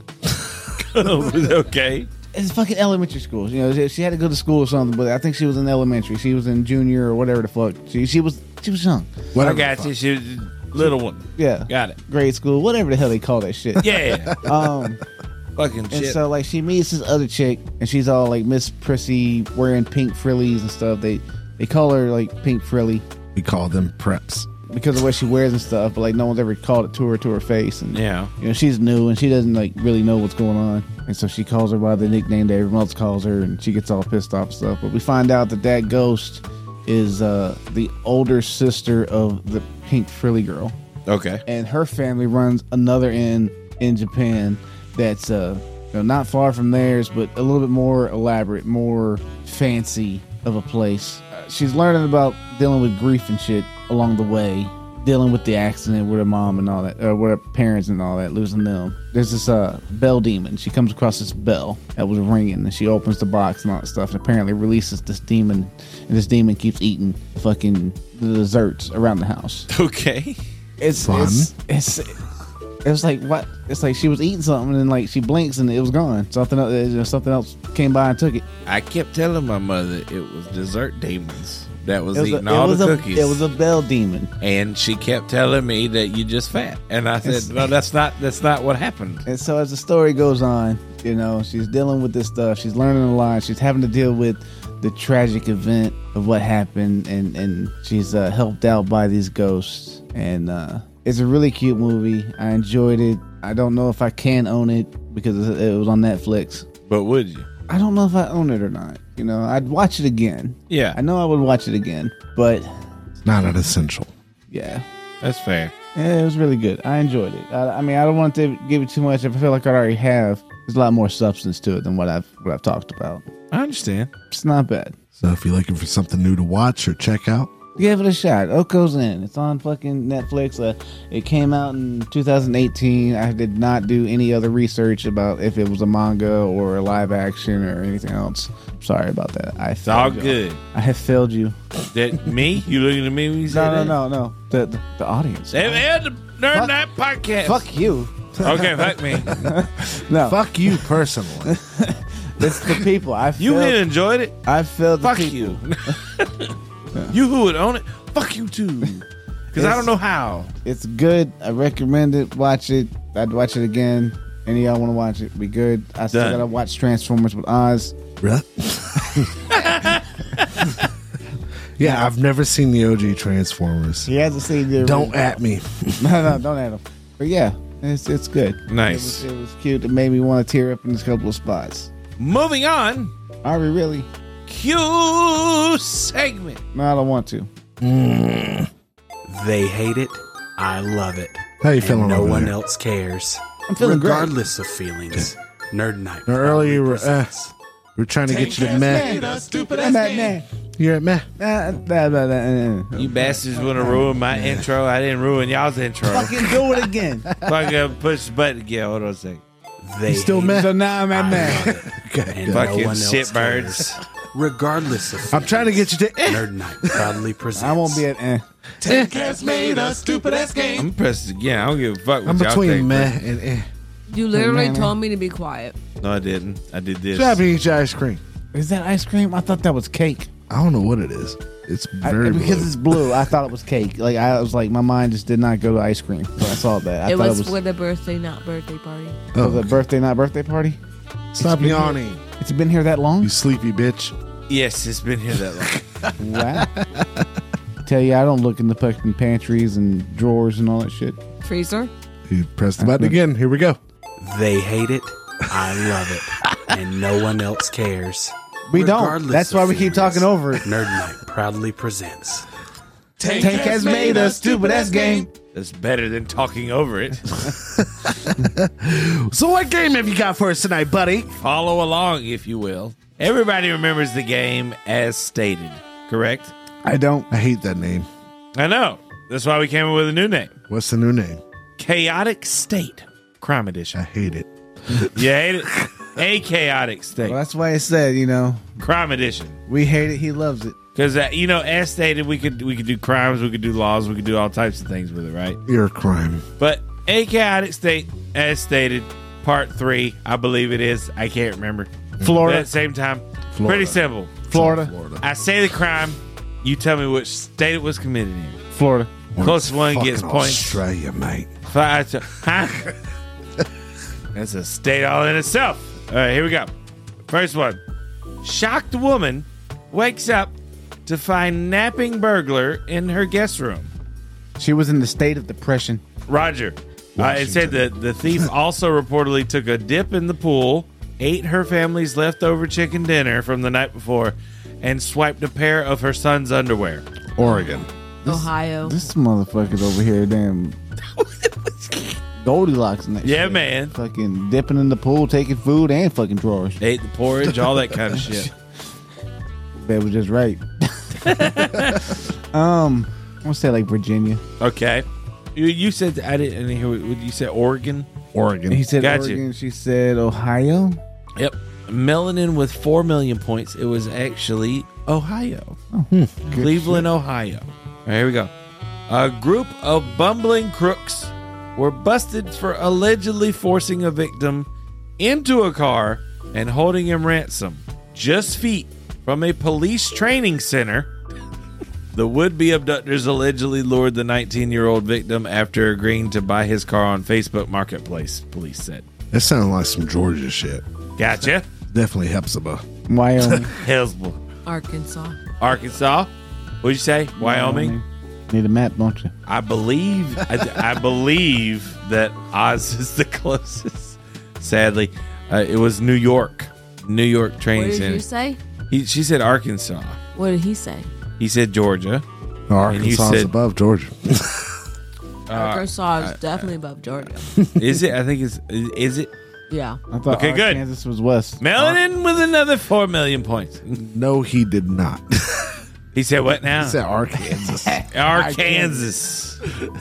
S5: okay.
S2: It's fucking elementary school. You know, she, she had to go to school or something, but I think she was in elementary. She was in junior or whatever the fuck. She, she was she was young.
S5: I
S3: Whatever the
S5: got
S3: fuck.
S5: you. She was a little one.
S2: Yeah.
S5: Got it.
S2: Grade school, whatever the hell they call that shit.
S5: Yeah.
S2: Um,
S5: Fucking
S2: and
S5: shit.
S2: so like she meets this other chick, and she's all like Miss Prissy, wearing pink frillies and stuff. They they call her like Pink Frilly
S3: We call them preps.
S2: because of what she wears and stuff. But like no one's ever called it to her to her face. And
S9: Yeah.
S2: you know she's new and she doesn't like really know what's going on. And so she calls her by the nickname that everyone else calls her, and she gets all pissed off and stuff. But we find out that that ghost is uh, the older sister of the Pink Frilly girl.
S9: Okay.
S2: and her family runs another inn in Japan that's uh you know, not far from theirs, but a little bit more elaborate, more fancy of a place. Uh, she's learning about dealing with grief and shit along the way, dealing with the accident with her mom and all that, uh, with her parents and all that, losing them. There's this uh, bell demon. She comes across this bell that was ringing, and she opens the box and all that stuff, and apparently releases this demon, and this demon keeps eating fucking the desserts around the house
S9: Okay.
S2: it's
S3: Fun.
S2: it's it's it was like what it's like she was eating something and like she blinks and it was gone something else you know, something else came by and took it
S9: I kept telling my mother it was dessert demons that was,
S2: it was,
S9: eating
S2: a, it,
S9: all
S2: was
S9: the
S2: a,
S9: cookies.
S2: it was a bell demon
S9: and she kept telling me that you just fat. And I said, "No, that's not that's not what happened."
S2: and so as the story goes on you know she's dealing with this stuff she's learning a lot she's having to deal with the tragic event of what happened and and she's uh, helped out by these ghosts and uh it's a really cute movie i enjoyed it i don't know if i can own it because it was on netflix
S9: But would you?
S2: I don't know if I own it or not. You know, I'd watch it again.
S9: Yeah.
S2: I know I would watch it again, but
S3: It's not an essential.
S2: yeah,
S9: That's fair.
S2: Yeah, it was really good. I enjoyed it. I, I mean, I don't want to give it too much. If I feel like I already have, there's a lot more substance to it than what I've what I've talked about.
S9: I understand.
S2: It's not bad.
S3: So if you're looking for something new to watch or check out,
S2: Give it a shot. Oko's in. It's on fucking Netflix. Uh, it came out in 2018. I did not do any other research about if it was a manga or a live action or anything else. Sorry about that. I
S5: It's all
S2: failed you.
S5: good.
S2: I have failed you.
S5: That me? You looking at me when you say
S2: No, no,
S5: that?
S2: no, no. The the, the audience.
S5: They had the Nerd Night podcast.
S2: Fuck you.
S5: Okay, fuck me.
S2: No,
S3: fuck you personally.
S2: it's the people. I
S5: You
S2: failed,
S5: had enjoyed it.
S2: I failed the
S5: Fuck
S2: people.
S5: you. you who would own it? Fuck you too. Because I
S2: It's-
S5: don't know how.
S2: It's good. I recommend it. Watch it. I'd watch it again. Any of y'all want to watch it? Be good. I still
S5: Done.
S2: gotta watch Transformers with Oz.
S3: Bruh. yeah, I've never seen the OG Transformers.
S2: He hasn't seen the
S3: Don't at me.
S2: no no don't add him. But yeah, it's it's good.
S9: Nice.
S2: It was cute. It made me want to tear up in a couple of spots.
S9: Moving on.
S2: Are we really?
S9: Q segment.
S2: No, I don't want to.
S12: They hate it. I love it.
S3: How you feeling
S12: and no
S3: over
S12: one
S3: there?
S12: else cares.
S2: I'm feeling great.
S12: Regardless of feelings. Nerd Night.
S3: Now, earlier you were, uh,
S2: eh,
S12: represents.
S3: We're trying to get you to meh.
S13: Stupid
S2: I'm not mad.
S3: You're at meh.
S2: Nah, nah, nah, nah, nah.
S5: You bastards want to ruin my intro. I didn't ruin y'all's intro.
S2: Fucking do it again.
S5: Fucking push the button. Yeah, hold on a second.
S12: they
S3: Still
S12: hate
S3: meh.
S2: so now I'm at
S12: I
S2: mad.
S12: love it.
S3: Okay.
S12: And
S5: Fucking
S12: no one else
S5: shit birds.
S12: cares. Regardless of
S3: I'm trying to get you to eh.
S12: Nerd Night proudly presents.
S2: I won't be at eh.
S13: Cats made a stupid ass game.
S5: I'm pressing again. I don't give a fuck what
S3: I'm
S5: y'all think.
S3: between meh and eh.
S11: You literally
S2: man.
S11: told me to be quiet.
S5: No, I didn't. I did this.
S3: Stop eating your ice cream.
S2: Is that ice cream? I thought that was cake.
S3: I don't know what it is. It's
S2: I-
S3: very
S2: because
S3: blue.
S2: it's blue, I thought it was cake. Like I was like, my mind just did not go to ice cream. So I saw that. I
S11: it
S2: thought
S11: was,
S2: it was,
S11: for the birthday, not birthday party.
S2: was a birthday, not birthday party.
S3: Stop yawning.
S2: It's been here that long.
S3: You sleepy bitch.
S5: Yes, it's been here that long.
S2: wow. Tell you, I don't look in the fucking pantries and drawers and all that shit.
S11: Freezer?
S3: You press the button again. Here we go.
S12: They hate it. I love it. And no one else cares.
S2: We don't.
S12: Regardless
S2: That's
S12: of
S2: why we keep
S12: feelings,
S2: talking over it.
S12: Nerd Night proudly presents.
S13: Tank,
S2: Tank has made a stupid ass game.
S5: That's better than talking over it.
S3: So what game have you got for us tonight, buddy?
S5: Follow along, if you will. Everybody remembers the game as stated, correct?
S2: I don't.
S3: I hate that name.
S5: I know. That's why we came up with a new name
S3: What's the new name?
S5: Chaotic State Crime
S3: I
S5: Edition.
S3: hate it.
S5: You hate it? A Chaotic State
S2: Well, that's why I said, you know,
S5: Crime Edition.
S2: we hate it. He loves it.
S5: Because uh, you know, as stated, we could we could do crimes, we could do laws, we could do all types of things with it, right?
S3: You're a crime.
S5: But a chaotic state, as stated, part three, I believe it is. I can't remember. But at
S2: Florida.
S5: the same time, pretty
S3: Florida.
S5: simple.
S2: Florida.
S3: Florida.
S5: I say the crime, you tell me which state it was committed in.
S2: Florida.
S5: Close one
S3: Fucking
S5: gets points.
S3: Australia, mate.
S5: Five to- huh? That's a state all in itself. All right, here we go. First one. Shocked woman wakes up to find napping burglar in her guest room.
S2: She was in the state of depression.
S5: Roger. Uh, it said that the thief also reportedly took a dip in the pool, ate her family's leftover chicken dinner from the night before, and swiped a pair of her son's underwear.
S3: Oregon.
S11: Ohio.
S2: This motherfucker's over here, damn. Goldilocks and that
S5: Yeah,
S2: shit.
S5: man.
S2: Fucking dipping in the pool, taking food and fucking drawers.
S5: Ate the porridge, all that kind of shit.
S2: That was just right. um, I'm gonna say like Virginia.
S5: Okay. You, you said I didn't hear what what you said. Oregon.
S2: He
S3: Oregon.
S2: said
S5: Got you.
S2: Oregon. She said Ohio.
S5: Yep. Melanin with four million points. It was actually Ohio, Cleveland, Ohio. All right, here we go. A group of bumbling crooks were busted for allegedly forcing a victim into a car and holding him ransom, just feet from a police training center. The would be abductors allegedly lured the 19 year old victim after agreeing to buy his car on Facebook Marketplace, police said.
S3: That sounds like some Georgia shit.
S5: Gotcha.
S3: Definitely Hepzibah.
S2: Wyoming.
S5: Hellsball.
S11: Arkansas.
S5: Arkansas. What'd you say? Wyoming.
S2: Need a map, don't you?
S5: I believe. I, I believe that Oz is the closest. Sadly, uh, it was New York. New York
S11: What
S5: training
S11: did you
S5: center.
S11: say?
S5: He, she said Arkansas.
S11: What did he say?
S5: He said Georgia.
S3: Arkansas is
S5: said-
S3: above Georgia.
S5: Uh,
S11: Arkansas is definitely above Georgia.
S5: Is it? I think it's. Is it?
S11: Yeah.
S2: I thought
S5: Okay, good.
S2: Kansas was west.
S5: Melanin with another four million points.
S3: no, he did not. he
S5: He said what now?
S3: said Arkansas.
S5: Arkansas.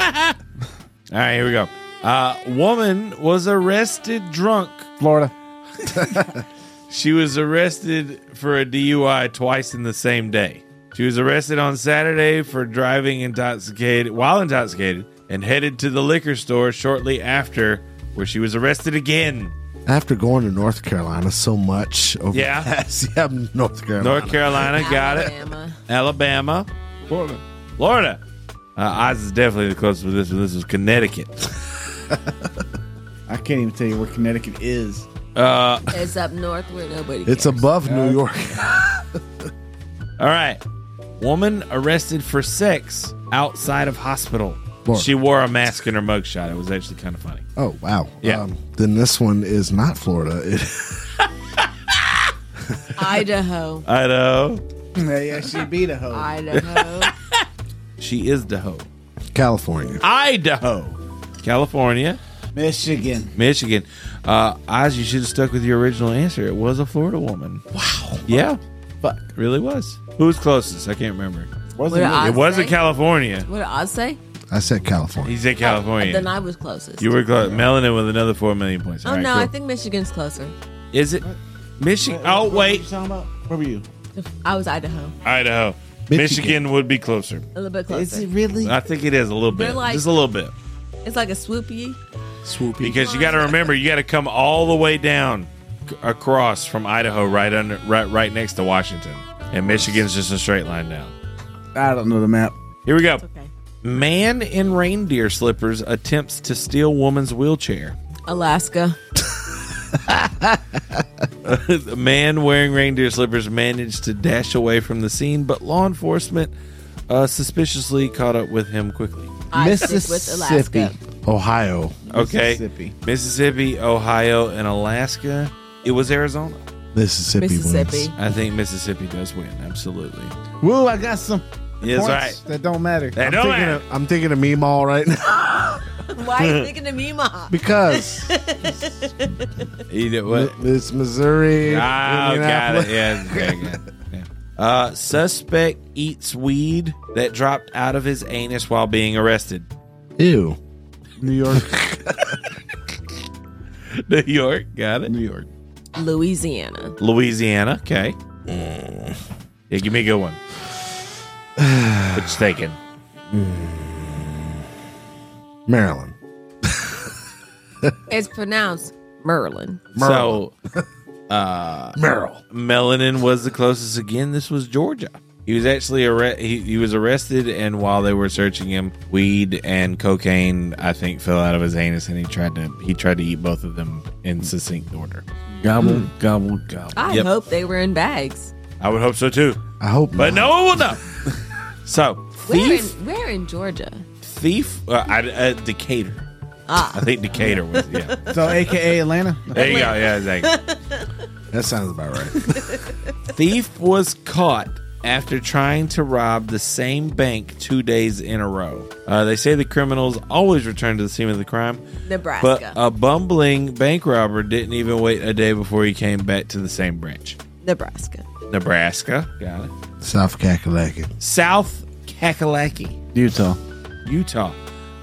S5: All right, here we go. Uh, woman was arrested drunk
S2: Florida.
S5: She was arrested for a DUI twice in the same day. She was arrested on Saturday for driving intoxicated while intoxicated and headed to the liquor store shortly after where she was arrested again.
S3: After going to North Carolina so much over
S5: Yeah.
S3: the past, yeah, North Carolina.
S5: North Carolina got it.
S11: Alabama.
S5: Alabama. Florida. Florida. Uh, Oz is definitely the closest with this one. This was Connecticut.
S2: I can't even tell you where Connecticut is.
S5: Uh,
S11: It's up north where nobody
S3: it's
S11: cares.
S3: above New York.
S5: all right. Woman arrested for sex outside of hospital.
S3: Florida.
S5: She wore a mask in her mugshot. It was actually kind of funny.
S3: Oh wow.
S5: Yeah.
S3: then this one is not Florida. It,
S11: Idaho.
S5: I know.
S2: yeah, yeah, she beat a hoe.
S11: Idaho.
S5: She is the hoe.
S3: California.
S5: Idaho, California,
S2: Michigan.
S5: Michigan. Uh, Oz, you should have stuck with your original answer. It was a Florida woman. Wow. Yeah.
S2: Fuck.
S5: Really was. Who was closest? I can't remember.
S11: What did I
S5: It was
S11: say? Oh,
S5: not California.
S11: What did I say?
S3: I said California.
S5: He said California.
S11: Then I was closest.
S5: you were close. Melanin with another four million points.
S11: Oh
S5: All right,
S11: no,
S5: cool.
S11: I think Michigan's closer.
S5: is it Michigan? Oh wait,
S2: talking about? Where were you?
S11: I was Idaho.
S5: Idaho. Michigan.
S3: Michigan.
S5: would be closer.
S11: A little bit
S2: Is it
S11: closer.
S2: really?
S5: I think it is a little
S11: They're
S5: bit.
S11: like-
S5: Just a little bit.
S11: It's like a swoopy.
S5: Because you got to remember, you got to come all the way down c- across from Idaho, right under, right, right next to Washington, and Michigan's just a straight line down.
S2: I don't know the map.
S5: Here we go.
S11: Okay.
S5: Man in reindeer slippers attempts to steal woman's wheelchair.
S11: Alaska.
S5: the man wearing reindeer slippers managed to dash away from the scene, but law enforcement uh, suspiciously caught up with him quickly.
S11: I stick with
S2: Mississippi.
S11: Alaska.
S3: Ohio.
S5: Okay,
S2: Mississippi.
S5: Mississippi, Ohio, and Alaska. It was Arizona.
S3: Mississippi,
S11: Mississippi.
S3: wins.
S5: I think Mississippi does win. Absolutely.
S2: Woo, I got some
S5: Yes,
S2: points
S5: right.
S2: that don't matter.
S5: That don't
S3: Thinking
S5: matter.
S3: of- I'm thinking of meme all right now
S11: Why are you thinking of Mima?
S3: because
S5: You know what?
S3: it's Missouri.
S5: Ah, got
S3: Indianapolis.
S5: it. Yeah. okay, yeah, yeah. Uh, suspect eats weed that dropped out of his anus while being arrested.
S3: Ew.
S2: New York,
S5: New York, got it.
S2: New York.
S6: Louisiana.
S5: Louisiana, okay. Mm. Yeah, give me a good one. what you thinking?
S3: Maryland.
S6: It's pronounced Merlin.
S5: So
S3: Merrill.
S5: Melanin was the closest again. This was Georgia. He was actually arre- he, he was arrested, and while they were searching him, weed and cocaine, I think, fell out of his anus, and he tried to he tried to eat both of them in succinct order.
S2: Gobble, gobble, gobble.
S6: I
S5: Yep.
S6: hope they were in bags.
S5: I would hope so too,
S3: I hope
S5: but
S3: not.
S5: no one will know. so
S6: Where in,
S5: thief,
S6: where in Georgia?
S5: thief, uh, I, uh, Decatur. I think Decatur was yeah.
S2: So, AKA Atlanta.
S5: There you go. Yeah, exactly.
S3: That sounds about right.
S5: Thief was caught after trying to rob the same bank two days in a row. Uh, they say the criminals always return to the scene of the crime, but uh,
S6: Nebraska.
S5: a bumbling bank robber didn't even wait a day before he came back to the same branch.
S6: Nebraska.
S5: Nebraska, got it.
S3: South Kakalaki.
S5: South Kakalaki,
S2: Utah.
S5: Utah.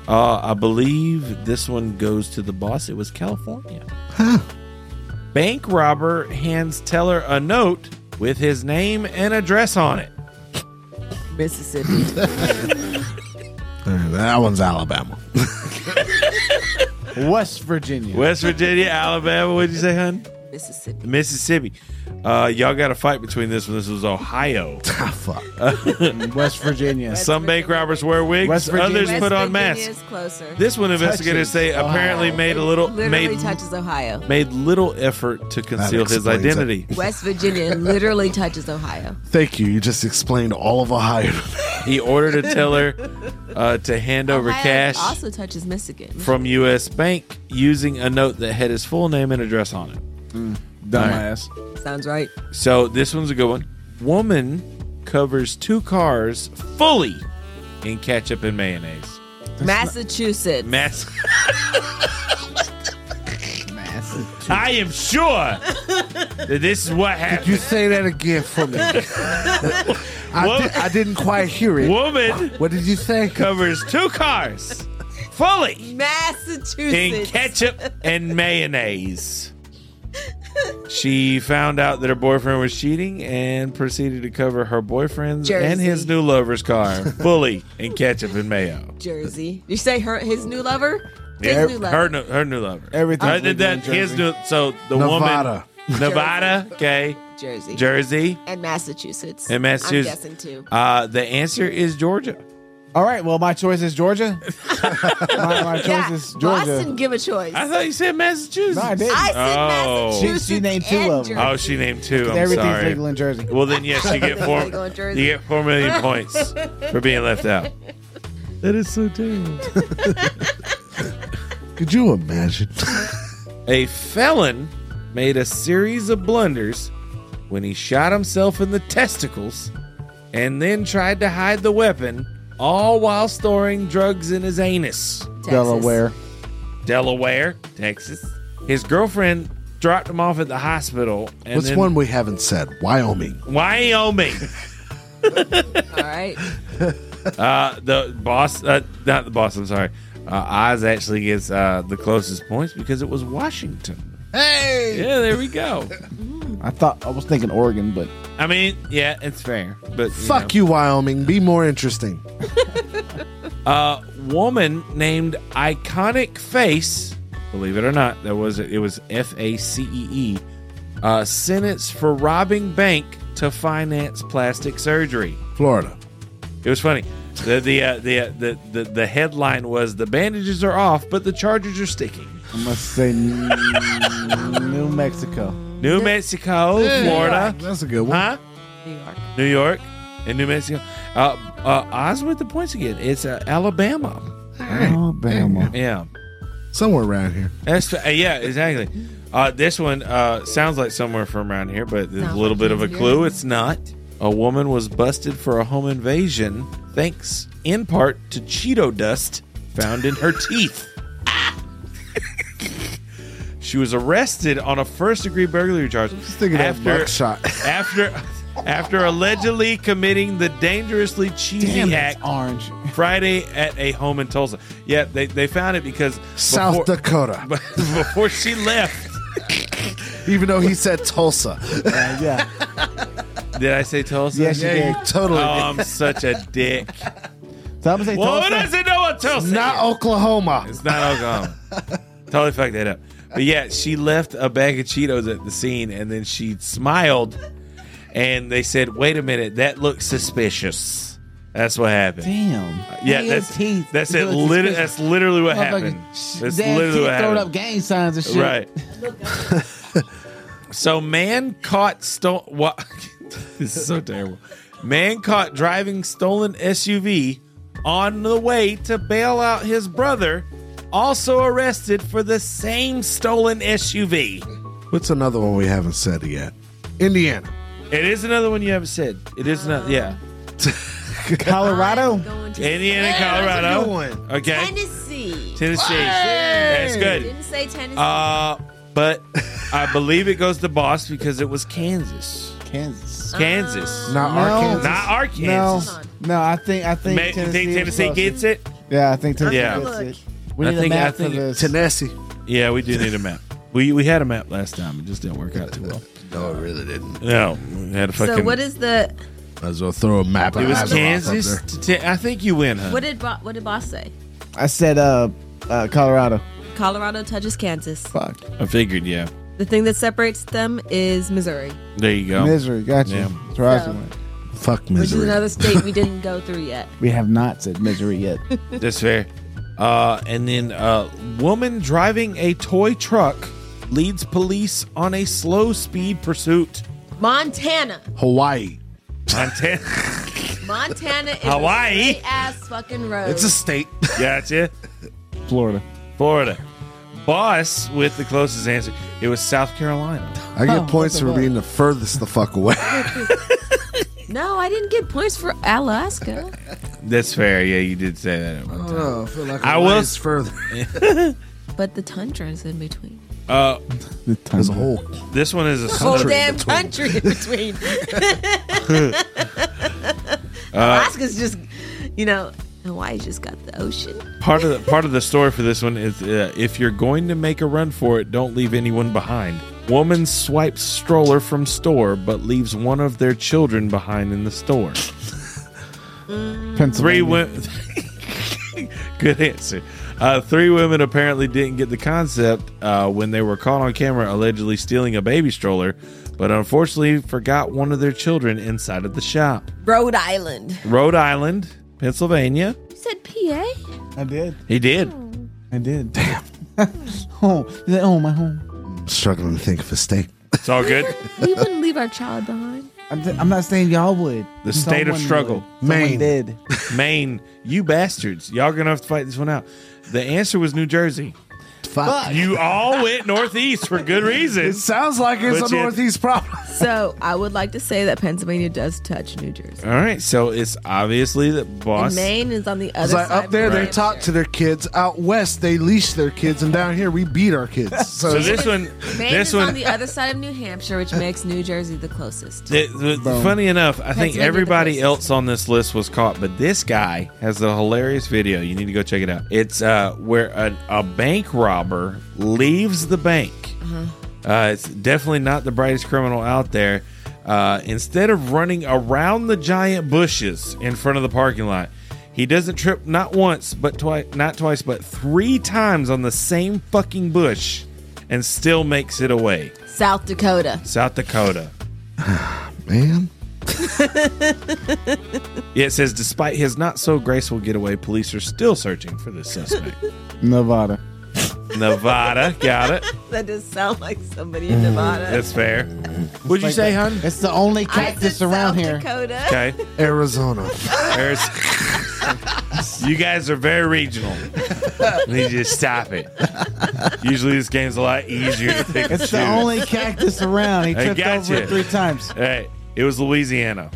S5: Uh, I believe this one goes to the boss. It was California. Bank robber hands teller a note with his name and address on it.
S6: Mississippi.
S3: Uh, That one's Alabama.
S2: West Virginia.
S5: West Virginia, Alabama. What'd you say, hun?
S6: Mississippi.
S5: Mississippi. Uh, y'all got a fight between this one. This was Ohio.
S3: ah, fuck.
S2: West Virginia.
S5: Some bank robbers wear wigs,
S2: West Virginia.
S5: others
S6: West
S5: put on
S6: Virginia
S5: masks.
S6: Is closer.
S5: This one, investigators
S2: Touches
S5: say,
S2: Ohio.
S5: apparently made a little
S6: literally
S5: made
S6: touches Ohio.
S5: made little effort to conceal his
S3: explains
S5: identity.
S6: West Virginia literally touches Ohio.
S3: Thank you. You just explained all of Ohio.
S5: He ordered a teller uh, to hand over
S6: Ohio
S5: cash
S6: also touches Michigan.
S5: from U.S. Bank using a note that had his full name and address on it.
S2: Dumbass.
S6: Sounds right.
S5: So this one's a good one. Woman covers two cars fully in ketchup and mayonnaise.
S6: Massachusetts.
S5: Mass. I am sure that this is what happened.
S3: You say that again for me. I,
S5: What?
S3: di- I didn't quite hear it.
S5: Woman
S3: What did you say?
S5: covers two cars fully in
S6: Massachusetts.
S5: ketchup and mayonnaise. She found out that her boyfriend was cheating and proceeded to cover her boyfriend's and
S6: Jersey.
S5: his new lover's car fully in ketchup and mayo.
S6: Jersey. You say her his new lover? His
S5: Her,
S6: new lover.
S5: her, new- her new lover.
S2: Everything's
S5: Uh, that,
S2: legal in
S5: that- his
S2: Jersey.
S5: new, so the
S3: Nevada.
S5: woman Nevada, okay,
S6: Jersey.
S5: Jersey,
S6: and Massachusetts.
S5: And Massachusetts.
S6: I'm guessing too.
S5: Uh, the answer is Georgia.
S2: All right. Well, my choice is Georgia. my, my choice
S6: Yeah,
S2: is Georgia.
S6: Boston, give a choice.
S5: I thought you said Massachusetts.
S2: No, I didn't.
S6: I said
S5: Oh.
S6: Massachusetts.
S2: She- she named two
S6: and
S2: of them.
S6: Jersey.
S5: oh, she named two. I'm
S2: Everything's
S5: sorry.
S2: legal in Jersey.
S5: Well, then yes, you get four.
S6: Legal in Jersey.
S5: You get four million points for being left out. That is so terrible.
S3: Could you imagine?
S5: A felon made a series of blunders when he shot himself in the testicles and then tried to hide the weapon, all while storing drugs in his anus.
S6: Texas.
S2: Delaware.
S5: Delaware, Texas. His girlfriend dropped him off at the hospital. And
S3: What's
S5: then-
S3: one we haven't said? Wyoming.
S5: Wyoming.
S6: All right.
S5: Uh, the boss, uh, not the boss. I'm sorry. Uh, Oz actually gets uh, the closest points because it was Washington. Hey, yeah, there we go.
S2: I thought I was thinking Oregon, but
S5: I mean, yeah, it's fair. But
S3: Fuck you, Wyoming. Be more interesting.
S5: you. know. Uh, Woman named iconic face. Believe it or not, that was it. Was F A C E E. Uh, sentenced for robbing bank to finance plastic surgery.
S3: Florida.
S5: It was funny. The the uh, the, uh, the the the headline was the bandages are off, but the charges are sticking.
S2: I must say N- New Mexico.
S5: New Mexico, Florida,
S3: That's a good one.
S5: huh?
S6: New York.
S5: New York and New Mexico. Uh, uh, Oz with the points again. It's uh, Alabama.
S2: Alabama.
S5: Yeah,
S3: Somewhere around here.
S5: that's uh, yeah, exactly. Uh, this one uh, sounds like somewhere from around here, but there's a
S6: Sounds
S5: little
S6: like
S5: bit of a
S6: Kansas.
S5: clue. It's not. A woman was busted for a home invasion, thanks in part to Cheeto dust found in her teeth. she was arrested on a first-degree burglary charge
S3: Just thinking of
S5: after
S3: buckshot.
S5: after after allegedly committing the dangerously cheesy
S2: Damn,
S5: act
S2: that's orange.
S5: Friday at a home in Tulsa. Yeah, they, they found it because
S3: South
S5: before,
S3: Dakota.
S5: before she left.
S3: Even though he said Tulsa.
S2: Uh, yeah.
S5: Did I say Tulsa?
S2: Yes, you
S3: yeah,
S2: did.
S3: you totally.
S5: Oh, I'm such a dick.
S2: So I'm gonna say
S5: well, who
S2: Tulsa.
S5: doesn't know what Tulsa?
S3: Not
S5: is?
S3: Oklahoma.
S5: It's not Oklahoma. totally fucked that up. But yeah, she left a bag of Cheetos at the scene, and then she smiled, and they said, "Wait a minute, that looks suspicious." That's what happened.
S2: Damn.
S5: Yeah,
S2: Damn
S5: that's
S2: teeth.
S5: that's
S2: You
S5: it.
S2: look
S5: Lit-
S2: suspicious.
S5: that's literally what
S2: Motherfucking
S5: happened.
S2: sh-
S5: That's
S2: damn
S5: literally
S2: teeth
S5: what
S2: throwing
S5: happened.
S2: up gang signs and shit.
S5: Right. so man caught stole what this is so terrible. Man caught driving stolen SUV on the way to bail out his brother, also arrested for the same stolen SUV.
S3: What's another one we haven't said yet? Indiana.
S5: It is another one you haven't said. It is not yeah.
S2: Colorado.
S11: Going
S6: Uh,
S11: to
S5: Indiana, Colorado. Okay.
S6: Tennessee.
S5: Tennessee. That's good.
S6: Didn't say Tennessee.
S5: Uh but I believe it goes to boss because it was Kansas.
S2: Kansas.
S5: Kansas.
S3: Not
S2: No.
S3: Arkansas.
S5: Not
S2: No,
S5: Arkansas.
S2: no, I think I think
S5: Ma- you
S2: Tennessee
S5: think
S2: was
S5: Tennessee
S2: closer.
S5: gets it?
S2: Yeah, I think Tennessee
S5: Yeah.
S2: gets it.
S5: I
S2: We need
S5: think-
S2: a
S5: I
S2: map for
S5: think-
S2: this.
S3: Tennessee.
S5: Yeah, we do need a map. We we had a map last time. It just didn't work out too well.
S3: No, it really didn't.
S5: No, we had a fucking.
S6: so what is the
S3: Might as well throw a map.
S5: it
S3: of
S5: was
S3: Azeroth up
S5: Kansas.
S3: there.
S5: To ten, I think you win, huh?
S6: what did Bo- what did boss say?
S2: I said uh, uh Colorado.
S6: Colorado touches Kansas.
S2: Fuck.
S5: I figured, yeah.
S6: The thing that separates them is Missouri,
S5: There you go.
S2: Misery, gotcha.
S5: Oh. Yeah.
S2: That's where I was
S6: So-
S2: going.
S3: Fuck
S6: which is
S3: misery.
S6: another state we didn't go through yet.
S2: We have not said misery yet.
S5: That's fair. Uh, and then uh, woman driving a toy truck leads police on a slow speed pursuit.
S6: Montana,
S3: Hawaii.
S5: Montana.
S6: Montana, is
S5: Hawaii.
S6: ass fucking road.
S3: It's a state.
S5: gotcha.
S2: Florida.
S5: Florida. Boss with the closest answer. It was South Carolina.
S3: I
S5: Oh,
S3: get points for being the furthest the fuck away.
S6: no, I didn't get points for Alaska.
S5: That's fair. Yeah, you did say that at one time.
S3: Oh, I feel like
S5: I will-
S3: Hawaii's further.
S6: But the tundra is in between.
S5: Uh,
S2: The
S3: There's
S2: tundra.
S3: a whole
S5: this one is a
S6: Whole
S5: snow-
S6: damn country in between. Alaska's just, you know, Hawaii's just got the ocean.
S5: part of the part of the story for this one is uh, if you're going to make a run for it, don't leave anyone behind. Woman swipes stroller from store but leaves one of their children behind in the store.
S2: Mm.
S5: Three
S2: Pennsylvania.
S5: women. Good answer. Uh, three women apparently didn't get the concept uh, when they were caught on camera allegedly stealing a baby stroller, but unfortunately forgot one of their children inside of the shop.
S6: Rhode Island.
S5: Rhode Island, Pennsylvania.
S6: You said PA?
S2: I did.
S5: He did.
S2: I did. Damn. home. Is that home? My home.
S3: I'm struggling to think of a state.
S5: It's all good.
S6: We wouldn't leave our child behind.
S2: I'm, th- I'm not saying y'all would.
S5: The state of struggle.
S2: Would.
S3: Maine.
S2: Someone did.
S5: Maine, you bastards. Y'all gonna have to fight this one out. The answer was New Jersey.
S3: Fuck.
S5: You all went northeast for good
S3: It
S5: reason.
S3: sounds like it's
S5: But
S3: a
S5: you-
S3: Northeast problem.
S6: So I would like to say that Pennsylvania does touch New Jersey.
S5: All right, so it's obviously that boss.
S6: And Maine is on the other
S3: It's like
S6: side.
S3: up there,
S6: of
S3: they
S6: Hampshire.
S3: talk to their kids. Out west, they leash their kids, and down here, we beat our kids. So,
S5: So
S3: it's-
S5: this one,
S6: Maine
S5: this
S6: is on
S5: one.
S6: the other side of New Hampshire, which makes New Jersey the closest.
S5: th- th- funny enough, I think
S6: Pennsylvania
S5: everybody
S6: deposits.
S5: else on this list was caught, but this guy has a hilarious video. You need to go check it out. It's uh, where a, a bank robber leaves the bank. Uh, it's definitely not the brightest criminal out there. Uh, instead of running around the giant bushes in front of the parking lot, he doesn't trip not once, but twice, not twice, but three times on the same fucking bush, and still makes it away.
S6: South Dakota.
S5: South Dakota.
S3: man,
S5: Yeah, it says despite his not so graceful getaway, police are still searching for this suspect.
S2: Nevada.
S5: Nevada, got it.
S6: That does sound like somebody in Nevada.
S5: That's fair. What'd you
S2: Like
S5: say,
S2: that.
S5: hon?
S2: It's the only cactus around here.
S6: Dakota.
S5: Okay,
S3: Arizona.
S5: there's. you guys are very regional. Need you to stop it. Usually, this game's a lot easier to pick. and
S2: It's the
S5: choose.
S2: only cactus around. He
S5: I
S2: tripped
S5: got
S2: over
S5: you.
S2: it three times.
S5: All right, it was Louisiana.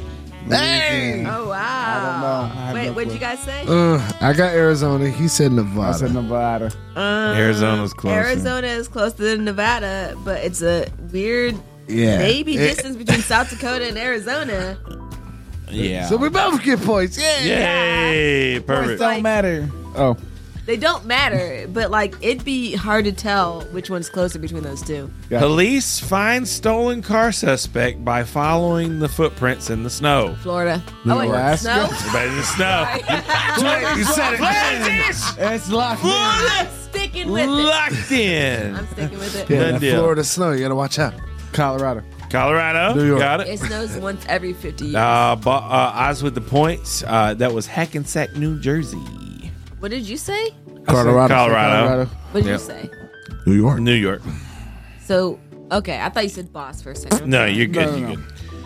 S3: hey,
S6: Oh wow!
S2: I don't know. I have
S6: Wait,
S2: no
S6: what'd
S2: clue.
S6: you guys say?
S3: uh, I got Arizona. He said
S2: I said
S3: Nevada.
S2: Nevada.
S6: Um,
S5: Uh, Arizona's closer.
S6: Arizona is closer than Nevada, but it's a weird
S2: Yeah.
S6: Baby distance between South Dakota and Arizona.
S9: Yeah.
S2: So we both get points. Yeah.
S5: Yay!
S2: Points
S5: Perfect.
S2: don't matter. Oh.
S6: They don't matter, but like it'd be hard to tell which one's closer between those two.
S2: Yeah.
S5: Police find stolen car suspect by following the footprints in the snow.
S6: Florida. oh, wait,
S2: Alaska.
S6: snow?
S5: Everybody in the snow. you said it.
S2: It's locked.
S6: I'm sticking with it.
S5: Locked in.
S6: I'm sticking with it.
S3: Yeah,
S5: Done
S3: that
S5: deal.
S3: Florida snow. You gotta watch out.
S2: Colorado.
S5: Colorado.
S3: New York.
S5: Got it.
S6: It snows once every 50 years.
S5: Uh, but, uh, Oz with the points. Uh, that was Hackensack, New Jersey.
S6: What did you say?
S2: Colorado.
S5: Colorado.
S6: What did you say?
S3: New York.
S5: New York.
S6: So, okay, I thought you said boss for a second.
S5: No, you're good.
S2: No, no,
S5: you're
S2: no.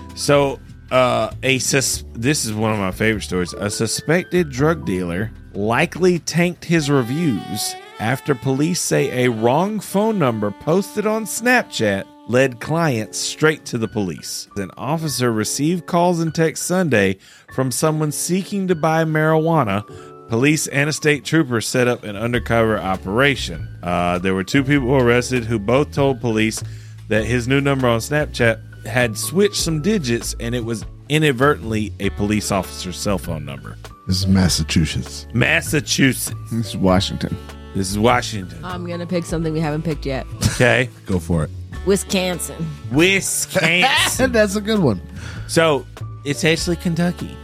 S5: good. So, uh, a sus- this is one of my favorite stories. A suspected drug dealer likely tanked his reviews after police say a wrong phone number posted on Snapchat led clients straight to the police. An officer received calls and texts Sunday from someone seeking to buy marijuana. Police and a state trooper set up an undercover operation. Uh, there were two people arrested who both told police that his new number on Snapchat had switched some digits and it was inadvertently a police officer's cell phone number.
S3: This is Massachusetts.
S5: Massachusetts.
S2: This is Washington.
S5: This is Washington.
S11: I'm gonna pick something we haven't picked yet.
S5: Okay.
S3: Go for it.
S6: Wisconsin.
S5: Wisconsin.
S3: And that's a good one.
S5: so it's actually Kentucky.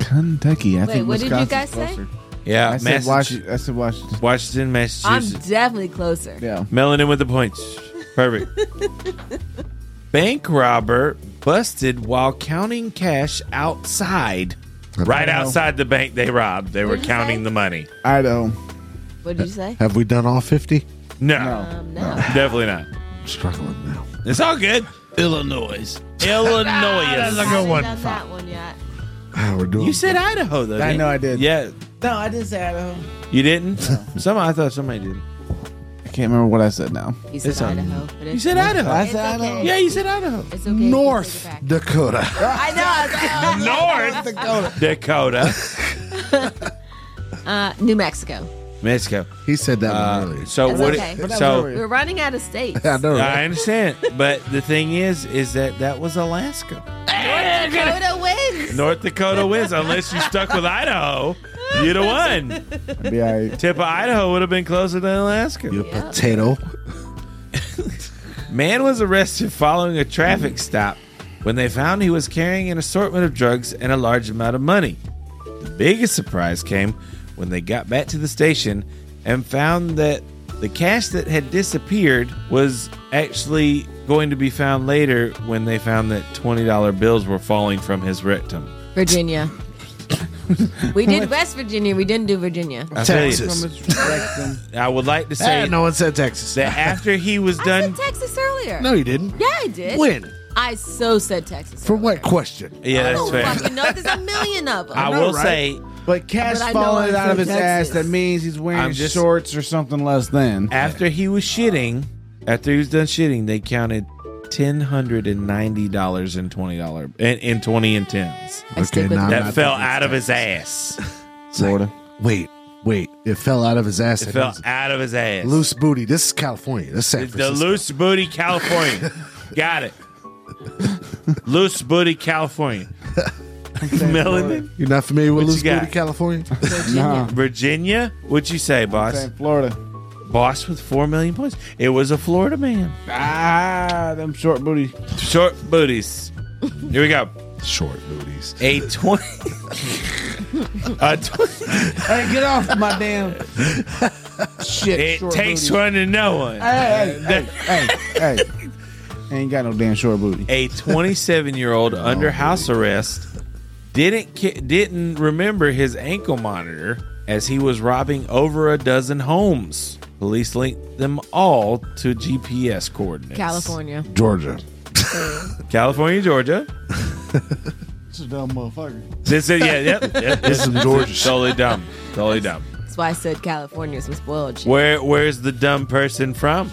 S2: Kentucky. I
S6: Wait,
S2: think
S6: what did you
S2: Wisconsin's
S6: guys say?
S2: closer.
S5: Yeah.
S2: I said,
S5: Massachu-
S2: Washington, I said Washington.
S5: Washington,
S6: I'm
S5: Massachusetts.
S6: definitely closer.
S2: Yeah.
S5: Melanin with the points. Perfect. Bank robber busted while counting cash outside. Right outside the bank they robbed. They were
S6: What'd you say?
S5: counting the money.
S2: Idaho.
S6: What did you say?
S3: Have we done all 50?
S5: no.
S6: Um, no.
S5: definitely not.
S3: I'm struggling now.
S5: It's all good.
S12: Illinois.
S5: Illinois.
S6: I haven't done that one yet.
S3: Ah, we're doing
S5: you said Idaho though.
S2: I
S5: didn't
S2: know
S5: you?
S2: I did.
S5: Yeah,
S2: No, I didn't say Idaho.
S5: you didn't. Some I thought somebody did.
S2: I can't remember what I said now.
S6: You said Idaho. But it's,
S5: You said Idaho.
S2: I
S6: it's
S2: said
S6: okay.
S5: Yeah, you said Idaho.
S6: It's okay.
S3: North
S6: Take it back.
S3: Dakota.
S6: I know. I was-
S5: North Dakota,
S6: Uh, New Mexico.
S5: Mexico.
S3: He said that one
S5: Uh,
S3: earlier.
S5: so
S6: That's
S5: what?
S6: okay.
S5: So
S6: We're running out of states.
S3: Yeah, I know, right?
S5: I understand, but the thing is, is that that was Alaska.
S6: Dakota wins.
S5: North Dakota wins unless you stuck with Idaho. You'd have won.
S2: I'd be all right.
S5: Tip of Idaho would have been closer than Alaska.
S3: You potato.
S5: Man was arrested following a traffic stop when they found he was carrying an assortment of drugs and a large amount of money. The biggest surprise came when they got back to the station and found that the cash that had disappeared was actually going to be found later when they found that $20 bills were falling from his rectum.
S6: Virginia. we did West Virginia. We didn't do Virginia.
S5: I tell you,
S3: Texas.
S5: I would like to say
S3: Ah, no one said Texas.
S5: that after he was
S6: I said
S5: done,
S6: Texas earlier.
S3: no, you didn't.
S6: Yeah, I did.
S3: When?
S6: I so said Texas.
S3: For
S6: earlier.
S3: what question?
S5: yeah,
S6: I
S5: that's
S6: don't
S5: fair.
S6: fucking know. There's a million of them.
S5: I will say
S2: But cash
S6: But I know
S2: falling
S6: I'm
S2: out of
S6: from
S2: his ass,
S6: Texas.
S2: that means he's wearing
S5: I'm just-
S2: shorts or something less than.
S5: After he was shitting, after he was done shitting, they counted ten hundred and ninety dollars and twenty dollar and, and twenty and tens.
S11: I stick with
S3: now I'm
S11: it.
S5: That
S3: not
S5: fell
S3: thinking
S5: out of his ass.
S3: It's like, Wait, wait. It fell out of his ass.
S5: It
S3: That
S5: fell
S3: means
S5: out of his ass.
S3: Loose booty. This is California. This is San
S5: the
S3: Francisco.
S5: loose booty California. Got it. Loose booty California. Melanin,
S3: You're not familiar with
S5: What you
S3: loose booty,
S5: got?
S3: California?
S2: Nah.
S5: Virginia. What'd you say, boss?
S2: Saying Florida.
S5: Boss with four million points. It was a Florida man.
S2: Ah, them short booty.
S5: Short booties. Here we go.
S3: Short booties.
S5: A twenty. a twenty.
S2: Hey, get off my damn shit.
S5: It
S2: short
S5: takes
S2: booty.
S5: one to know one.
S2: Hey, hey, hey, hey, hey. Ain't got no damn short booty.
S5: A 27 year old
S3: Oh,
S5: under house arrest didn't ki- didn't remember his ankle monitor as he was robbing over a dozen homes. Police linked them all to GPS coordinates.
S11: California.
S3: Georgia.
S5: California, Georgia.
S2: This is a dumb motherfucker.
S5: This is yeah, yep, yep.
S3: This is Georgia. shit.
S5: Totally dumb. Totally dumb.
S11: That's why I said California is some spoiled shit.
S5: Where where's the dumb person from?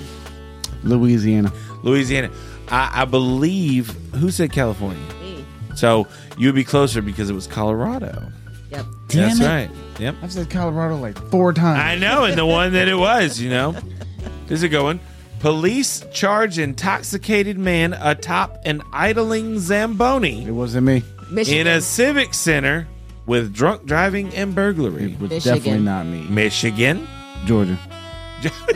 S2: Louisiana.
S5: Louisiana. I, I believe who said California?
S6: Me.
S5: So you'd be closer because it was Colorado.
S6: Yep.
S5: That's
S2: it.
S5: right. Yep.
S2: I've said Colorado like four times.
S5: I know, and the one that it was, you know. This is a good one. Police charge intoxicated man atop an idling Zamboni
S2: It wasn't me.
S5: in
S11: Michigan.
S5: a civic center with drunk driving and burglary.
S2: It was
S11: Michigan.
S2: definitely not me.
S5: Michigan.
S2: Georgia.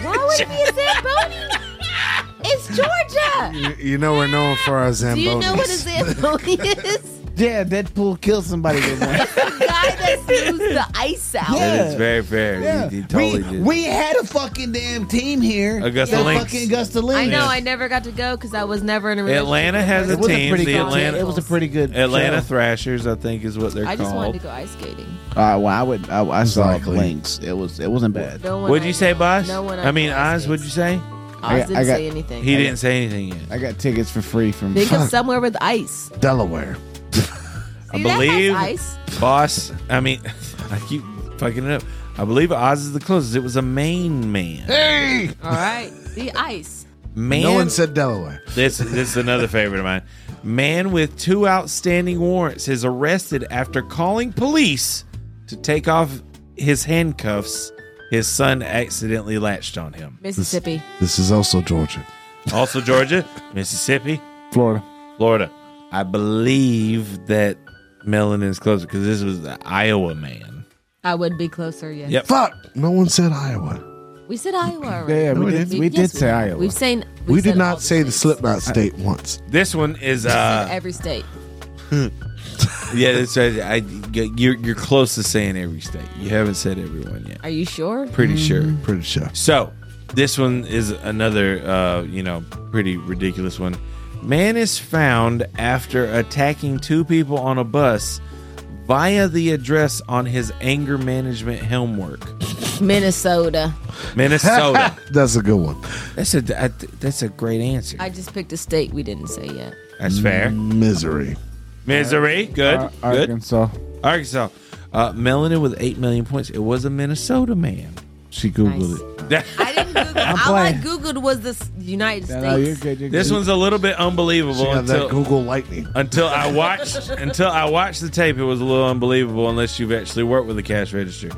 S6: Why would it be a Zamboni? It's Georgia.
S3: You, you know we're known for our Zambonis.
S6: Do you know what a Zamboni is?
S2: Yeah, Deadpool killed somebody. with one.
S6: The guy that smooths the ice out.
S2: Yeah.
S5: It's very fair.
S2: Yeah.
S5: He, he totally
S2: we,
S5: did.
S2: we had a fucking damn team here.
S5: Augusta
S2: The
S5: Lynx.
S2: Fucking Augusta
S6: I
S2: Lynx.
S6: know. I never got to go because I was never in a relationship.
S5: Atlanta has a
S2: It was a
S5: team.
S2: pretty
S5: The
S2: good.
S5: Atlanta
S2: It was a pretty good.
S5: Atlanta
S2: show.
S5: Thrashers, I think, is what they're
S6: I just wanted
S5: called.
S6: to go ice skating.
S2: Uh, well, I would. I, I saw
S3: Likely.
S2: Lynx. It was. It wasn't bad.
S6: No one.
S5: What'd
S6: I
S5: you say,
S6: know.
S5: Boss?
S6: No one.
S5: I mean,
S6: know
S5: Oz.
S6: skates.
S5: What'd you say?
S2: I
S6: Oz
S2: got-
S6: didn't
S2: I got-
S6: say anything.
S5: He didn't say anything yet.
S2: I got tickets for free from.
S6: Think of somewhere with ice.
S3: Delaware.
S6: See, that has
S5: believe-
S6: ice.
S5: Boss, I mean, I keep fucking it up. I believe Oz is the closest. It was a Maine man.
S6: All right. See ice.
S5: Man,
S3: No one said Delaware.
S5: this. This is another favorite of mine. Man with two outstanding warrants is arrested after calling police to take off his handcuffs. His son accidentally latched on him.
S6: Mississippi.
S3: This is also Georgia.
S5: Also, Georgia, Mississippi,
S2: Florida.
S5: Florida. I believe that Melon is closer because this was the Iowa man.
S11: I would be closer, yeah.
S5: Yep.
S3: Fuck! No one said Iowa.
S11: We said Iowa already.
S2: Yeah, we, did. We did
S11: yes,
S2: say Iowa.
S11: We've seen.
S3: We,
S11: said
S3: did
S11: all
S3: not say the
S11: states.
S3: Slipknot state once.
S5: This one is uh,
S11: Every state.
S5: Yeah, that's right. I, you're, you're close to saying every state. You haven't said everyone yet.
S11: Are you sure?
S5: Pretty sure.
S3: Pretty sure.
S5: So, this one is another, uh, you know, pretty ridiculous one. Man is found after attacking two people on a bus via the address on his anger management homework.
S11: Minnesota.
S5: Minnesota.
S3: That's a good one.
S5: that's a I th- that's a great answer.
S11: I just picked a state we didn't say yet.
S5: That's fair.
S3: Misery.
S5: Missouri, good,
S2: Ar-
S5: good.
S2: Arkansas.
S5: Arkansas. Uh, Melanin with eight million points. It was a Minnesota man.
S2: She googled it.
S6: I didn't Google. all I googled was the s- United
S2: No,
S6: States.
S2: no, you're good. You're
S5: This
S2: good.
S5: one's a little bit
S3: She
S5: unbelievable
S3: got that
S5: until,
S3: Google Lightning.
S5: until I watched until I watched the tape. It was a little unbelievable unless you've actually worked with a cash register.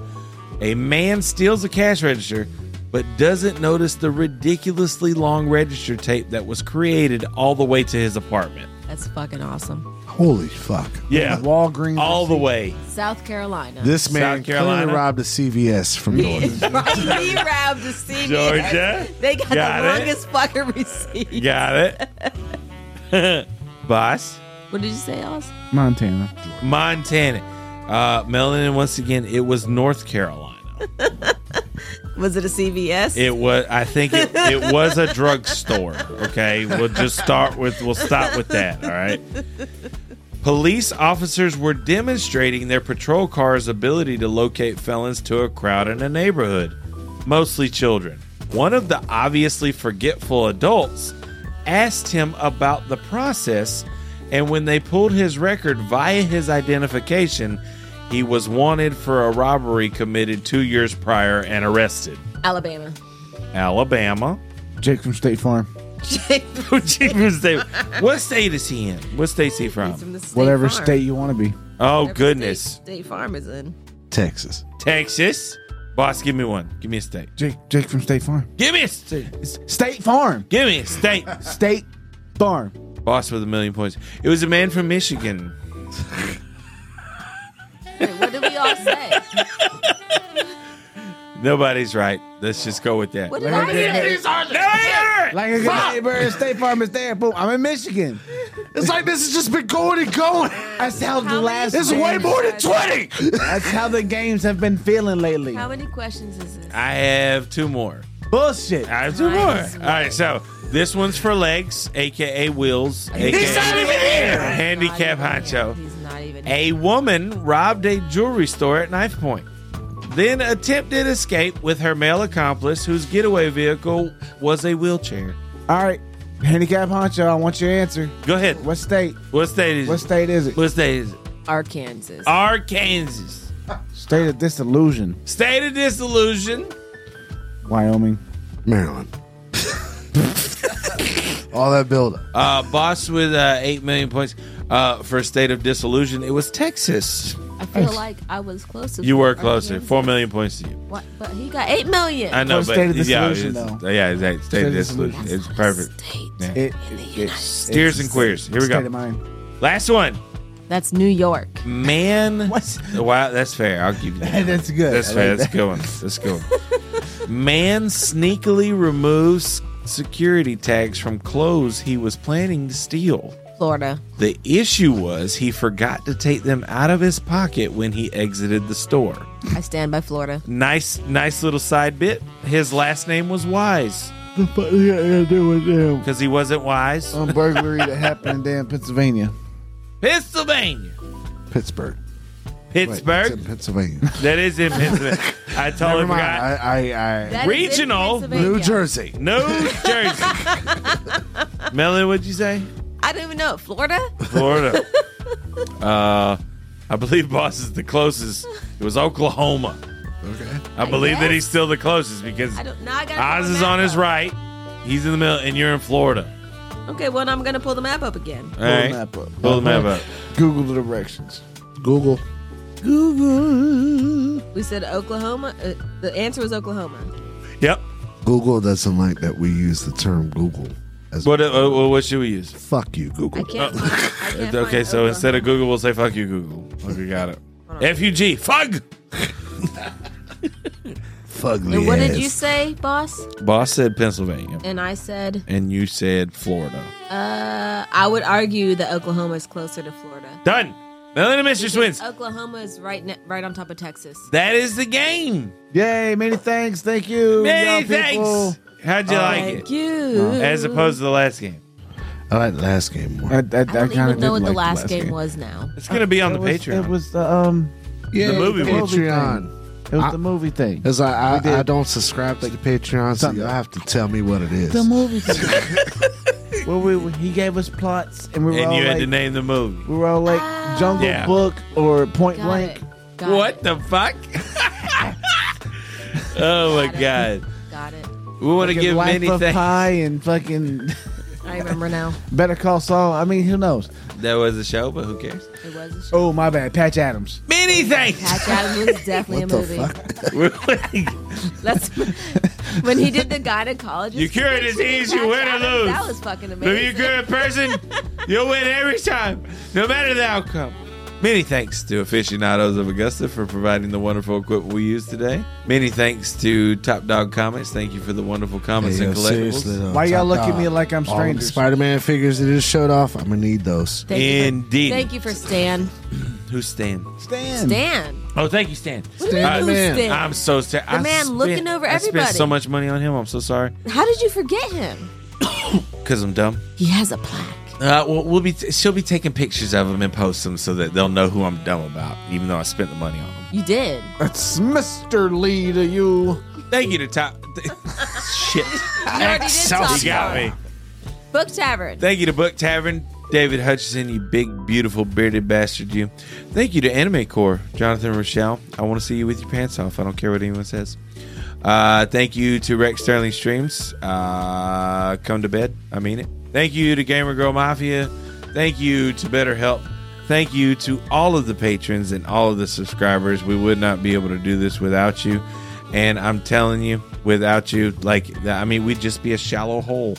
S5: A man steals a cash register, but doesn't notice the ridiculously long register tape that was created all the way to his apartment.
S11: That's fucking awesome.
S3: Holy fuck.
S5: Yeah,
S2: Walgreens.
S5: all the way.
S11: South Carolina.
S3: This man
S5: South Carolina?
S3: clearly robbed a CVS from Georgia.
S6: right, we robbed the CVS.
S5: Georgia?
S6: They got,
S5: Got
S6: the
S5: it.
S6: longest fucking receipt.
S5: Got it, boss.
S11: What did you say, Oz?
S2: Montana.
S5: Montana. Uh, Melanin once again. It was North Carolina.
S6: Was it a CVS?
S5: It was. I think it, it was a drugstore. Okay, we'll just start with. We'll stop with that. All right. Police officers were demonstrating their patrol car's ability to locate felons to a crowd in a neighborhood, mostly children. One of the obviously forgetful adults asked him about the process, and when they pulled his record via his identification, he was wanted for a robbery committed two years prior and arrested.
S11: Alabama.
S5: Alabama.
S2: Jake from State Farm.
S5: what state is he in? What state's he from?
S6: from the state
S2: Whatever
S6: farm.
S2: state you want to be.
S5: Oh
S6: Whatever
S5: goodness,
S6: State, state farm is in.
S3: Texas.
S5: Texas. Boss, give me one. Give me a state.
S2: Jake. Jake from State Farm.
S5: Give me a state.
S2: State Farm.
S5: Give me a state.
S2: State Farm.
S5: Boss with a million points. It was a man from Michigan.
S11: Wait, what did we all say?
S5: Nobody's right. Let's just go with that.
S11: What did I say?
S5: No,
S2: Like a good neighbor, State Farm is there. Boom. I'm in Michigan.
S3: It's like this has just been going and going.
S2: That's how the last.
S3: It's way more than 20.
S2: That's how the games have been feeling lately.
S6: How many questions is this?
S5: I have two more.
S2: Bullshit.
S5: I have two more.
S6: Nice.
S5: All right, so this one's for legs, aka wheels, aka handicap honcho.
S6: He's not even.
S5: A woman robbed a jewelry store at knife point, then attempted escape with her male accomplice, whose getaway vehicle was a wheelchair.
S2: All right. Handicap honcho, I want your answer.
S5: Go ahead.
S2: What state?
S5: What state is
S2: What
S5: it?
S2: state is it?
S5: What state is it?
S11: Arkansas.
S5: Oh. Arkansas.
S2: State of disillusion.
S5: State of disillusion.
S2: Wyoming.
S3: Maryland. All that buildup.
S5: Uh, boss with uh, 8 million points. Uh, for state of disillusion, it was Texas.
S11: I feel
S2: Thanks.
S11: like I was closer.
S5: You were closer. Four million points to you.
S11: What? But he got eight million.
S5: I know,
S2: Well,
S5: but
S2: state of the
S5: yeah,
S2: solution,
S5: it's,
S2: though.
S5: yeah, exactly. State
S2: of
S5: of
S2: the
S5: the solution.
S11: That's
S5: It's
S11: not a
S5: perfect.
S11: state.
S2: It,
S11: In the
S2: it's-
S11: United
S5: Steers and queers. Here we
S2: State of
S5: go.
S2: mind.
S5: Last one.
S11: That's New York.
S5: Man. Wow, that's fair. I'll give you that.
S2: That's good.
S5: That's
S2: I
S5: fair.
S2: like
S5: That's a good one. That's a good one. Man sneakily removes security tags from clothes he was planning to steal.
S11: Florida.
S5: The issue was he forgot to take them out of his pocket when he exited the store.
S11: I stand by Florida.
S5: Nice, nice little side bit. His last name was Wise
S2: The fuck you gotta do with them?
S5: because he wasn't wise.
S3: Oh.
S2: Some burglary that happened in damn Pennsylvania.
S5: Pennsylvania,
S3: Pittsburgh. Wait, it's
S5: Pittsburgh.
S3: in Pennsylvania.
S5: that is in Pennsylvania. I totally
S3: Never mind.
S5: forgot.
S3: I, I, I,
S11: That is in
S5: Regional.
S11: Pennsylvania.
S3: New Jersey.
S5: New Jersey. Melanie, what'd you say?
S11: I don't even know. Florida?
S5: Florida. uh, I believe Boss is the closest. It was Oklahoma.
S3: Okay.
S5: I believe that
S11: guess.
S5: he's still the closest because
S11: I don't. Now I got.
S5: Oz is on his right. He's in the middle, and you're in Florida.
S6: Okay, well, I'm going to pull the map up again.
S5: All
S2: Pull the
S5: right.
S2: map up.
S5: Pull the map up.
S2: Google the directions.
S3: Google.
S6: We said Oklahoma. Uh, the answer was Oklahoma.
S5: Yep.
S3: Google doesn't like that we use the term Google as
S5: What, uh, uh, what should we use?
S3: fuck you,
S6: I
S3: Google.
S6: can't. find- I can't
S5: It's okay,
S6: find
S5: so
S6: Oklahoma.
S5: instead of Google, we'll say fuck you, Google. Okay, got it. F U G. Fug!
S3: Fugly
S11: And what did
S3: ass.
S11: you say, boss?
S5: Boss said Pennsylvania,
S11: And I said,
S5: and you said Florida.
S11: uh, I would argue that Oklahoma is closer to Florida.
S5: Done. Melanie Mistress wins.
S11: Oklahoma is right ne- right on top of Texas.
S5: That is the game.
S2: Yay! Many thanks. Thank you.
S5: Many
S2: y'all people. Uh,
S5: thanks. How'd you like it?
S11: You.
S5: As opposed to the last game.
S3: I like the last game more.
S2: I, I, I, kinda
S11: I don't even
S2: didn't
S11: know what the
S2: like
S11: last, game, was now.
S5: It's gonna be on the
S2: It was-
S5: Patreon.
S2: It was the um.
S3: yeah,
S5: the movie one.
S3: Patreon.
S2: It was
S3: I-
S2: the movie thing.
S3: Because I,
S2: did.
S3: I, I don't subscribe to the Patreon, so
S2: Something.
S3: you'll have to tell me what it is.
S2: The movie thing. Where we he gave us plots and we were
S5: and
S2: all
S5: you had
S2: like
S5: to name the movie.
S2: we were all like Jungle
S5: Yeah.
S2: Book or Point
S11: Ah. Got
S2: Blank.
S11: it. Got
S5: what
S11: it.
S5: the fuck? oh my
S11: Got
S5: god.
S11: Got it.
S5: We want to
S2: Fucking
S5: give
S2: Life
S5: many
S2: of
S5: thanks.
S2: Pi and fucking
S11: I remember now.
S2: Better Call Saul. I mean, who knows?
S5: That was a show, but who cares?
S11: It was a show.
S2: Oh my bad, Patch Adams.
S5: Many thanks.
S11: Patch Adams was definitely a
S3: What the
S11: movie.
S3: fuck?
S11: That's when he did the gynecologist.
S5: You cure disease, you win or lose.
S11: That was fucking amazing.
S5: if you're a good person, you'll win every time, no matter the outcome. Many thanks to aficionados of Augusta for providing the wonderful equipment we use today. Many thanks to Top Dog Comics. Thank you for the wonderful comments
S3: Yeah,
S5: and collectibles.
S3: seriously, though,
S2: Why y'all
S3: top
S2: look at
S3: dog.
S2: me like I'm
S3: All the
S2: strangers?
S3: Spider-Man figures that just showed off. I'm gonna need those.
S11: Thank you for-
S5: Indeed.
S11: Thank you for Stan.
S5: Who's Stan?
S2: Stan.
S11: Dan.
S5: Oh, thank you, Stan.
S11: Stan the
S5: Uh,
S11: man.
S5: I'm so sorry.
S11: The man looking over
S5: I spent
S11: everybody.
S5: so much money on him. I'm so sorry
S11: How did you forget him?
S5: because I'm dumb.
S11: He has a plaque.
S5: Uh, well, we'll be she'll be taking pictures of him and post them so that they'll know who I'm dumb about, even though I spent the money on him.
S11: You did.
S2: That's Mr. Lee to you.
S5: Thank you to Top. Shit,
S11: You already did
S5: he got me.
S11: Book Tavern.
S5: Thank you to Book Tavern, David Hutchison, you big, beautiful, bearded bastard, you. Thank you to Anime Core, Jonathan Rochelle. I want to see you with your pants off. I don't care what anyone says. Uh, thank you to Rex Sterling Streams. Uh, come to bed. I mean it. Thank you to Gamer Girl Mafia. Thank you to BetterHelp. Thank you to all of the patrons and all of the subscribers. We would not be able to do this without you. And I'm telling you, without you, like, th- I mean, we'd just be a shallow hole.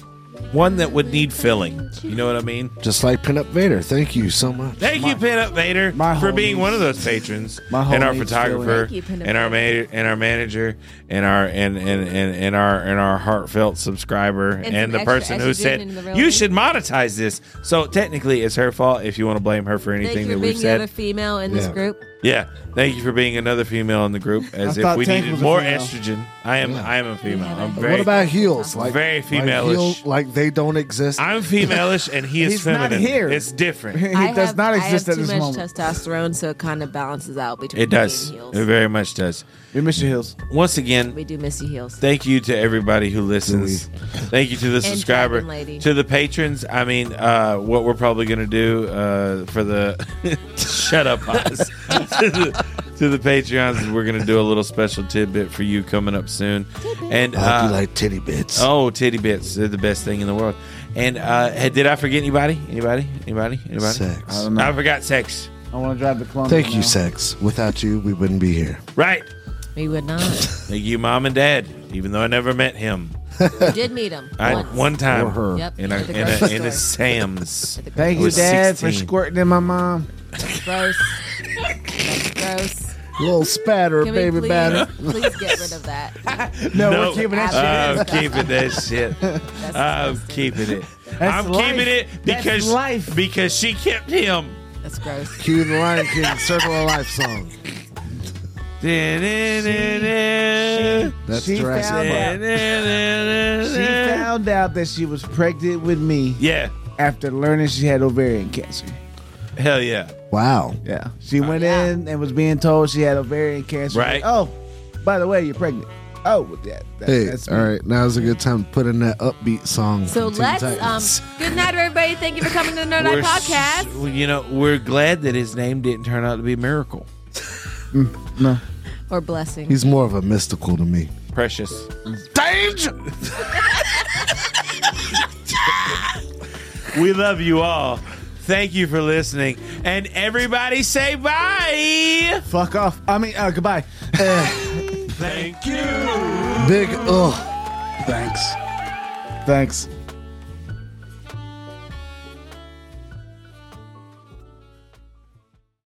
S5: One that would need filling. You know what I mean?
S3: Just like Pinup Vader. Thank you so much.
S5: Thank you, Pinup Vader,
S2: my
S5: for
S2: hole
S5: being
S2: needs-
S5: one of those patrons,
S2: My hole
S5: and our
S2: needs
S5: photographer,
S11: filling. Thank you, Pinup
S5: and our ma- and our manager, and our and and, and and our and our heartfelt subscriber, and,
S11: some
S5: the
S11: extra
S5: person who
S11: estrogen
S5: said
S11: in the real
S5: you
S11: thing."
S5: should monetize this. So technically, it's her fault if you want to blame her for
S11: Thank you
S5: anything
S11: for
S5: that
S11: being
S5: we've
S11: the other
S5: said.
S11: female in this
S3: Yeah.
S11: group.
S5: Yeah, thank you for being another female in the group. As if
S2: thought
S5: we
S2: Tank
S5: needed
S2: was a
S5: more
S2: female.
S5: estrogen, I am I am a female. I'm
S11: What
S5: very
S3: what about heels? Like
S5: very
S3: Like, heel-
S5: femaleish.
S3: like they don't exist.
S5: I'm femaleish, and he is
S2: He's not
S5: feminine.
S2: here.
S5: It's different.
S2: He
S11: I
S2: does
S11: have-
S2: not exist
S11: I
S2: at
S11: have
S2: this
S11: too much
S2: moment.
S11: testosterone, so it kind of balances out between
S5: It does.
S11: me and
S5: It
S11: heels.
S5: very much does.
S2: We miss your heels.
S5: Once again,
S11: We do miss you heels.
S5: Thank you to everybody who listens. Thank you to the subscriber,
S11: Captain Lady.
S5: to the patrons. I mean, uh, what we're probably going to do uh, for the shut up us to, the, to the Patreons is we're going to do a little special tidbit for you coming up soon. And
S3: I hope
S5: uh,
S3: you like titty bits.
S5: oh, titty bits, they're the best thing in the world. And uh, hey, did I forget anybody? Anybody? Anybody? Anybody?
S3: Sex.
S2: I don't know.
S5: I forgot sex.
S2: I I want to drive the Columbia.
S3: Thank you,
S2: now.
S3: Sex. Without you, we wouldn't be here.
S5: Right.
S11: We would not.
S5: Thank you, mom and dad, even though I never met him.
S11: we did meet him.
S5: I,
S11: once.
S5: one time.
S2: Or her.
S11: Yep.
S5: In a,
S11: at the
S5: in a,
S11: grocery
S5: in a
S11: store.
S5: Sam's.
S2: Thank you,
S5: was
S2: Dad, for
S5: 16.
S2: squirting in my mom.
S11: Gross. That's gross.
S3: Little spatter,
S11: Can we
S3: baby
S11: please,
S3: batter.
S11: please get rid of that?
S2: No,
S5: No.
S2: we're keeping that
S5: I'm
S11: That's
S5: keeping that shit.
S11: That's
S5: I'm
S11: disgusting.
S5: keeping it.
S2: That's
S5: I'm
S2: life.
S5: keeping it
S2: That's
S5: because
S2: life.
S5: because she kept him.
S11: That's gross.
S3: Cue the Lion King, Circle of Life song.
S5: Da-da-da-da.
S3: That's
S2: She
S3: Jurassic
S2: found
S3: Park.
S2: out- shit. She
S5: Da-da-da-da.
S2: found out that she was pregnant with me
S5: Yeah,
S2: after learning she had ovarian cancer.
S5: hell yeah.
S3: Wow.
S2: Yeah. She went in and was being told she had ovarian cancer.
S5: Right.
S2: Oh, by the way, you're pregnant. Oh, well, that, that,
S3: Hey,
S2: that's
S3: all right. Now's a good time to put in that upbeat song.
S11: So
S3: from Teen
S11: let's. Um,
S3: Titans.
S11: good night, everybody. Thank you for coming to the Nerd Night
S5: s-
S11: Podcast.
S5: you know, we're glad that his name didn't turn out to be Miracle.
S11: or blessing.
S3: He's more of a mystical to me.
S5: Precious. Danger! we love you all. Thank you for listening. And everybody say bye.
S2: Fuck off. I mean, uh, goodbye.
S5: Thank you.
S3: Big ugh.
S1: Thanks.
S2: Thanks.